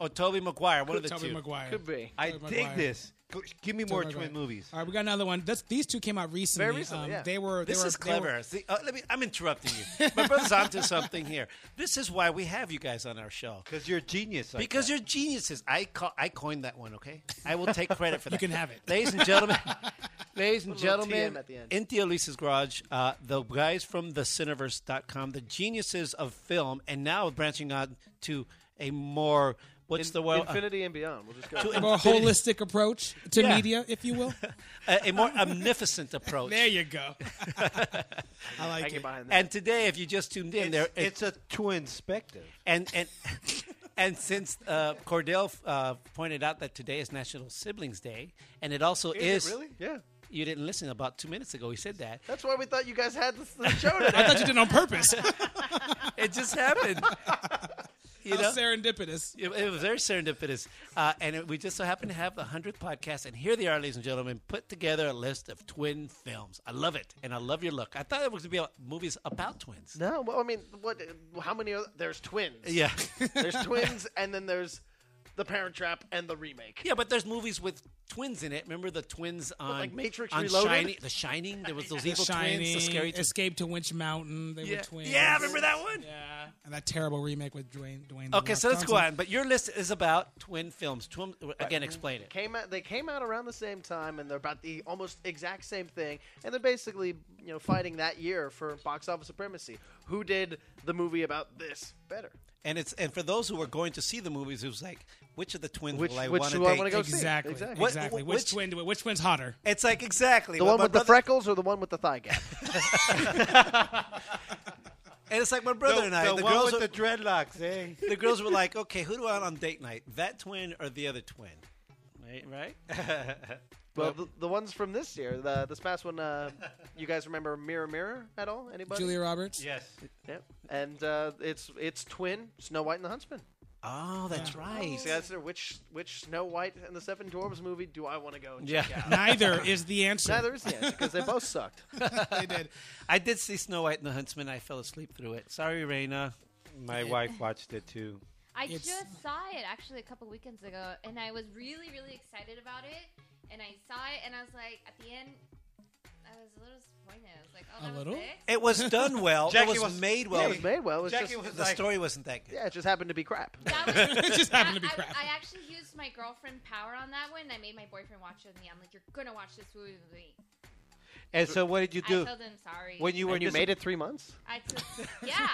S4: Or Toby Maguire, one of the two.
S3: I
S7: Tobey
S3: dig
S7: Maguire.
S3: this. Go- Give me
S7: Tobey
S3: more
S7: Maguire.
S3: twin movies.
S7: All right, we got another one. That's, these two came out recently.
S4: Very recently,
S7: Um,
S4: yeah.
S7: They were. They
S4: This
S7: were,
S4: is
S7: they were-
S4: clever. See, uh, let me. I'm interrupting you. My brother's onto something here. This is why we have you guys on our show.
S3: Because you're a genius. like
S4: because you're geniuses. I co- I coined that one. Okay, I will take credit for
S7: You
S4: that.
S7: can have it.
S4: ladies and gentlemen. ladies and
S12: A little
S4: gentlemen,
S12: TM at the end.
S4: in Theo Lisa's garage, uh, the guys from the Cineverse.com, the geniuses of film, and now branching out to a more what's the word?
S12: Infinity and Beyond. We'll just go.
S4: To
S12: with
S7: a
S12: that.
S7: more holistic approach to
S4: Yeah.
S7: media, if you will.
S4: a, a more omnificent approach.
S7: There you go. I like
S12: I get
S7: it.
S12: behind that.
S4: And today, if you just tuned in, there
S3: it's a twin spective.
S4: And and and since uh, Cordell uh, pointed out that today is National Siblings Day, and it also
S12: Is it
S4: is,
S12: really? Yeah.
S4: You didn't listen about two minutes ago. He said that.
S12: That's why we thought you guys had this, this show today.
S7: I thought you did it on purpose.
S4: It just happened. You
S7: How
S4: know?
S7: serendipitous.
S4: It, it was very serendipitous. Uh, and it, we just so happened to have the 100th podcast. And here they are, ladies and gentlemen, put together a list of twin films. I love it. And I love your look. I thought it was going to be about movies about twins.
S12: No, well, I mean, what? How many? Other, there's twins.
S4: Yeah.
S12: there's twins, and then there's the Parent Trap and the remake.
S4: Yeah, but there's movies with twins in it. Remember the twins on
S12: like Matrix
S4: on
S12: Reloaded?
S4: Shining, The Shining. There was those
S7: The
S4: evil twins,
S7: Shining,
S4: the scary twins.
S7: Escape to Winch Mountain. They
S4: Yeah.
S7: were twins.
S4: Yeah, remember that one?
S7: Yeah. And that terrible remake with Dwayne. Dwayne The
S4: Okay,
S7: Rock
S4: so let's go
S7: Johnson.
S4: on. But your list is about twin films. Twin again,
S12: Right.
S4: explain it.
S12: Came out, they came out around the same time, and they're about the almost exact same thing, and they're basically you know fighting that year for box office supremacy. Who did the movie about this better?
S4: And it's and for those who were going to see the movies, it was like, which of the twins
S12: Which-
S4: will I
S12: which
S4: want to
S12: do I
S4: date?
S12: wanna go see?
S7: Exactly.
S12: Exactly.
S4: What-
S7: exactly.
S4: wh-
S7: Which, twin? do- Which one's hotter?
S4: It's like exactly
S12: The
S4: what
S12: one
S4: my
S12: with the
S4: brother-
S12: freckles or the one with the thigh gap?
S4: And it's like my brother
S12: The-
S4: and I.
S12: the
S4: The,
S12: one
S4: girls
S12: with
S4: were,
S12: the
S4: dreadlocks, eh? The girls were like, okay, who do I want on date night? That twin or the other twin? Right, right.
S12: Well, the, the ones from this year, the this past one, uh, you guys remember Mirror Mirror at all? Anybody?
S7: Julia Roberts?
S4: Yes.
S12: Yep. And uh, it's it's twin Snow White and the Huntsman.
S4: Oh, that's right.
S12: So that's which which Snow White and the Seven Dwarves movie do I want to go? And Check
S4: Yeah.
S12: out?
S7: Neither is the answer.
S12: Neither is the answer because they both sucked.
S4: they did. I did see Snow White and the Huntsman. I fell asleep through it. Sorry, Raina.
S14: My wife watched it too.
S5: I
S14: It's-
S5: just saw it actually a couple weekends ago, and I was really, really excited about it. And I saw it, and I was like, at the end, I was a little disappointed. I was like, oh, that was it?
S4: It was done well.
S12: Jackie
S4: it was,
S12: was-
S4: made well.
S12: Yeah, it was made well. It was
S4: Jackie
S12: just-
S4: was the
S12: like-
S4: story wasn't that good.
S12: Yeah, it just happened to be crap.
S5: That was-
S12: be
S5: I-
S12: crap.
S5: I, actually used my girlfriend power on that one. and I made my boyfriend watch it with me. I'm like, you're gonna watch this movie with me.
S4: And so, what did
S5: you I do? told him sorry.
S12: When you were
S5: And you
S12: you made it three months.
S5: I took, yeah,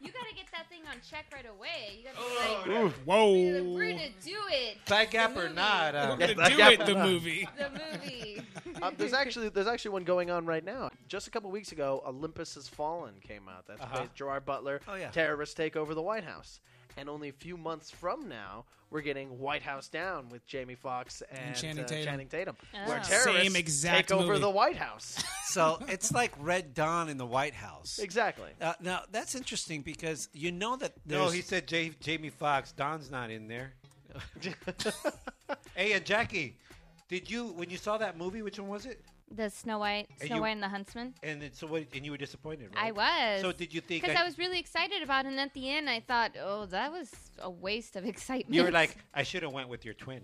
S5: you gotta get that thing on check right away. You gotta be
S14: Oh,
S5: like,
S4: Whoa.
S5: we're gonna do it.
S4: Thigh gap or not?
S12: uh,
S4: We're
S12: Thigh
S4: gonna do
S12: Gap
S4: it,
S12: or
S4: the
S12: Not.
S4: movie.
S5: The movie.
S12: Uh, there's actually there's actually one going on right now. Just a couple weeks ago, Olympus Has Fallen came out. That's
S4: Uh-huh.
S12: based- Gerard Butler.
S4: Oh, yeah.
S12: Terrorists take over the White House, and only a few months from now, we're getting White House Down with Jamie Foxx and,
S7: Channing
S12: uh,
S7: Tatum.
S12: Channing Tatum, where
S7: Oh.
S12: terrorists
S7: Same exact
S12: take over
S7: movie.
S12: the White House.
S4: So it's like Red Dawn in the White House.
S12: Exactly.
S4: Uh, now that's interesting because you know that.
S14: No,
S4: there's-
S14: he said J- Jamie Foxx. Don's not in there. hey, and Jackie, did you when you saw that movie? Which one was it?
S5: The Snow White,
S14: And
S5: Snow
S14: you-
S5: White and the Huntsman.
S14: And then, so what? And you were disappointed, right?
S5: I was.
S14: So did you think?
S5: Because I, was really excited about it, and at the end, I thought, oh, that was a waste of excitement.
S14: You were like, I should have went with your twin.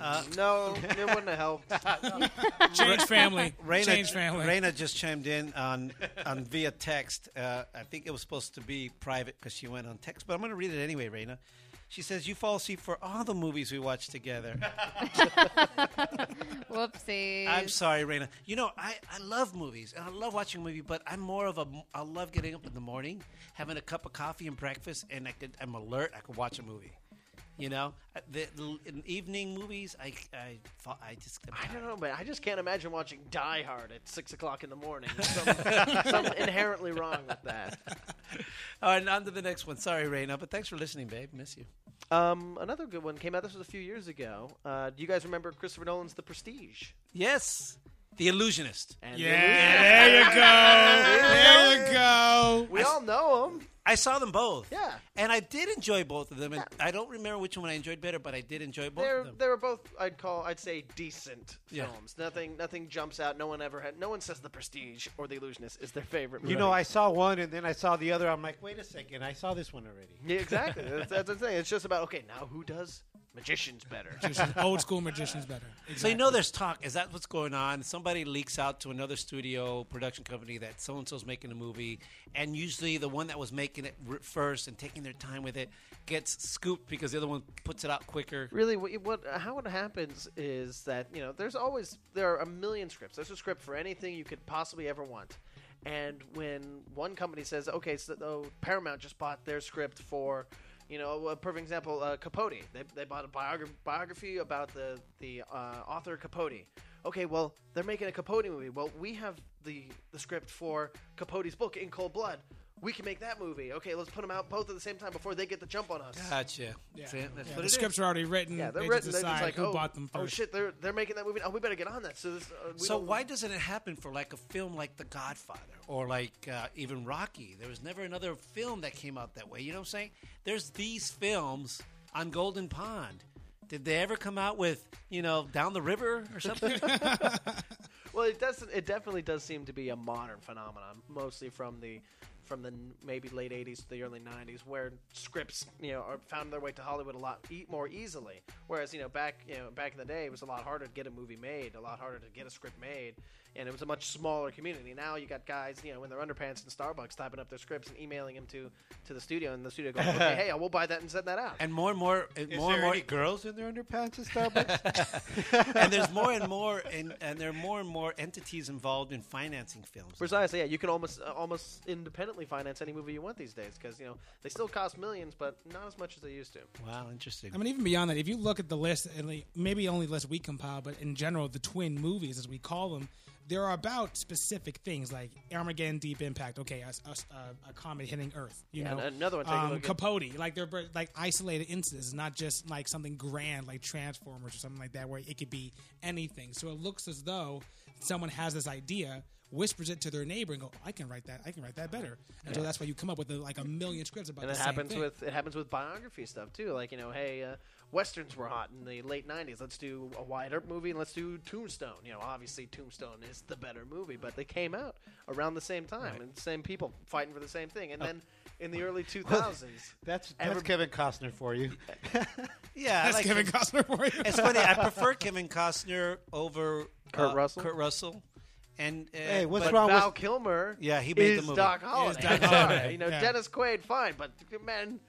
S4: Uh,
S12: no, it wouldn't have helped.
S7: Change family.
S4: Raina,
S7: Change family.
S4: Raina just chimed in on, on via text. Uh, I think it was supposed to be private because she went on text, but I'm going to read it anyway, Raina. She says, You fall asleep for all the movies we watch together.
S5: whoopsie.
S4: I'm sorry, Raina. You know, I, I love movies and I love watching a movie, but I'm more of a I love getting up in the morning, having a cup of coffee and breakfast, and I could I'm alert. I could watch a movie. You know, I- the, the in evening movies, I I thought I just
S12: I don't know, man. I just can't imagine watching Die Hard at six o'clock in the morning. Something, something inherently wrong with that.
S4: All right, on to the next one. Sorry, Raina, but thanks for listening, babe. Miss you.
S12: Um, another good one came out. This was a few years ago. Uh, do you guys remember Christopher Nolan's The Prestige?
S4: Yes, The Illusionist.
S12: And
S4: yeah,
S12: There you go. There you
S7: go.
S12: We all know them.
S4: I saw them both.
S12: Yeah.
S4: and I did enjoy both of them. And I don't remember which one I enjoyed better, but I did enjoy both
S12: They're
S4: of them.
S12: they were both I'd call I'd say decent
S4: Yeah.
S12: films. Nothing nothing jumps out. No one ever had. No one says The Prestige or The Illusionist is their favorite.
S14: You know, I saw one and then I saw the other. I'm like, wait a second, I saw this one already.
S12: Yeah, exactly. that's, that's the thing. It's just about okay. Now who does magicians better?
S14: Oh,
S7: Magicians- Old school magicians better.
S4: So you know there's talk. Is that what's going on? Somebody leaks out to another studio production company that so and so's making a movie, and usually the one that was making it r- first and taking their time with it gets scooped because the other one puts it out quicker.
S12: Really, what, what how it happens is that you know there's always there are a million scripts. There's a script for anything you could possibly ever want, and when one company says, okay, so oh, Paramount just bought their script for, you know, a perfect example, uh, Capote. They, they bought a biogra- biography about the the uh, author Capote. Okay, well they're making a Capote movie. Well, we have the the script for Capote's book in Cold Blood. we can make that movie. Okay, let's put them out both at the same time before they get the jump on us.
S4: Gotcha.
S12: Yeah.
S4: That's it. That's
S7: Yeah,
S4: what
S7: the
S4: it is.
S7: scripts are already written.
S12: Yeah, they're
S7: they
S12: written.
S7: Just
S12: they're
S7: decide
S12: just like,
S7: who
S12: oh,
S7: bought them first.
S12: oh shit, they're they're making that movie. Oh, we better get on that. So this. Uh, we
S4: So
S12: don't-
S4: why doesn't it happen for like a film like The Godfather or like uh, even Rocky? There was never another film that came out that way. You know what I'm saying? There's these films on Golden Pond. Did they ever come out with you know Down the River or something?
S12: Well, it doesn't. It definitely does seem to be a modern phenomenon, mostly from the from the n- maybe late '80s to the early '90s, where scripts you know are found their way to Hollywood a lot e- more easily. Whereas you know back you know back in the day, it was a lot harder to get a movie made, a lot harder to get a script made, and it was a much smaller community. Now you got guys you know in their underpants in Starbucks typing up their scripts and emailing them to to the studio, and the studio going, okay, "Hey, I will buy that and send that out."
S4: and more and more, and
S12: Is
S4: more and
S12: there
S4: more
S12: any
S4: girls in their underpants at Starbucks. and there's more and more, and, and there are more and more entities involved in financing films.
S12: Precisely, yeah. You can almost uh, almost independently finance any movie you want these days because you know they still cost millions, but not as much as they used to.
S4: Wow, interesting.
S7: I mean, even beyond that, if you look at the list, and like, maybe only list we compile, but in general, the twin movies, as we call them, there are about specific things like Armageddon, Deep Impact. Okay, a, a, a comet hitting Earth. You
S12: Yeah,
S7: know,
S12: and another one, take a
S7: Um,
S12: look at-
S7: Capote. Like they're br- like isolated incidents, not just like something grand like Transformers or something like that, where it could be anything. So it looks as though someone has this idea. Whispers it to their neighbor and go, "I can write that. I can write that better." And so
S12: Yeah.
S7: that's why you come up with uh, like a million scripts about.
S12: and
S7: the
S12: it
S7: same
S12: happens
S7: thing.
S12: with it happens with biography stuff too. Like you know, hey, uh, westerns were hot in the late '90s. Let's do a wide Earp movie and let's do Tombstone. You know, obviously Tombstone is the better movie, but they came out around the same time and same people fighting for the same thing. And then in the early 2000s,
S3: That's that's
S12: every-
S3: Kevin Costner for you.
S4: Yeah, I like him. It's funny. I prefer Kevin Costner over
S3: Kurt
S4: uh,
S3: Russell?
S4: Kurt Russell. And uh,
S3: Hey, what's
S4: but-
S3: wrong
S12: Val Kilmer.
S4: Yeah, he made
S12: is
S4: the movie.
S12: Doc Holliday.
S4: Doc
S12: I'm sorry.
S4: Holliday.
S12: You know,
S4: Yeah.
S12: Dennis Quaid, fine, but man,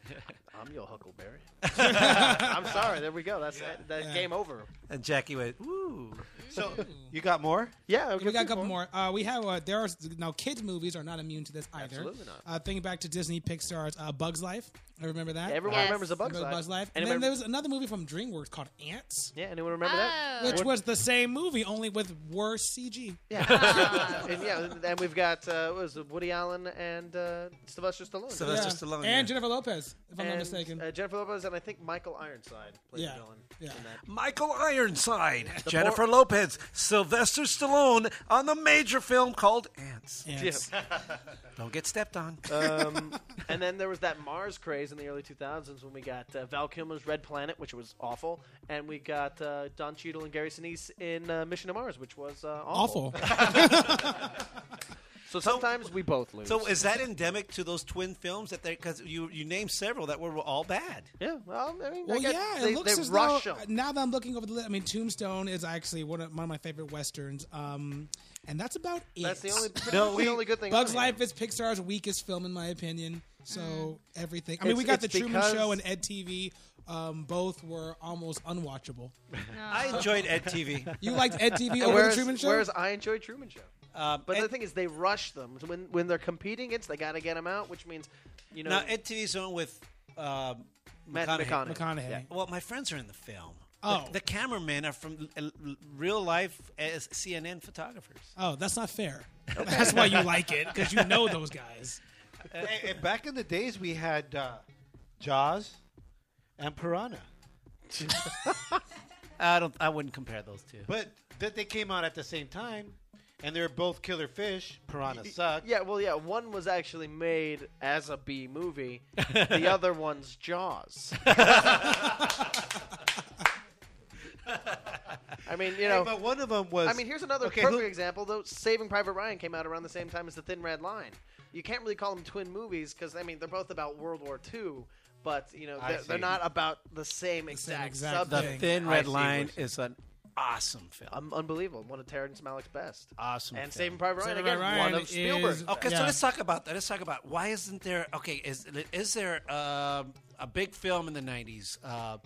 S12: I'm your Huckleberry. I'm sorry. There we go. That's that, that game over.
S4: And Jackie went, "Woo!"
S3: So you got more?
S12: Yeah,
S7: we got a couple more. Uh, we have uh, there are now kids movies are not immune to this either.
S12: Absolutely not.
S7: Uh, thinking back to Disney Pixar's uh, Bugs Life, I remember that.
S12: Everyone Yes. remembers A Bug's
S7: Remember
S12: Life.
S7: And
S12: Anyone
S7: then there was another movie from DreamWorks called Ants.
S12: Yeah, anyone remember that?
S7: Which
S12: What-
S7: was the same movie only with worse CG.
S12: Yeah, and yeah, and we've got uh, what was it, Woody Allen and uh, Sylvester Stallone.
S7: Yeah. And Jennifer Lopez, if I'm not
S12: And,
S7: mistaken.
S12: uh, Jennifer Lopez and I think Michael Ironside played
S7: Yeah.
S12: the villain.
S7: Yeah.
S12: in that.
S4: Michael Ironside,
S12: The
S4: Jennifer
S12: por-
S4: Lopez, Sylvester Stallone on the major film called Ants. Don't get stepped on.
S12: um, and then there was that Mars craze in the early 2000s when we got uh, Val Kilmer's Red Planet, which was awful, and we got uh, Don Cheadle and Gary Sinise in uh, Mission to Mars, which was uh, awful. so sometimes we both lose.
S4: So is that endemic to those twin films that they? Because you you named several that were all bad.
S12: Yeah. Well, I mean,
S7: Well,
S12: I got-
S7: yeah,
S12: they,
S7: it looks
S12: they
S7: as
S12: rush
S7: though
S12: 'em.
S7: now that I'm looking over the list. I mean, Tombstone is actually one of, one of my favorite westerns, um, and that's about it.
S12: That's the only- that's No, the we- only good thing
S7: Bugs
S12: on
S7: Life is Pixar's weakest film, in my opinion.
S12: Mm.
S7: So everything. I mean,
S12: It's-
S7: we got the
S12: it's
S7: Truman
S12: because-
S7: Show and Ed TV. Um, both were almost unwatchable.
S4: I enjoyed Ed TV.
S7: You liked Ed TV
S12: And
S7: over
S12: whereas,
S7: the Truman Show. Uh,
S12: Whereas I enjoy Truman Show. but the
S4: Ed-
S12: thing is, they rush them when when they're competing against. They got to get them out, which means, you know,
S4: Now Ed TV's on with um,
S12: Matt McConaughey. McConaughey. Yeah.
S4: Well, my friends are in the film.
S7: Oh.
S4: the, the cameramen are from l- l- real life as CNN photographers.
S7: oh, that's not fair. That's why you like it because you know those guys.
S3: Eh, eh, back in the days, we had uh, Jaws and Piranha.
S4: I don't. I wouldn't compare those two.
S3: But that they came out at the same time, and they were both killer fish. Piranha sucked.
S12: Yeah, well, yeah. One was actually made as a B movie. the other one's Jaws. I mean, you
S3: Hey,
S12: know,
S3: but one of 'em was-
S12: I mean, here's another
S3: Okay,
S12: perfect
S3: who-
S12: example. Though Saving Private Ryan came out around the same time as The Thin Red Line. You can't really call them twin movies because I mean they're both about World War II, but you know
S4: I
S12: they're, they're
S4: see.
S12: not about the same exact,
S4: the
S12: subject.
S4: Thin Red
S12: I see
S4: Line
S12: what
S4: is an awesome film.
S12: Um, unbelievable. One of Terrence Malick's best.
S4: Awesome.
S12: And
S4: film.
S12: Saving Private Ryan again. one of Spielberg's. best.
S4: Okay, so let's talk about that. Let's talk about why isn't there? Okay, is is there um a big film in the '90s? Uh,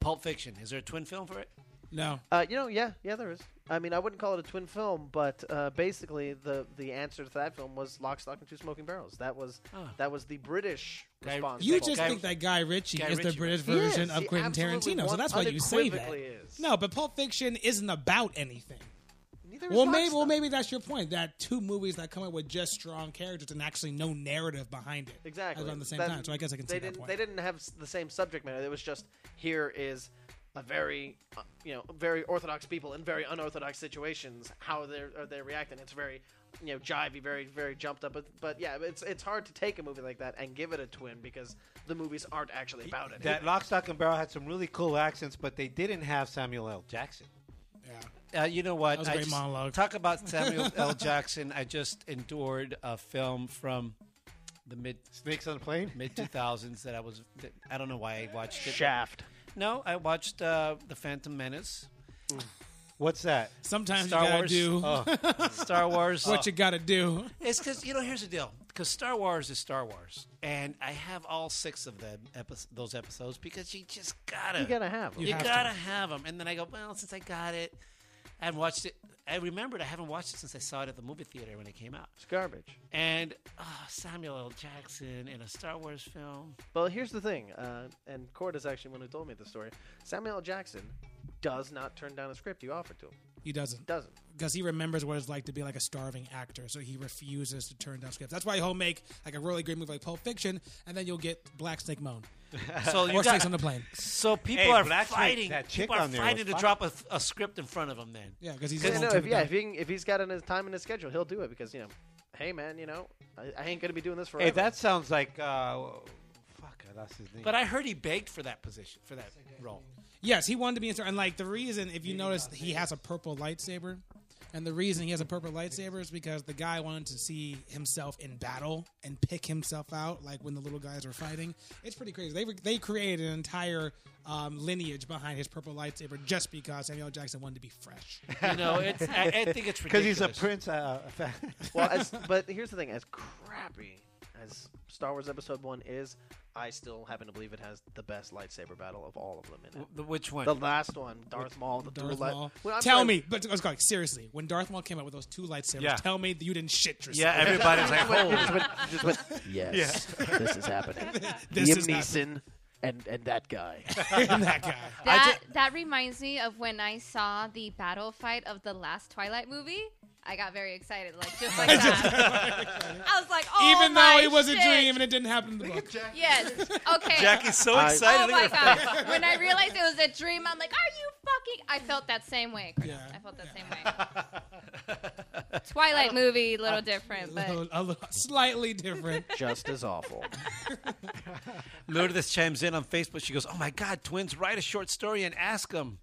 S4: Pulp Fiction. Is there a twin film for it?
S7: No.
S12: Uh, you know, yeah, yeah, there is. I mean, I wouldn't call it a twin film, but uh, basically the the answer to that film was Lock, Stock, and Two Smoking Barrels. That was
S7: Ah.
S12: that was the British response.
S7: You
S12: to
S7: just
S12: Pulp
S7: think
S12: Fiction.
S7: that Guy Ritchie
S12: Guy
S7: is the
S12: Ritchie.
S7: British
S12: He
S7: version
S12: is.
S7: of
S12: He
S7: Quentin
S12: absolutely
S7: Tarantino, so
S12: one-
S7: that's why you say that.
S12: unequivocally is.
S7: No, but Pulp Fiction isn't about anything.
S11: there was
S7: well,
S11: lots
S7: maybe
S11: of
S7: well maybe that's your point. That two movies that come up with just strong characters and actually no narrative behind it.
S12: Exactly.
S7: Around the same
S12: That-
S7: time, so I guess I can
S12: they
S7: see
S12: didn't,
S7: that point.
S12: They didn't have s- the same subject matter. It was just here is a very, uh, you know, very orthodox people in very unorthodox situations. How they're are they reacting? It's very, you know, jivey, very very jumped up. But but yeah, it's it's hard to take a movie like that and give it a twin because the movies aren't actually about it.
S3: That Lock, Stock, and Barrel had some really cool accents, but they didn't have Samuel L. Jackson.
S4: Uh, you know what?
S3: That was a
S4: I
S3: great
S4: just-
S3: monologue.
S4: Talk about Samuel L. Jackson. I just endured a film from the mid
S3: Snakes on a Plane
S4: mid two thousands that I was. That I don't know why I watched it.
S3: Shaft.
S4: No, I watched uh, the Phantom Menace.
S3: What's that?
S7: Sometimes
S4: Star
S7: you gotta
S4: Wars.
S7: do
S4: Oh. Star Wars.
S7: what you gotta do.
S4: It's because you know. Here's the deal. Because Star Wars is Star Wars, and I have all six of them epi- those episodes because you just gotta
S12: You gotta have 'em.
S4: you,
S12: You have to.
S4: gotta have them. And then I go, well, since I got it, I haven't watched it. I remembered I haven't watched it since I saw it at the movie theater when it came out.
S12: It's garbage.
S4: And ah, Samuel L. Jackson in a Star Wars film.
S12: Well, here's the thing, uh, and Cord is actually one who told me the story. Samuel L. Jackson does not turn down a script you offer to him.
S7: He doesn't.
S12: Doesn't.
S7: Because he remembers what it's like to be like a starving actor, so he refuses to turn down scripts. That's why he'll make like a really great movie like Pulp Fiction, and then you'll get Black Snake Moan.
S4: So you
S7: or Snakes
S4: got-
S7: on the Plane.
S4: So people
S7: Hey,
S4: are
S7: Black Snake,
S4: fighting.
S7: that chick
S4: people are
S7: on there was
S4: fighting to
S7: fine.
S4: drop a, a script in front of him. Then
S7: Yeah, because he's
S12: Yeah,
S7: the
S12: no,
S7: one
S12: if,
S7: to
S12: yeah,
S7: do
S12: if, he can, if he's got in his time in his schedule, he'll do it because you know, hey man, you know, I, I ain't gonna be doing this forever.
S3: Hey, that sounds like uh, fuck. I lost his name.
S4: But I heard he begged for that position for that role.
S7: Yes, he wanted to be in Star. And like the reason, if you notice, he has a purple lightsaber, and the reason he has a purple lightsaber is because the guy wanted to see himself in battle and pick himself out, like when the little guys were fighting. It's pretty crazy. They were- they created an entire um, lineage behind his purple lightsaber just because Samuel L. Jackson wanted to be fresh.
S4: You know, it's- I- I think it's
S3: because he's a prince. Uh, a fa-
S12: well, as, but here's the thing: as crappy as Star Wars Episode One is, I still happen to believe it has the best lightsaber battle of all of them in it.
S4: the- which one?
S12: The last one, Darth
S7: With
S12: Maul. The
S7: Darth
S12: dual li-
S7: Maul.
S12: Well, I'm
S7: tell
S12: sorry,
S7: me, but I was going seriously. When Darth Maul came out with those two lightsabers,
S12: Yeah.
S7: tell me that you didn't shit yourself.
S12: Yeah, everybody's like, Just went- "Holy." just went- just went, "Yes, this is happening."
S7: This
S12: Liam
S7: is happening.
S12: Neeson and and that guy.
S7: And that guy.
S5: That that reminds me of when I saw the battle fight of the last Twilight movie. I got very excited, like just like that. I was like, oh
S7: even
S5: my
S7: though it was
S5: shit.
S7: a dream and it didn't happen in the book.
S5: Yes. Okay.
S4: Jackie's so
S5: I-
S4: excited,
S5: Oh
S4: look
S5: my
S4: at her
S5: god!
S4: face.
S5: When I realized it was a dream, I'm like, "Are you fucking?" I felt that same way. Chris. I felt that same way. Twilight movie, little different, but
S7: A little- a little- slightly different.
S12: Just as awful.
S4: Lourdes chimes in on Facebook. She goes, "Oh my God, twins! Write a short story and ask them."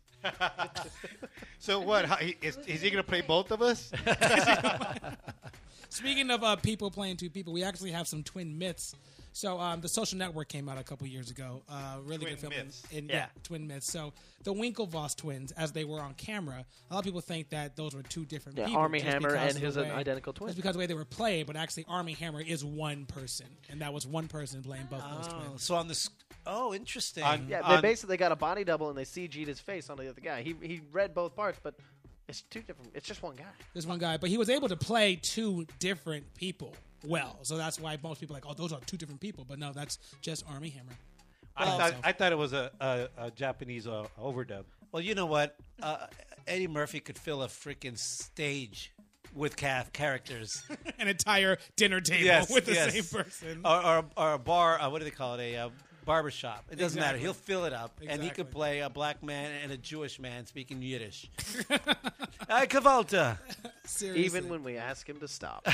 S3: so what? How, he- is, is he going to play both of us?
S7: Speaking of uh, people playing two people, we actually have some twin myths. So um, the Social Network came out a couple years ago. Uh, really
S3: Twin
S7: good film. in-
S3: myths.
S7: in-
S3: Yeah.
S7: yeah. twin myths. So the Winklevoss twins, as they were on camera, a lot of people think that those were two different
S12: Yeah,
S7: people.
S12: Armie
S7: just
S12: Hammer
S7: because
S12: and
S7: of the
S12: his an
S7: way-
S12: identical twin.
S7: Just because of the way they were played, but actually Army Hammer is one person, and that was one person playing both of those twins.
S4: So on this, oh, interesting.
S12: yeah, they basically got a body double and they CG'd his face on the other guy. He he read both parts, but it's two different. It's just one guy.
S7: This one guy, but he was able to play two different people well. So that's why most people are like, oh, those are two different people. But no, that's just Army Hammer.
S3: I
S7: Well,
S3: thought
S7: so-
S3: I thought it was a, a, a Japanese uh, overdub.
S4: Well, you know what? Uh, Eddie Murphy could fill a freaking stage with ca- characters.
S7: An entire dinner table
S4: Yes,
S7: with the
S4: yes.
S7: same person.
S4: Or, or, or a bar, uh, what do they call it? A uh, barber shop. It doesn't matter.
S7: Exactly.
S4: He'll fill it up. And he
S7: Exactly.
S4: could play a black man and a Jewish man speaking Yiddish. uh, Kavalta.
S12: Even when we ask him to stop.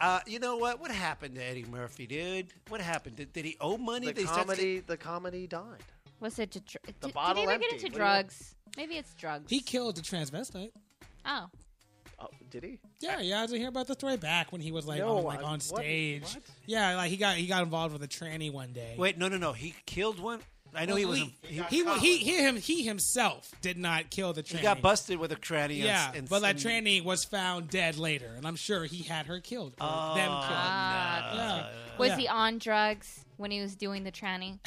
S4: Uh, you know what? What happened to Eddie Murphy, dude? What happened? Did, did he owe money?
S12: the
S4: They said-
S12: comedy, the comedy died.
S5: was it? Did, did, did
S12: bottle
S5: he ever get into
S12: empty. What do you want?
S5: drugs? Maybe it's drugs.
S7: He killed the transvestite.
S5: Oh,
S12: Oh, did he?
S7: Yeah, yeah, I didn't hear about the story back when he was like,
S12: No,
S7: on, like
S12: I-
S7: on
S12: what-
S7: stage.
S12: what?
S7: Yeah, like he got he got involved with a tranny one day.
S4: Wait, no, no, no. He killed one. I know he was.
S7: He he, he, he him he himself did not kill the tranny.
S4: He got busted with a tranny. and-
S7: Yeah,
S4: and-
S7: but that
S4: and-
S7: tranny was found dead later, and I'm sure he had her killed. Or
S4: Oh,
S7: them killed.
S5: Uh,
S4: Ah, no.
S7: Yeah.
S5: was
S7: Yeah.
S5: he on drugs when he was doing the tranny?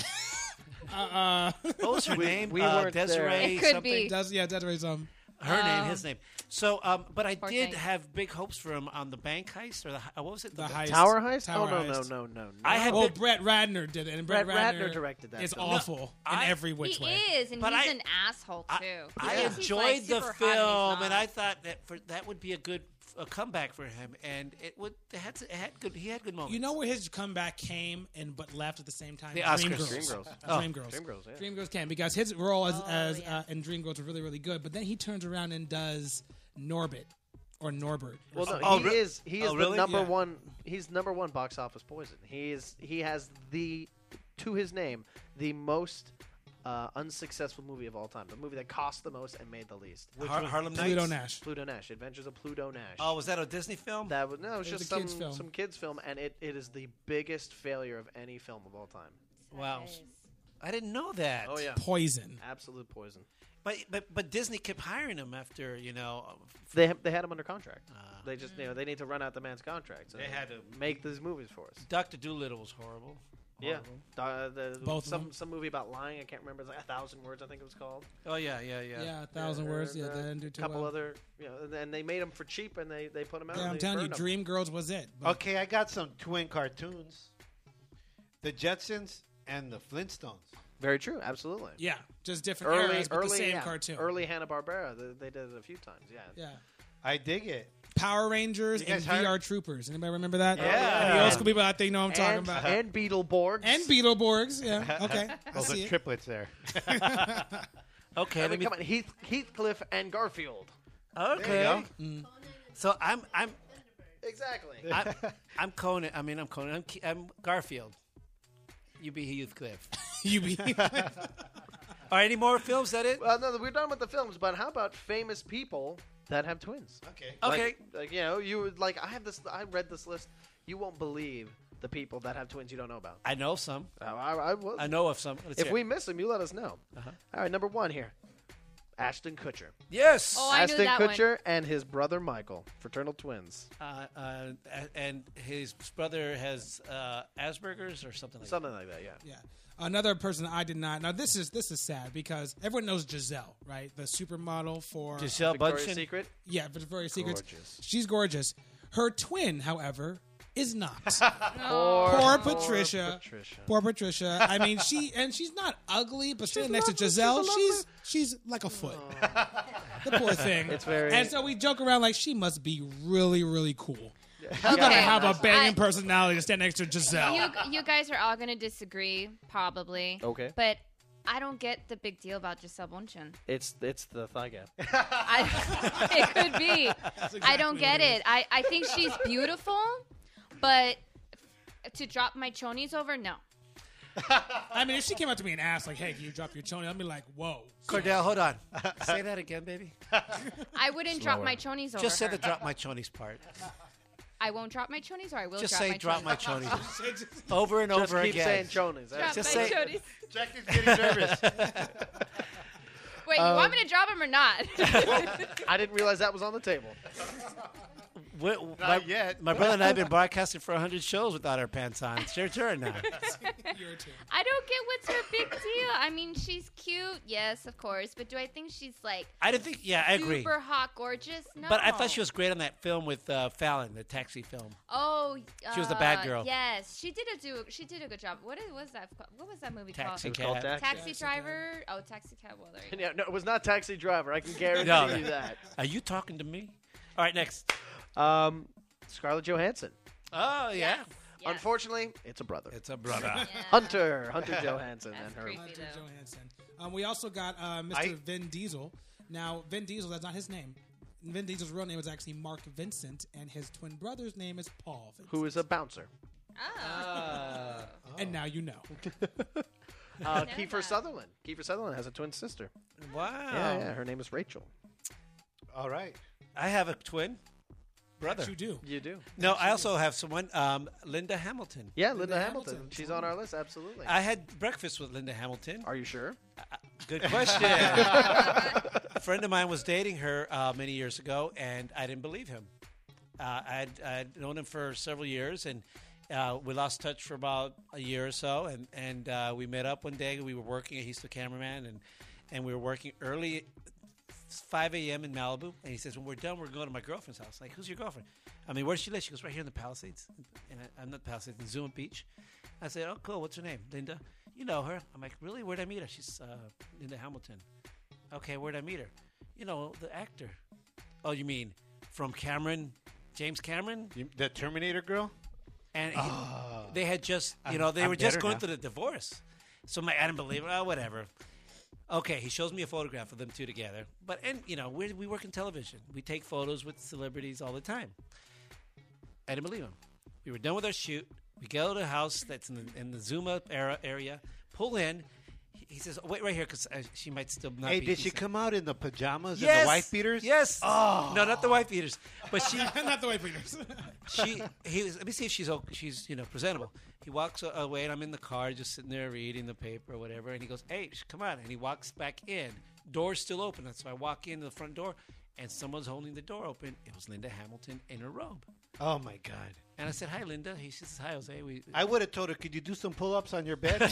S7: Uh, uh,
S4: what was her
S7: We-
S4: name?
S7: we
S4: Uh,
S7: weren't there.
S4: Desiree.
S7: It could
S4: something?
S5: be.
S7: Des- Uh-uh. yeah, Desiree's um.
S4: Her name,
S5: Oh.
S2: Um,
S4: his name. So, um, but I
S2: Poor
S4: did
S2: thing.
S4: have big hopes for him on the bank heist or the hi- what was it?
S7: The heist.
S12: Tower heist? Oh, no, no, no, no, no.
S4: I had
S7: well,
S4: been-
S7: Brett Radner did it, and Brett,
S12: Brett Ratner directed that
S7: It's
S12: film.
S7: awful
S4: No,
S7: in
S4: I-
S7: every which
S5: he
S7: way.
S5: is, and
S4: But
S5: he's
S4: I-
S5: an asshole too.
S4: I
S5: He is. He's,
S4: enjoyed
S5: like,
S4: the
S5: super hot and he's
S4: film,
S5: not.
S4: and I thought that for that would be a good a comeback for him, and it would it had, it had good he had good moments.
S7: You know where his comeback came and but left at the same time.
S4: The
S7: Dream
S4: Oscars.
S7: Girls.
S4: Dreamgirls.
S7: Uh,
S4: Oh.
S7: Dreamgirls.
S4: Dreamgirls, yeah.
S7: Dreamgirls came because his role
S12: Oh,
S7: as, as uh, in Dreamgirls was really really good. But then he turns around and does Norbit or Norbert. or
S12: Well, no,
S7: something.
S12: Oh,
S4: oh,
S12: he is he is the number
S7: Yeah.
S12: one. He's number one box office poison. He is he has the to his name the most uh, unsuccessful movie of all time. The movie that cost the most and made the least.
S4: Har-
S12: was
S4: Harlem Pluto Nights?
S12: Nash. Pluto Nash. Adventures of Pluto Nash.
S4: Oh, was that a Disney film?
S12: That was no, it was
S4: It was
S12: just
S4: a
S12: some
S4: kid's film.
S12: some kids film, and it, it is the biggest failure of any film of all time.
S4: Wow, I didn't know that.
S12: Oh yeah,
S7: Poison.
S12: Absolute poison.
S4: But but but Disney kept hiring him after you know.
S12: They ha- they had him under contract. they just you know they need to run out the man's contract. So
S4: Uh, They had to-
S12: make these movies for us.
S4: Doctor Doolittle was horrible.
S12: Yeah,
S4: Horrible.
S12: uh, the,
S4: Both of
S12: some
S4: them?
S12: some movie about lying. I can't remember. It's like a thousand words. I think it was called. uh,
S4: Oh yeah, yeah, yeah.
S7: Yeah, a thousand words. Yeah, that didn't do too
S12: couple
S7: well.
S12: other. You know, and, and they made them for cheap, and they they put them out.
S7: Yeah,
S12: and
S7: I'm
S12: they
S7: telling you,
S12: burned 'em.
S7: Dreamgirls was it.
S3: Okay, I got some twin cartoons: the Jetsons and the Flintstones.
S12: Very true. Absolutely.
S7: Yeah, just different
S12: early,
S7: eras, but
S12: early,
S7: the same
S12: yeah,
S7: cartoon.
S12: Early Hanna Barbera. They, they did it a few times. Yeah.
S7: Yeah.
S3: I dig it.
S7: Power Rangers
S3: You guys
S7: and
S3: heard-
S7: VR Troopers. Anybody remember that?
S3: Yeah. Yeah.
S7: Any old school people out there know what I'm
S12: And-
S7: talking about.
S12: and Beetleborgs.
S7: And Beetleborgs. Yeah. Okay. I
S3: Those
S7: see
S3: are
S7: it.
S3: triplets there.
S4: Okay,
S12: I
S4: let
S12: mean,
S4: me-
S12: come on, Heath, Heathcliff and Garfield.
S4: Okay.
S12: There you go.
S4: So I'm I'm
S12: Exactly.
S4: I'm, I'm Conan. I mean I'm Conan. I'm, Ke- I'm Garfield. You be Heathcliff.
S7: you be.
S4: All right, any more films? Is that it?
S12: Well, no, we're done with the films. But how about famous people that have twins?
S3: Okay.
S12: Like, like, you know, you would- like I have this. I read this list. You won't believe the people that have twins you don't know about.
S4: I know some.
S12: I, I, will.
S4: I know of some. Let's
S12: if
S4: hear it.
S12: we miss them, you let us know.
S7: Uh-huh.
S12: All right, number one here, Ashton Kutcher.
S4: Yes.
S5: Oh, I knew
S12: Ashton
S5: that one.
S12: Kutcher and his brother Michael, fraternal twins.
S4: Uh, uh, a- and his brother has uh, Asperger's or something like
S12: something like that. Yeah.
S7: Yeah. Another person I did not. Now this is this is sad because everyone knows Giselle, right? The supermodel for
S4: Giselle Victoria's Bundchen? Secret?
S7: Yeah, Victoria's Secret.
S4: Gorgeous.
S7: She's gorgeous. Her twin, however, is not.
S12: Poor-
S7: poor,
S12: poor
S7: Patricia.
S12: Patricia.
S7: Poor Patricia. Uh, I mean, she and she's not ugly, but sitting next to Giselle, she's she's like a foot. the poor thing.
S12: It's very-
S7: And so we joke around like she must be really, really cool.
S5: Okay.
S7: You gotta have a banging
S5: I-
S7: personality to stand next to Giselle.
S5: You, you guys are all going to disagree, probably.
S12: Okay.
S5: But I don't get the big deal about Giselle Bundchen.
S12: It's it's the thigh gap.
S5: I, it could be.
S12: That's
S5: I
S12: exactly
S5: don't
S12: what
S5: get
S12: it
S5: it.
S12: is.
S5: I, I think she's beautiful, but to drop my chonies over, no.
S7: I mean, if she came up to me and asked, like, "Hey, can you drop your choni?" I'd be like, "Whoa."
S4: Cordell, hold on. Say that again, baby.
S5: I wouldn't drop my chonies over.
S4: Just say
S5: her.
S4: the drop my chonies part.
S5: I won't drop my chonies, or I will.
S4: Just
S5: drop
S4: say
S5: my
S4: drop
S5: chonies.
S4: my chonies. over and over
S12: keep
S4: again.
S12: saying chonies.
S5: Drop
S4: Just
S5: my
S4: say.
S5: chonies.
S4: Jack
S12: is getting nervous.
S5: Wait, you
S12: Um,
S5: want me to drop him or not?
S12: I didn't realize that was on the table.
S4: Wh-
S12: Not
S4: my,
S12: yet.
S4: My brother and I have been broadcasting for 100 shows without our pants on. It's your turn now.
S5: I don't get what's her big deal. I mean, she's cute, yes, of course, but do I think she's like
S4: I didn't think. Yeah, I agree.
S5: super hot, gorgeous? No.
S4: But I thought she was great on that film with uh, Fallon, the taxi film.
S5: Oh,
S4: She was the bad
S5: uh,
S4: girl.
S5: Yes, she did a do. She did a good job. What is, was that? What was that movie
S4: Taxi
S5: called?
S4: It was called Cab.
S5: Taxi,
S4: Taxi.
S5: driver. Oh, taxi cab. Well, there you
S12: Yeah, no, it was not Taxi Driver. I can guarantee
S4: No.
S12: you that.
S4: Are you talking to me? All right, next.
S12: Um, Scarlett Johansson.
S4: Oh yeah.
S12: Unfortunately, it's a brother.
S4: It's a brother. Yeah.
S12: Hunter, Hunter Johansson,
S7: That's
S12: and her.
S7: creepy, Hunter Johansson. Um, we also got uh, Mr. Vin Diesel. Now, Vin Diesel, that's not his name. Vin Diesel's real name is actually Mark Vincent, and his twin brother's name is Paul. Vincent.
S12: Who is a bouncer?
S4: Ah.
S7: And now you know.
S12: Uh, Kiefer Sutherland. Kiefer Sutherland has a twin sister.
S4: Wow.
S12: Yeah, yeah, her name is Rachel.
S3: All right.
S4: I have a twin brother.
S7: you do.
S12: You do.
S4: No, I also have someone, um, Linda Hamilton.
S12: Yeah, Linda, Hamilton. She's on our list, absolutely.
S4: I had breakfast with Linda Hamilton. Uh,
S12: Are you sure?
S4: Good question. a friend of mine was dating her uh, many years ago, and I didn't believe him. Uh, I'd, I'd known him for several years, and uh, we lost touch for about a year or so. And and uh, we met up one day. We were working. He's the cameraman, and and we were working early It's 5 a.m. in Malibu, and he says, "When we're done, we're going to my girlfriend's house." Like, who's your girlfriend? I mean, where's she live? She goes, "Right here in the Palisades." And I, I'm not Palisades, in Zuma Beach. I said, "Oh, cool. What's her name?" Linda. You know her. I'm like, "Really? Where'd I meet her?" She's uh, Linda Hamilton. Okay, where'd I meet her? You know, the actor. Oh, you mean from Cameron, James Cameron,
S3: the Terminator girl?
S4: And he-
S3: Oh.
S4: they had just, you
S3: I'm-
S4: know, they
S3: I'm
S4: were just
S3: better
S4: going
S3: now.
S4: through the divorce. So my, I didn't believe it. Oh, whatever. Okay, he shows me a photograph of them two together. But and you know, we we work in television. We take photos with celebrities all the time. I didn't believe him. We were done with our shoot. We go to a house that's in the, in the Zuma era area. Pull in. He, he says, "Oh, "Wait right here, because she might still not."
S3: hey,
S4: be
S3: did she
S4: decent."
S3: come out in the pajamas
S4: Yes.
S3: and the wife beaters?
S4: Yes.
S3: Oh.
S4: No, not the wife beaters. But she
S7: not the wife beaters.
S4: she he was, let me see if she's o- she's you know presentable. He walks a- away and I'm in the car just sitting there reading the paper or whatever and he goes, "Hey, sh- come on." And he walks back in. Door's still open. So I walk into the front door and someone's holding the door open. It was Linda Hamilton in her robe.
S3: Oh my God.
S4: And I said, "Hi Linda." He says, "Hi Jose." We
S3: I would have told her, could you do some pull ups on your bed?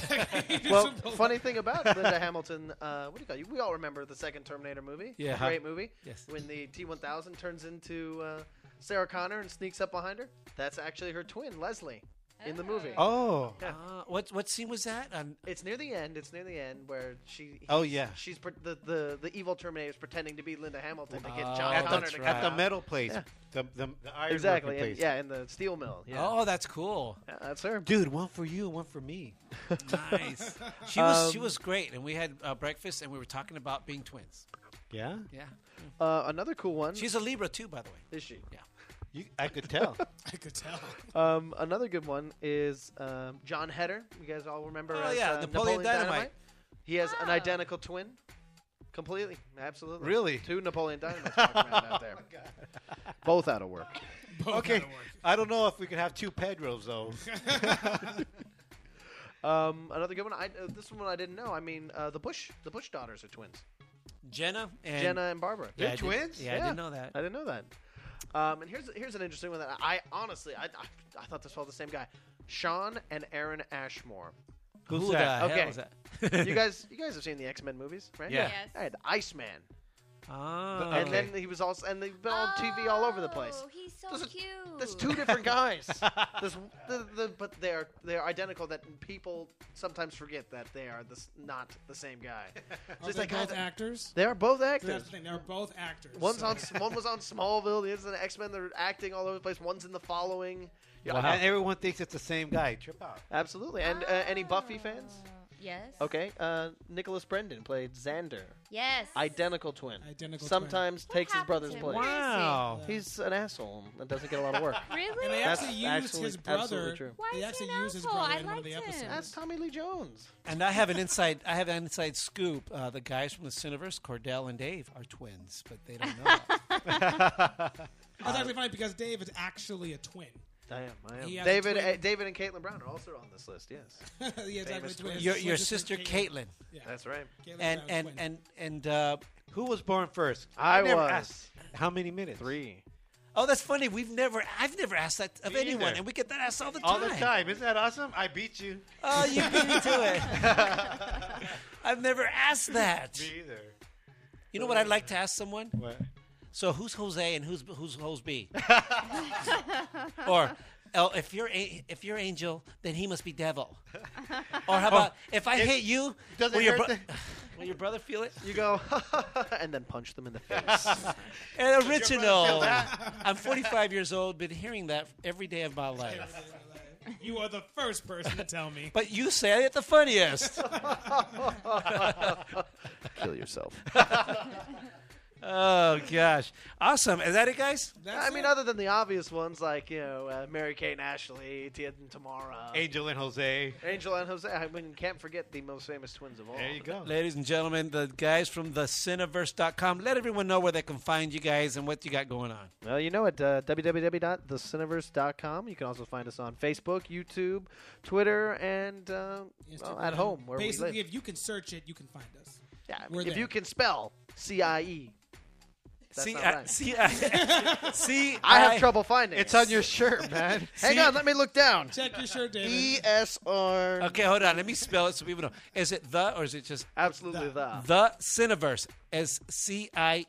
S12: well, funny thing about Linda Hamilton, uh, what do you call you? We all remember the second Terminator movie.
S3: Yeah.
S12: Great movie.
S3: Yes.
S12: When the T1000 turns into uh, Sarah Connor and sneaks up behind her. That's actually her twin, Leslie, in the movie.
S3: Oh.
S12: Yeah.
S4: Uh, what what scene was that? Um,
S12: It's near the end. It's near the end where she. he-
S3: Oh, yeah.
S12: She's pre- the, the the evil Terminator is pretending to be Linda Hamilton to get
S3: Oh,
S12: John
S3: at the-
S12: Connor to
S3: at
S12: come
S3: the
S12: out.
S3: metal place,
S12: Yeah.
S3: the, the, the iron
S12: exactly.
S3: working
S12: in-
S3: place.
S12: yeah, in the steel mill. Yeah.
S4: Oh, that's cool.
S12: that's her.
S3: Dude, one for you and one for me.
S4: nice. She was she
S12: Um,
S4: was great and we had uh, breakfast and we were talking about being twins.
S3: Yeah?
S4: Yeah.
S12: Uh, another cool one.
S4: She's a Libra too, by the way.
S12: Is she?
S4: Yeah.
S3: You, I could tell.
S12: I could tell. Um, another good one is um, John Heder. You guys all remember?
S4: Oh,
S12: as,
S4: yeah,
S12: uh,
S4: Napoleon Dynamite. Ah.
S12: He has an identical twin. Completely, absolutely.
S3: Really? Oh,
S12: Two Napoleon Dynamites walking around out there.
S4: Oh
S12: Both out of work.
S3: okay. I don't know if we could have two Pedros, though.
S12: Um, another good one. I, uh, this one I didn't know. I mean, uh, the Bush, the Bush daughters are twins.
S4: Jenna and
S12: Jenna and Barbara.
S4: Yeah, I did- yeah, I didn't know that.
S12: I didn't know that. Um, and here's here's an interesting one that I, I honestly I, I, I thought this was all the same guy, Sean and Aaron Ashmore.
S4: Who's Who that? the hell
S12: okay,
S4: is that?
S12: you guys you guys have seen the X Men movies, right?
S4: Yeah. Yes.
S12: All right, the Iceman.
S4: Ah.
S12: And then he was also and they've been on TV all over the place.
S5: Oh, he's so
S12: Those are-
S5: cute.
S12: There's two different guys. There's, the, the, but they are they are identical. That people sometimes forget that they are this not the same guy.
S7: Are
S12: Just
S7: they
S12: that guy
S7: both
S12: that-
S7: actors?
S12: uh, They are both
S7: So that's
S12: actors.
S7: the thing, They're both actors.
S12: One's
S7: so-
S12: on one was on Smallville. The other's in X Men. They're acting all over the place. One's in the following. Yeah,
S3: Wow. And everyone thinks it's the same guy. Trip out.
S12: Absolutely. And uh, any Buffy fans?
S5: Ah. Yes.
S12: Okay. Uh, Nicholas Brendan played Xander.
S5: Yes.
S12: Identical twin.
S7: Identical twin.
S12: Sometimes takes his brother's
S5: to him?
S12: place.
S5: Where is he? Wow.
S12: He's an asshole and doesn't get a lot of work.
S5: Really?
S7: And they
S12: That's
S7: actually used
S12: actually-
S7: his brother.
S12: absolutely true.
S5: Why
S7: they
S5: is
S7: actually
S5: he an
S7: used his
S5: asshole?
S7: brother
S5: I
S7: in one of the
S5: liked him.
S7: episodes.
S12: That's Tommy Lee Jones.
S4: And I have an inside. I have an inside scoop. Uh, the guys from the Cineverse, Cordell and Dave, are twins, but they don't know.
S7: That's actually Oh, funny because Dave is actually a twin.
S12: I am. I
S7: He
S12: am.
S7: has a
S12: David,
S7: twin.
S12: uh, David, and Caitlin Brown are also on this list. Yes.
S7: He has
S12: Famous
S7: actually twins.
S12: twins.
S4: your your
S7: Twins.
S4: sister Caitlin.
S12: That's right.
S4: And and and and uh,
S3: who was born first?
S12: I
S3: never
S12: was.
S3: asked How many minutes?
S12: Three.
S4: Oh, that's funny. We've never. I've never asked that of
S3: Me
S4: anyone,
S3: either.
S4: and we get that asked all the time.
S3: All the time. Isn't that awesome? I beat you.
S4: Oh, you beat me to it. I've never asked that.
S3: Me either.
S4: You know what I'd like to ask someone?
S3: What?
S4: So who's Jose and who's who's Jose B? or oh, if you're a, if you're angel, then he must be devil. Or how about if I
S12: If-
S4: hit you,
S12: does Oh. it
S4: will your,
S12: hurt
S4: bro-
S12: the-
S4: will your brother feel it?
S12: You go and then punch them in the face.
S4: An
S12: brother feel
S4: original.
S12: that?
S4: I'm 45 years old, been hearing that every day of my life.
S7: You are the first person to tell me.
S4: But you said it the funniest.
S12: Kill yourself.
S4: oh gosh, awesome! Is that it, guys?
S12: I mean, other than the obvious ones like you know uh, Mary Kate and Ashley, Tia and Tamara,
S3: Angel and Jose.
S12: Angel and Jose. I mean, can't forget the most famous twins of all. There you
S3: go.
S4: Ladies and gentlemen, the guys from the Cineverse.com, let everyone know where they can find you guys and what you got going on.
S12: Well, you know at uh, www.thecineverse.com. You can also find us on Facebook, YouTube, Twitter, and uh, well, at
S7: Instagram.
S12: home where
S7: Basically,
S12: we live.
S7: if you can search it, you can find us.
S12: Yeah,
S7: We're
S12: if
S7: there.
S12: you can spell C I E, That's
S6: See,
S12: not
S6: I-
S12: right.
S6: see, I- see,
S12: I have
S6: I-
S12: trouble finding.
S6: It's
S12: it.
S6: on your shirt, man.
S12: Hang
S6: See-
S12: on, let me look down.
S7: Check your shirt, David.
S12: E S R.
S6: Okay, hold on. Let me spell it so people know. Is it the or is it just
S12: absolutely
S6: the? The Cineverse is C I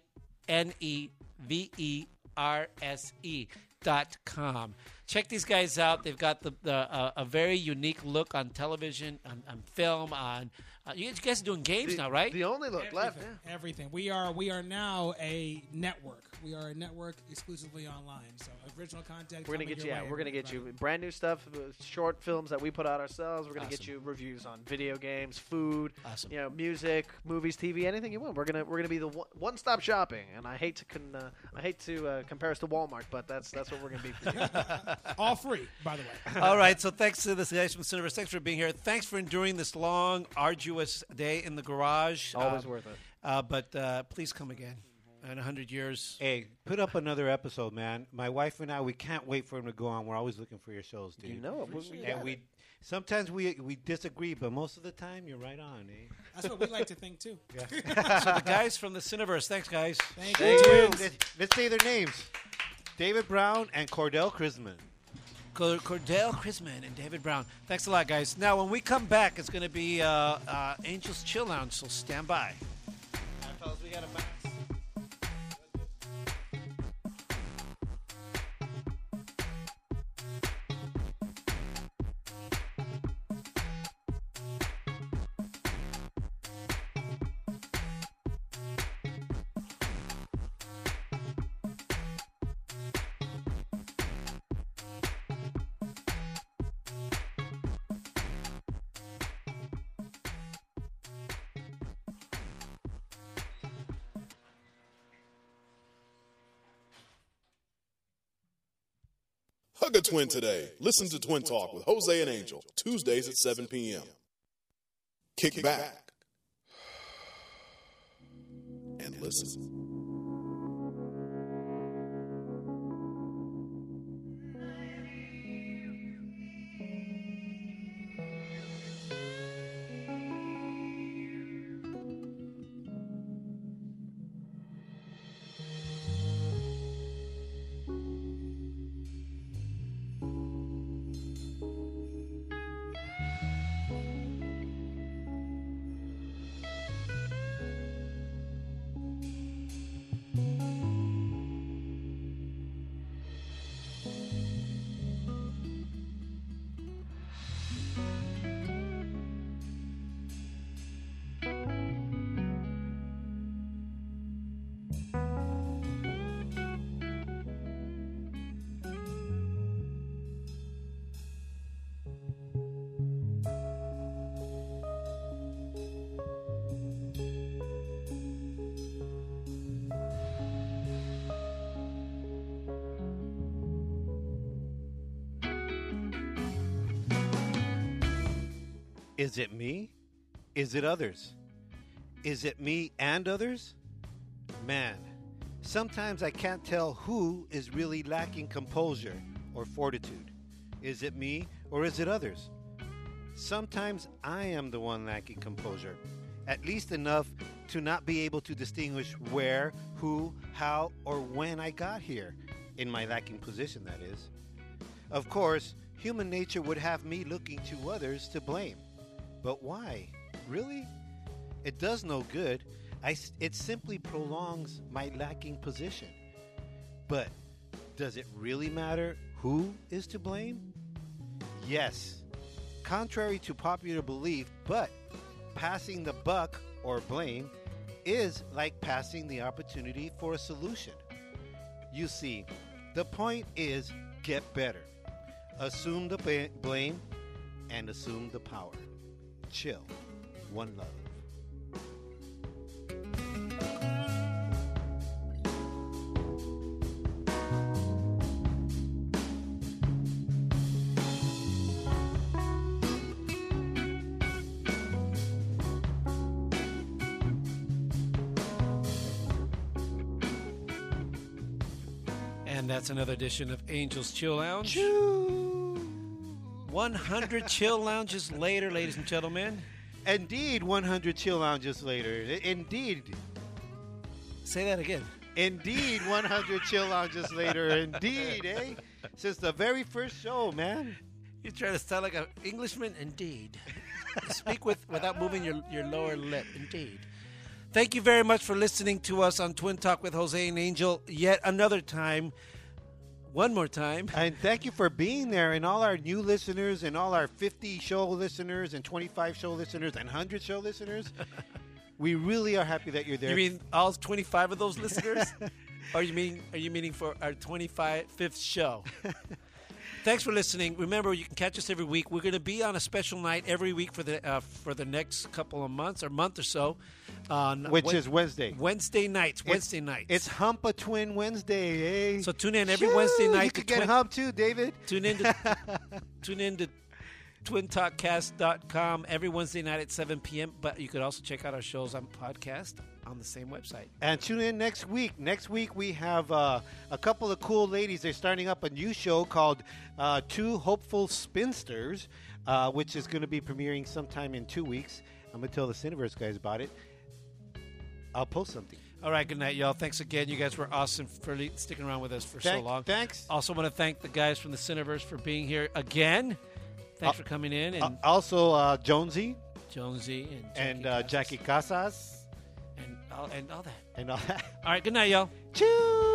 S6: N E V E R S E dot com. Check these guys out. They've got the, the uh, a very unique look on television, on, on film, on. Uh, you guys are doing games now, right? The
S12: only look
S7: Everything, everything. We are we are now a network. We are a network exclusively online. So original content.
S12: We're gonna
S7: coming
S12: get you.
S7: your
S12: out.
S7: way.
S12: We're gonna get you brand new stuff, uh, short films that we put out ourselves. We're gonna get
S6: Awesome.
S12: you reviews on video games, food,
S6: Awesome.
S12: you know, music, movies, TV, anything you want. We're gonna we're gonna be the one stop shopping. And I hate to con- uh, I hate to uh, compare us to Walmart, but that's that's what we're gonna be. For you.
S7: All free, by the way.
S18: All right, so thanks to this guys from Cineverse. Thanks for being here. Thanks for enduring this long, arduous day in the garage.
S12: Always worth it.
S18: Uh, but uh, please come again in 100 years.
S4: Hey, put up another episode, man. My wife and I, we can't wait for him to go on. We're always looking for your shows, dude.
S12: You know it. We- we
S4: and
S12: got
S4: we
S12: it.
S4: sometimes we we disagree, but most of the time you're right on, eh?
S7: That's what we like to think too.
S4: Yeah.
S18: so the guys from the Cineverse, thanks guys.
S7: Thank
S4: Let's, let's say their names: David Brown and Cordell Chrisman.
S18: Cor- Cordell Chrisman and David Brown. Thanks a lot, guys. Now, when we come back, it's going to be uh, uh, Angels Chill Lounge, so stand by.
S1: Hug a twin today. Listen to Twin Talk with Jose and Angel, Tuesdays at 7 p.m. Kick back and listen.
S4: Is it me? Is it others? Is it me and others? Man, sometimes I can't tell who is really lacking composure or fortitude. Is it me or is it others? Sometimes I am the one lacking composure, at least enough to not be able to distinguish where, who, how, or when I got here, in my lacking position, that is. Of course, human nature would have me looking to others to blame. But why? Really? It does no good. I s it simply prolongs my lacking position. But does it really matter who is to blame? Yes. Contrary to popular belief, but passing the buck or blame is like passing the opportunity for a solution. You see, the point is get better. Assume the ba- blame and assume the power. Chill. One love.
S18: And that's another edition of Angels Chill Lounge. 100 Chill Lounges later, ladies and gentlemen.
S4: Indeed, 100 Chill Lounges later. I- Indeed.
S18: Say that again. Indeed, 100 chill lounges later. Indeed, eh? Since the very first show, man.
S4: You try to sound like an Englishman, indeed. Speak with without moving your, your lower lip, indeed. Thank you very much for listening to us on Twin Talk with Jose and Angel yet another time.
S18: One more time. And thank you for being there, and all our new listeners, and all our 50 show listeners, and 25 show listeners, and 100 show listeners. we really are happy that you're there.
S4: You mean all 25 of those listeners? or you mean are you meaning for our 25th fifth show? Thanks for listening. Remember, you can catch us every week. We're going to be on a special night every week for the uh, for the next couple of months or month or so. On
S18: Which is Wednesday.
S4: Wednesday nights.
S18: It's-
S4: Wednesday nights.
S18: It's Hump a Twin Wednesday, eh?
S4: So tune in every Wednesday night
S18: You
S4: to
S18: could get
S4: Twin-
S18: humped too, David.
S4: Tune in to tune in to twintalkcast.com every Wednesday night at 7 p.m. But you could also check out our shows on podcast on the same website.
S18: And tune in next week. Next week we have uh, a couple of cool ladies. They're starting up a new show called uh, Two Hopeful Spinsters, uh, which is going to be premiering sometime in two weeks. I'm going to tell the Cineverse guys about it. I'll post something.
S4: All right, good night, y'all. Thanks again. You guys were awesome for le- sticking around with us for
S18: Thank-
S4: so long.
S18: thanks.
S4: Also, want to thank the guys from the Cineverse for being here again. Thanks
S18: Uh,
S4: for coming in and
S18: Uh, also, uh, Jonesy
S4: Jonesy and
S18: and uh, Jackie Casas
S4: and all, and all that.
S18: and all that.
S4: All right, good night, y'all.
S18: Choo.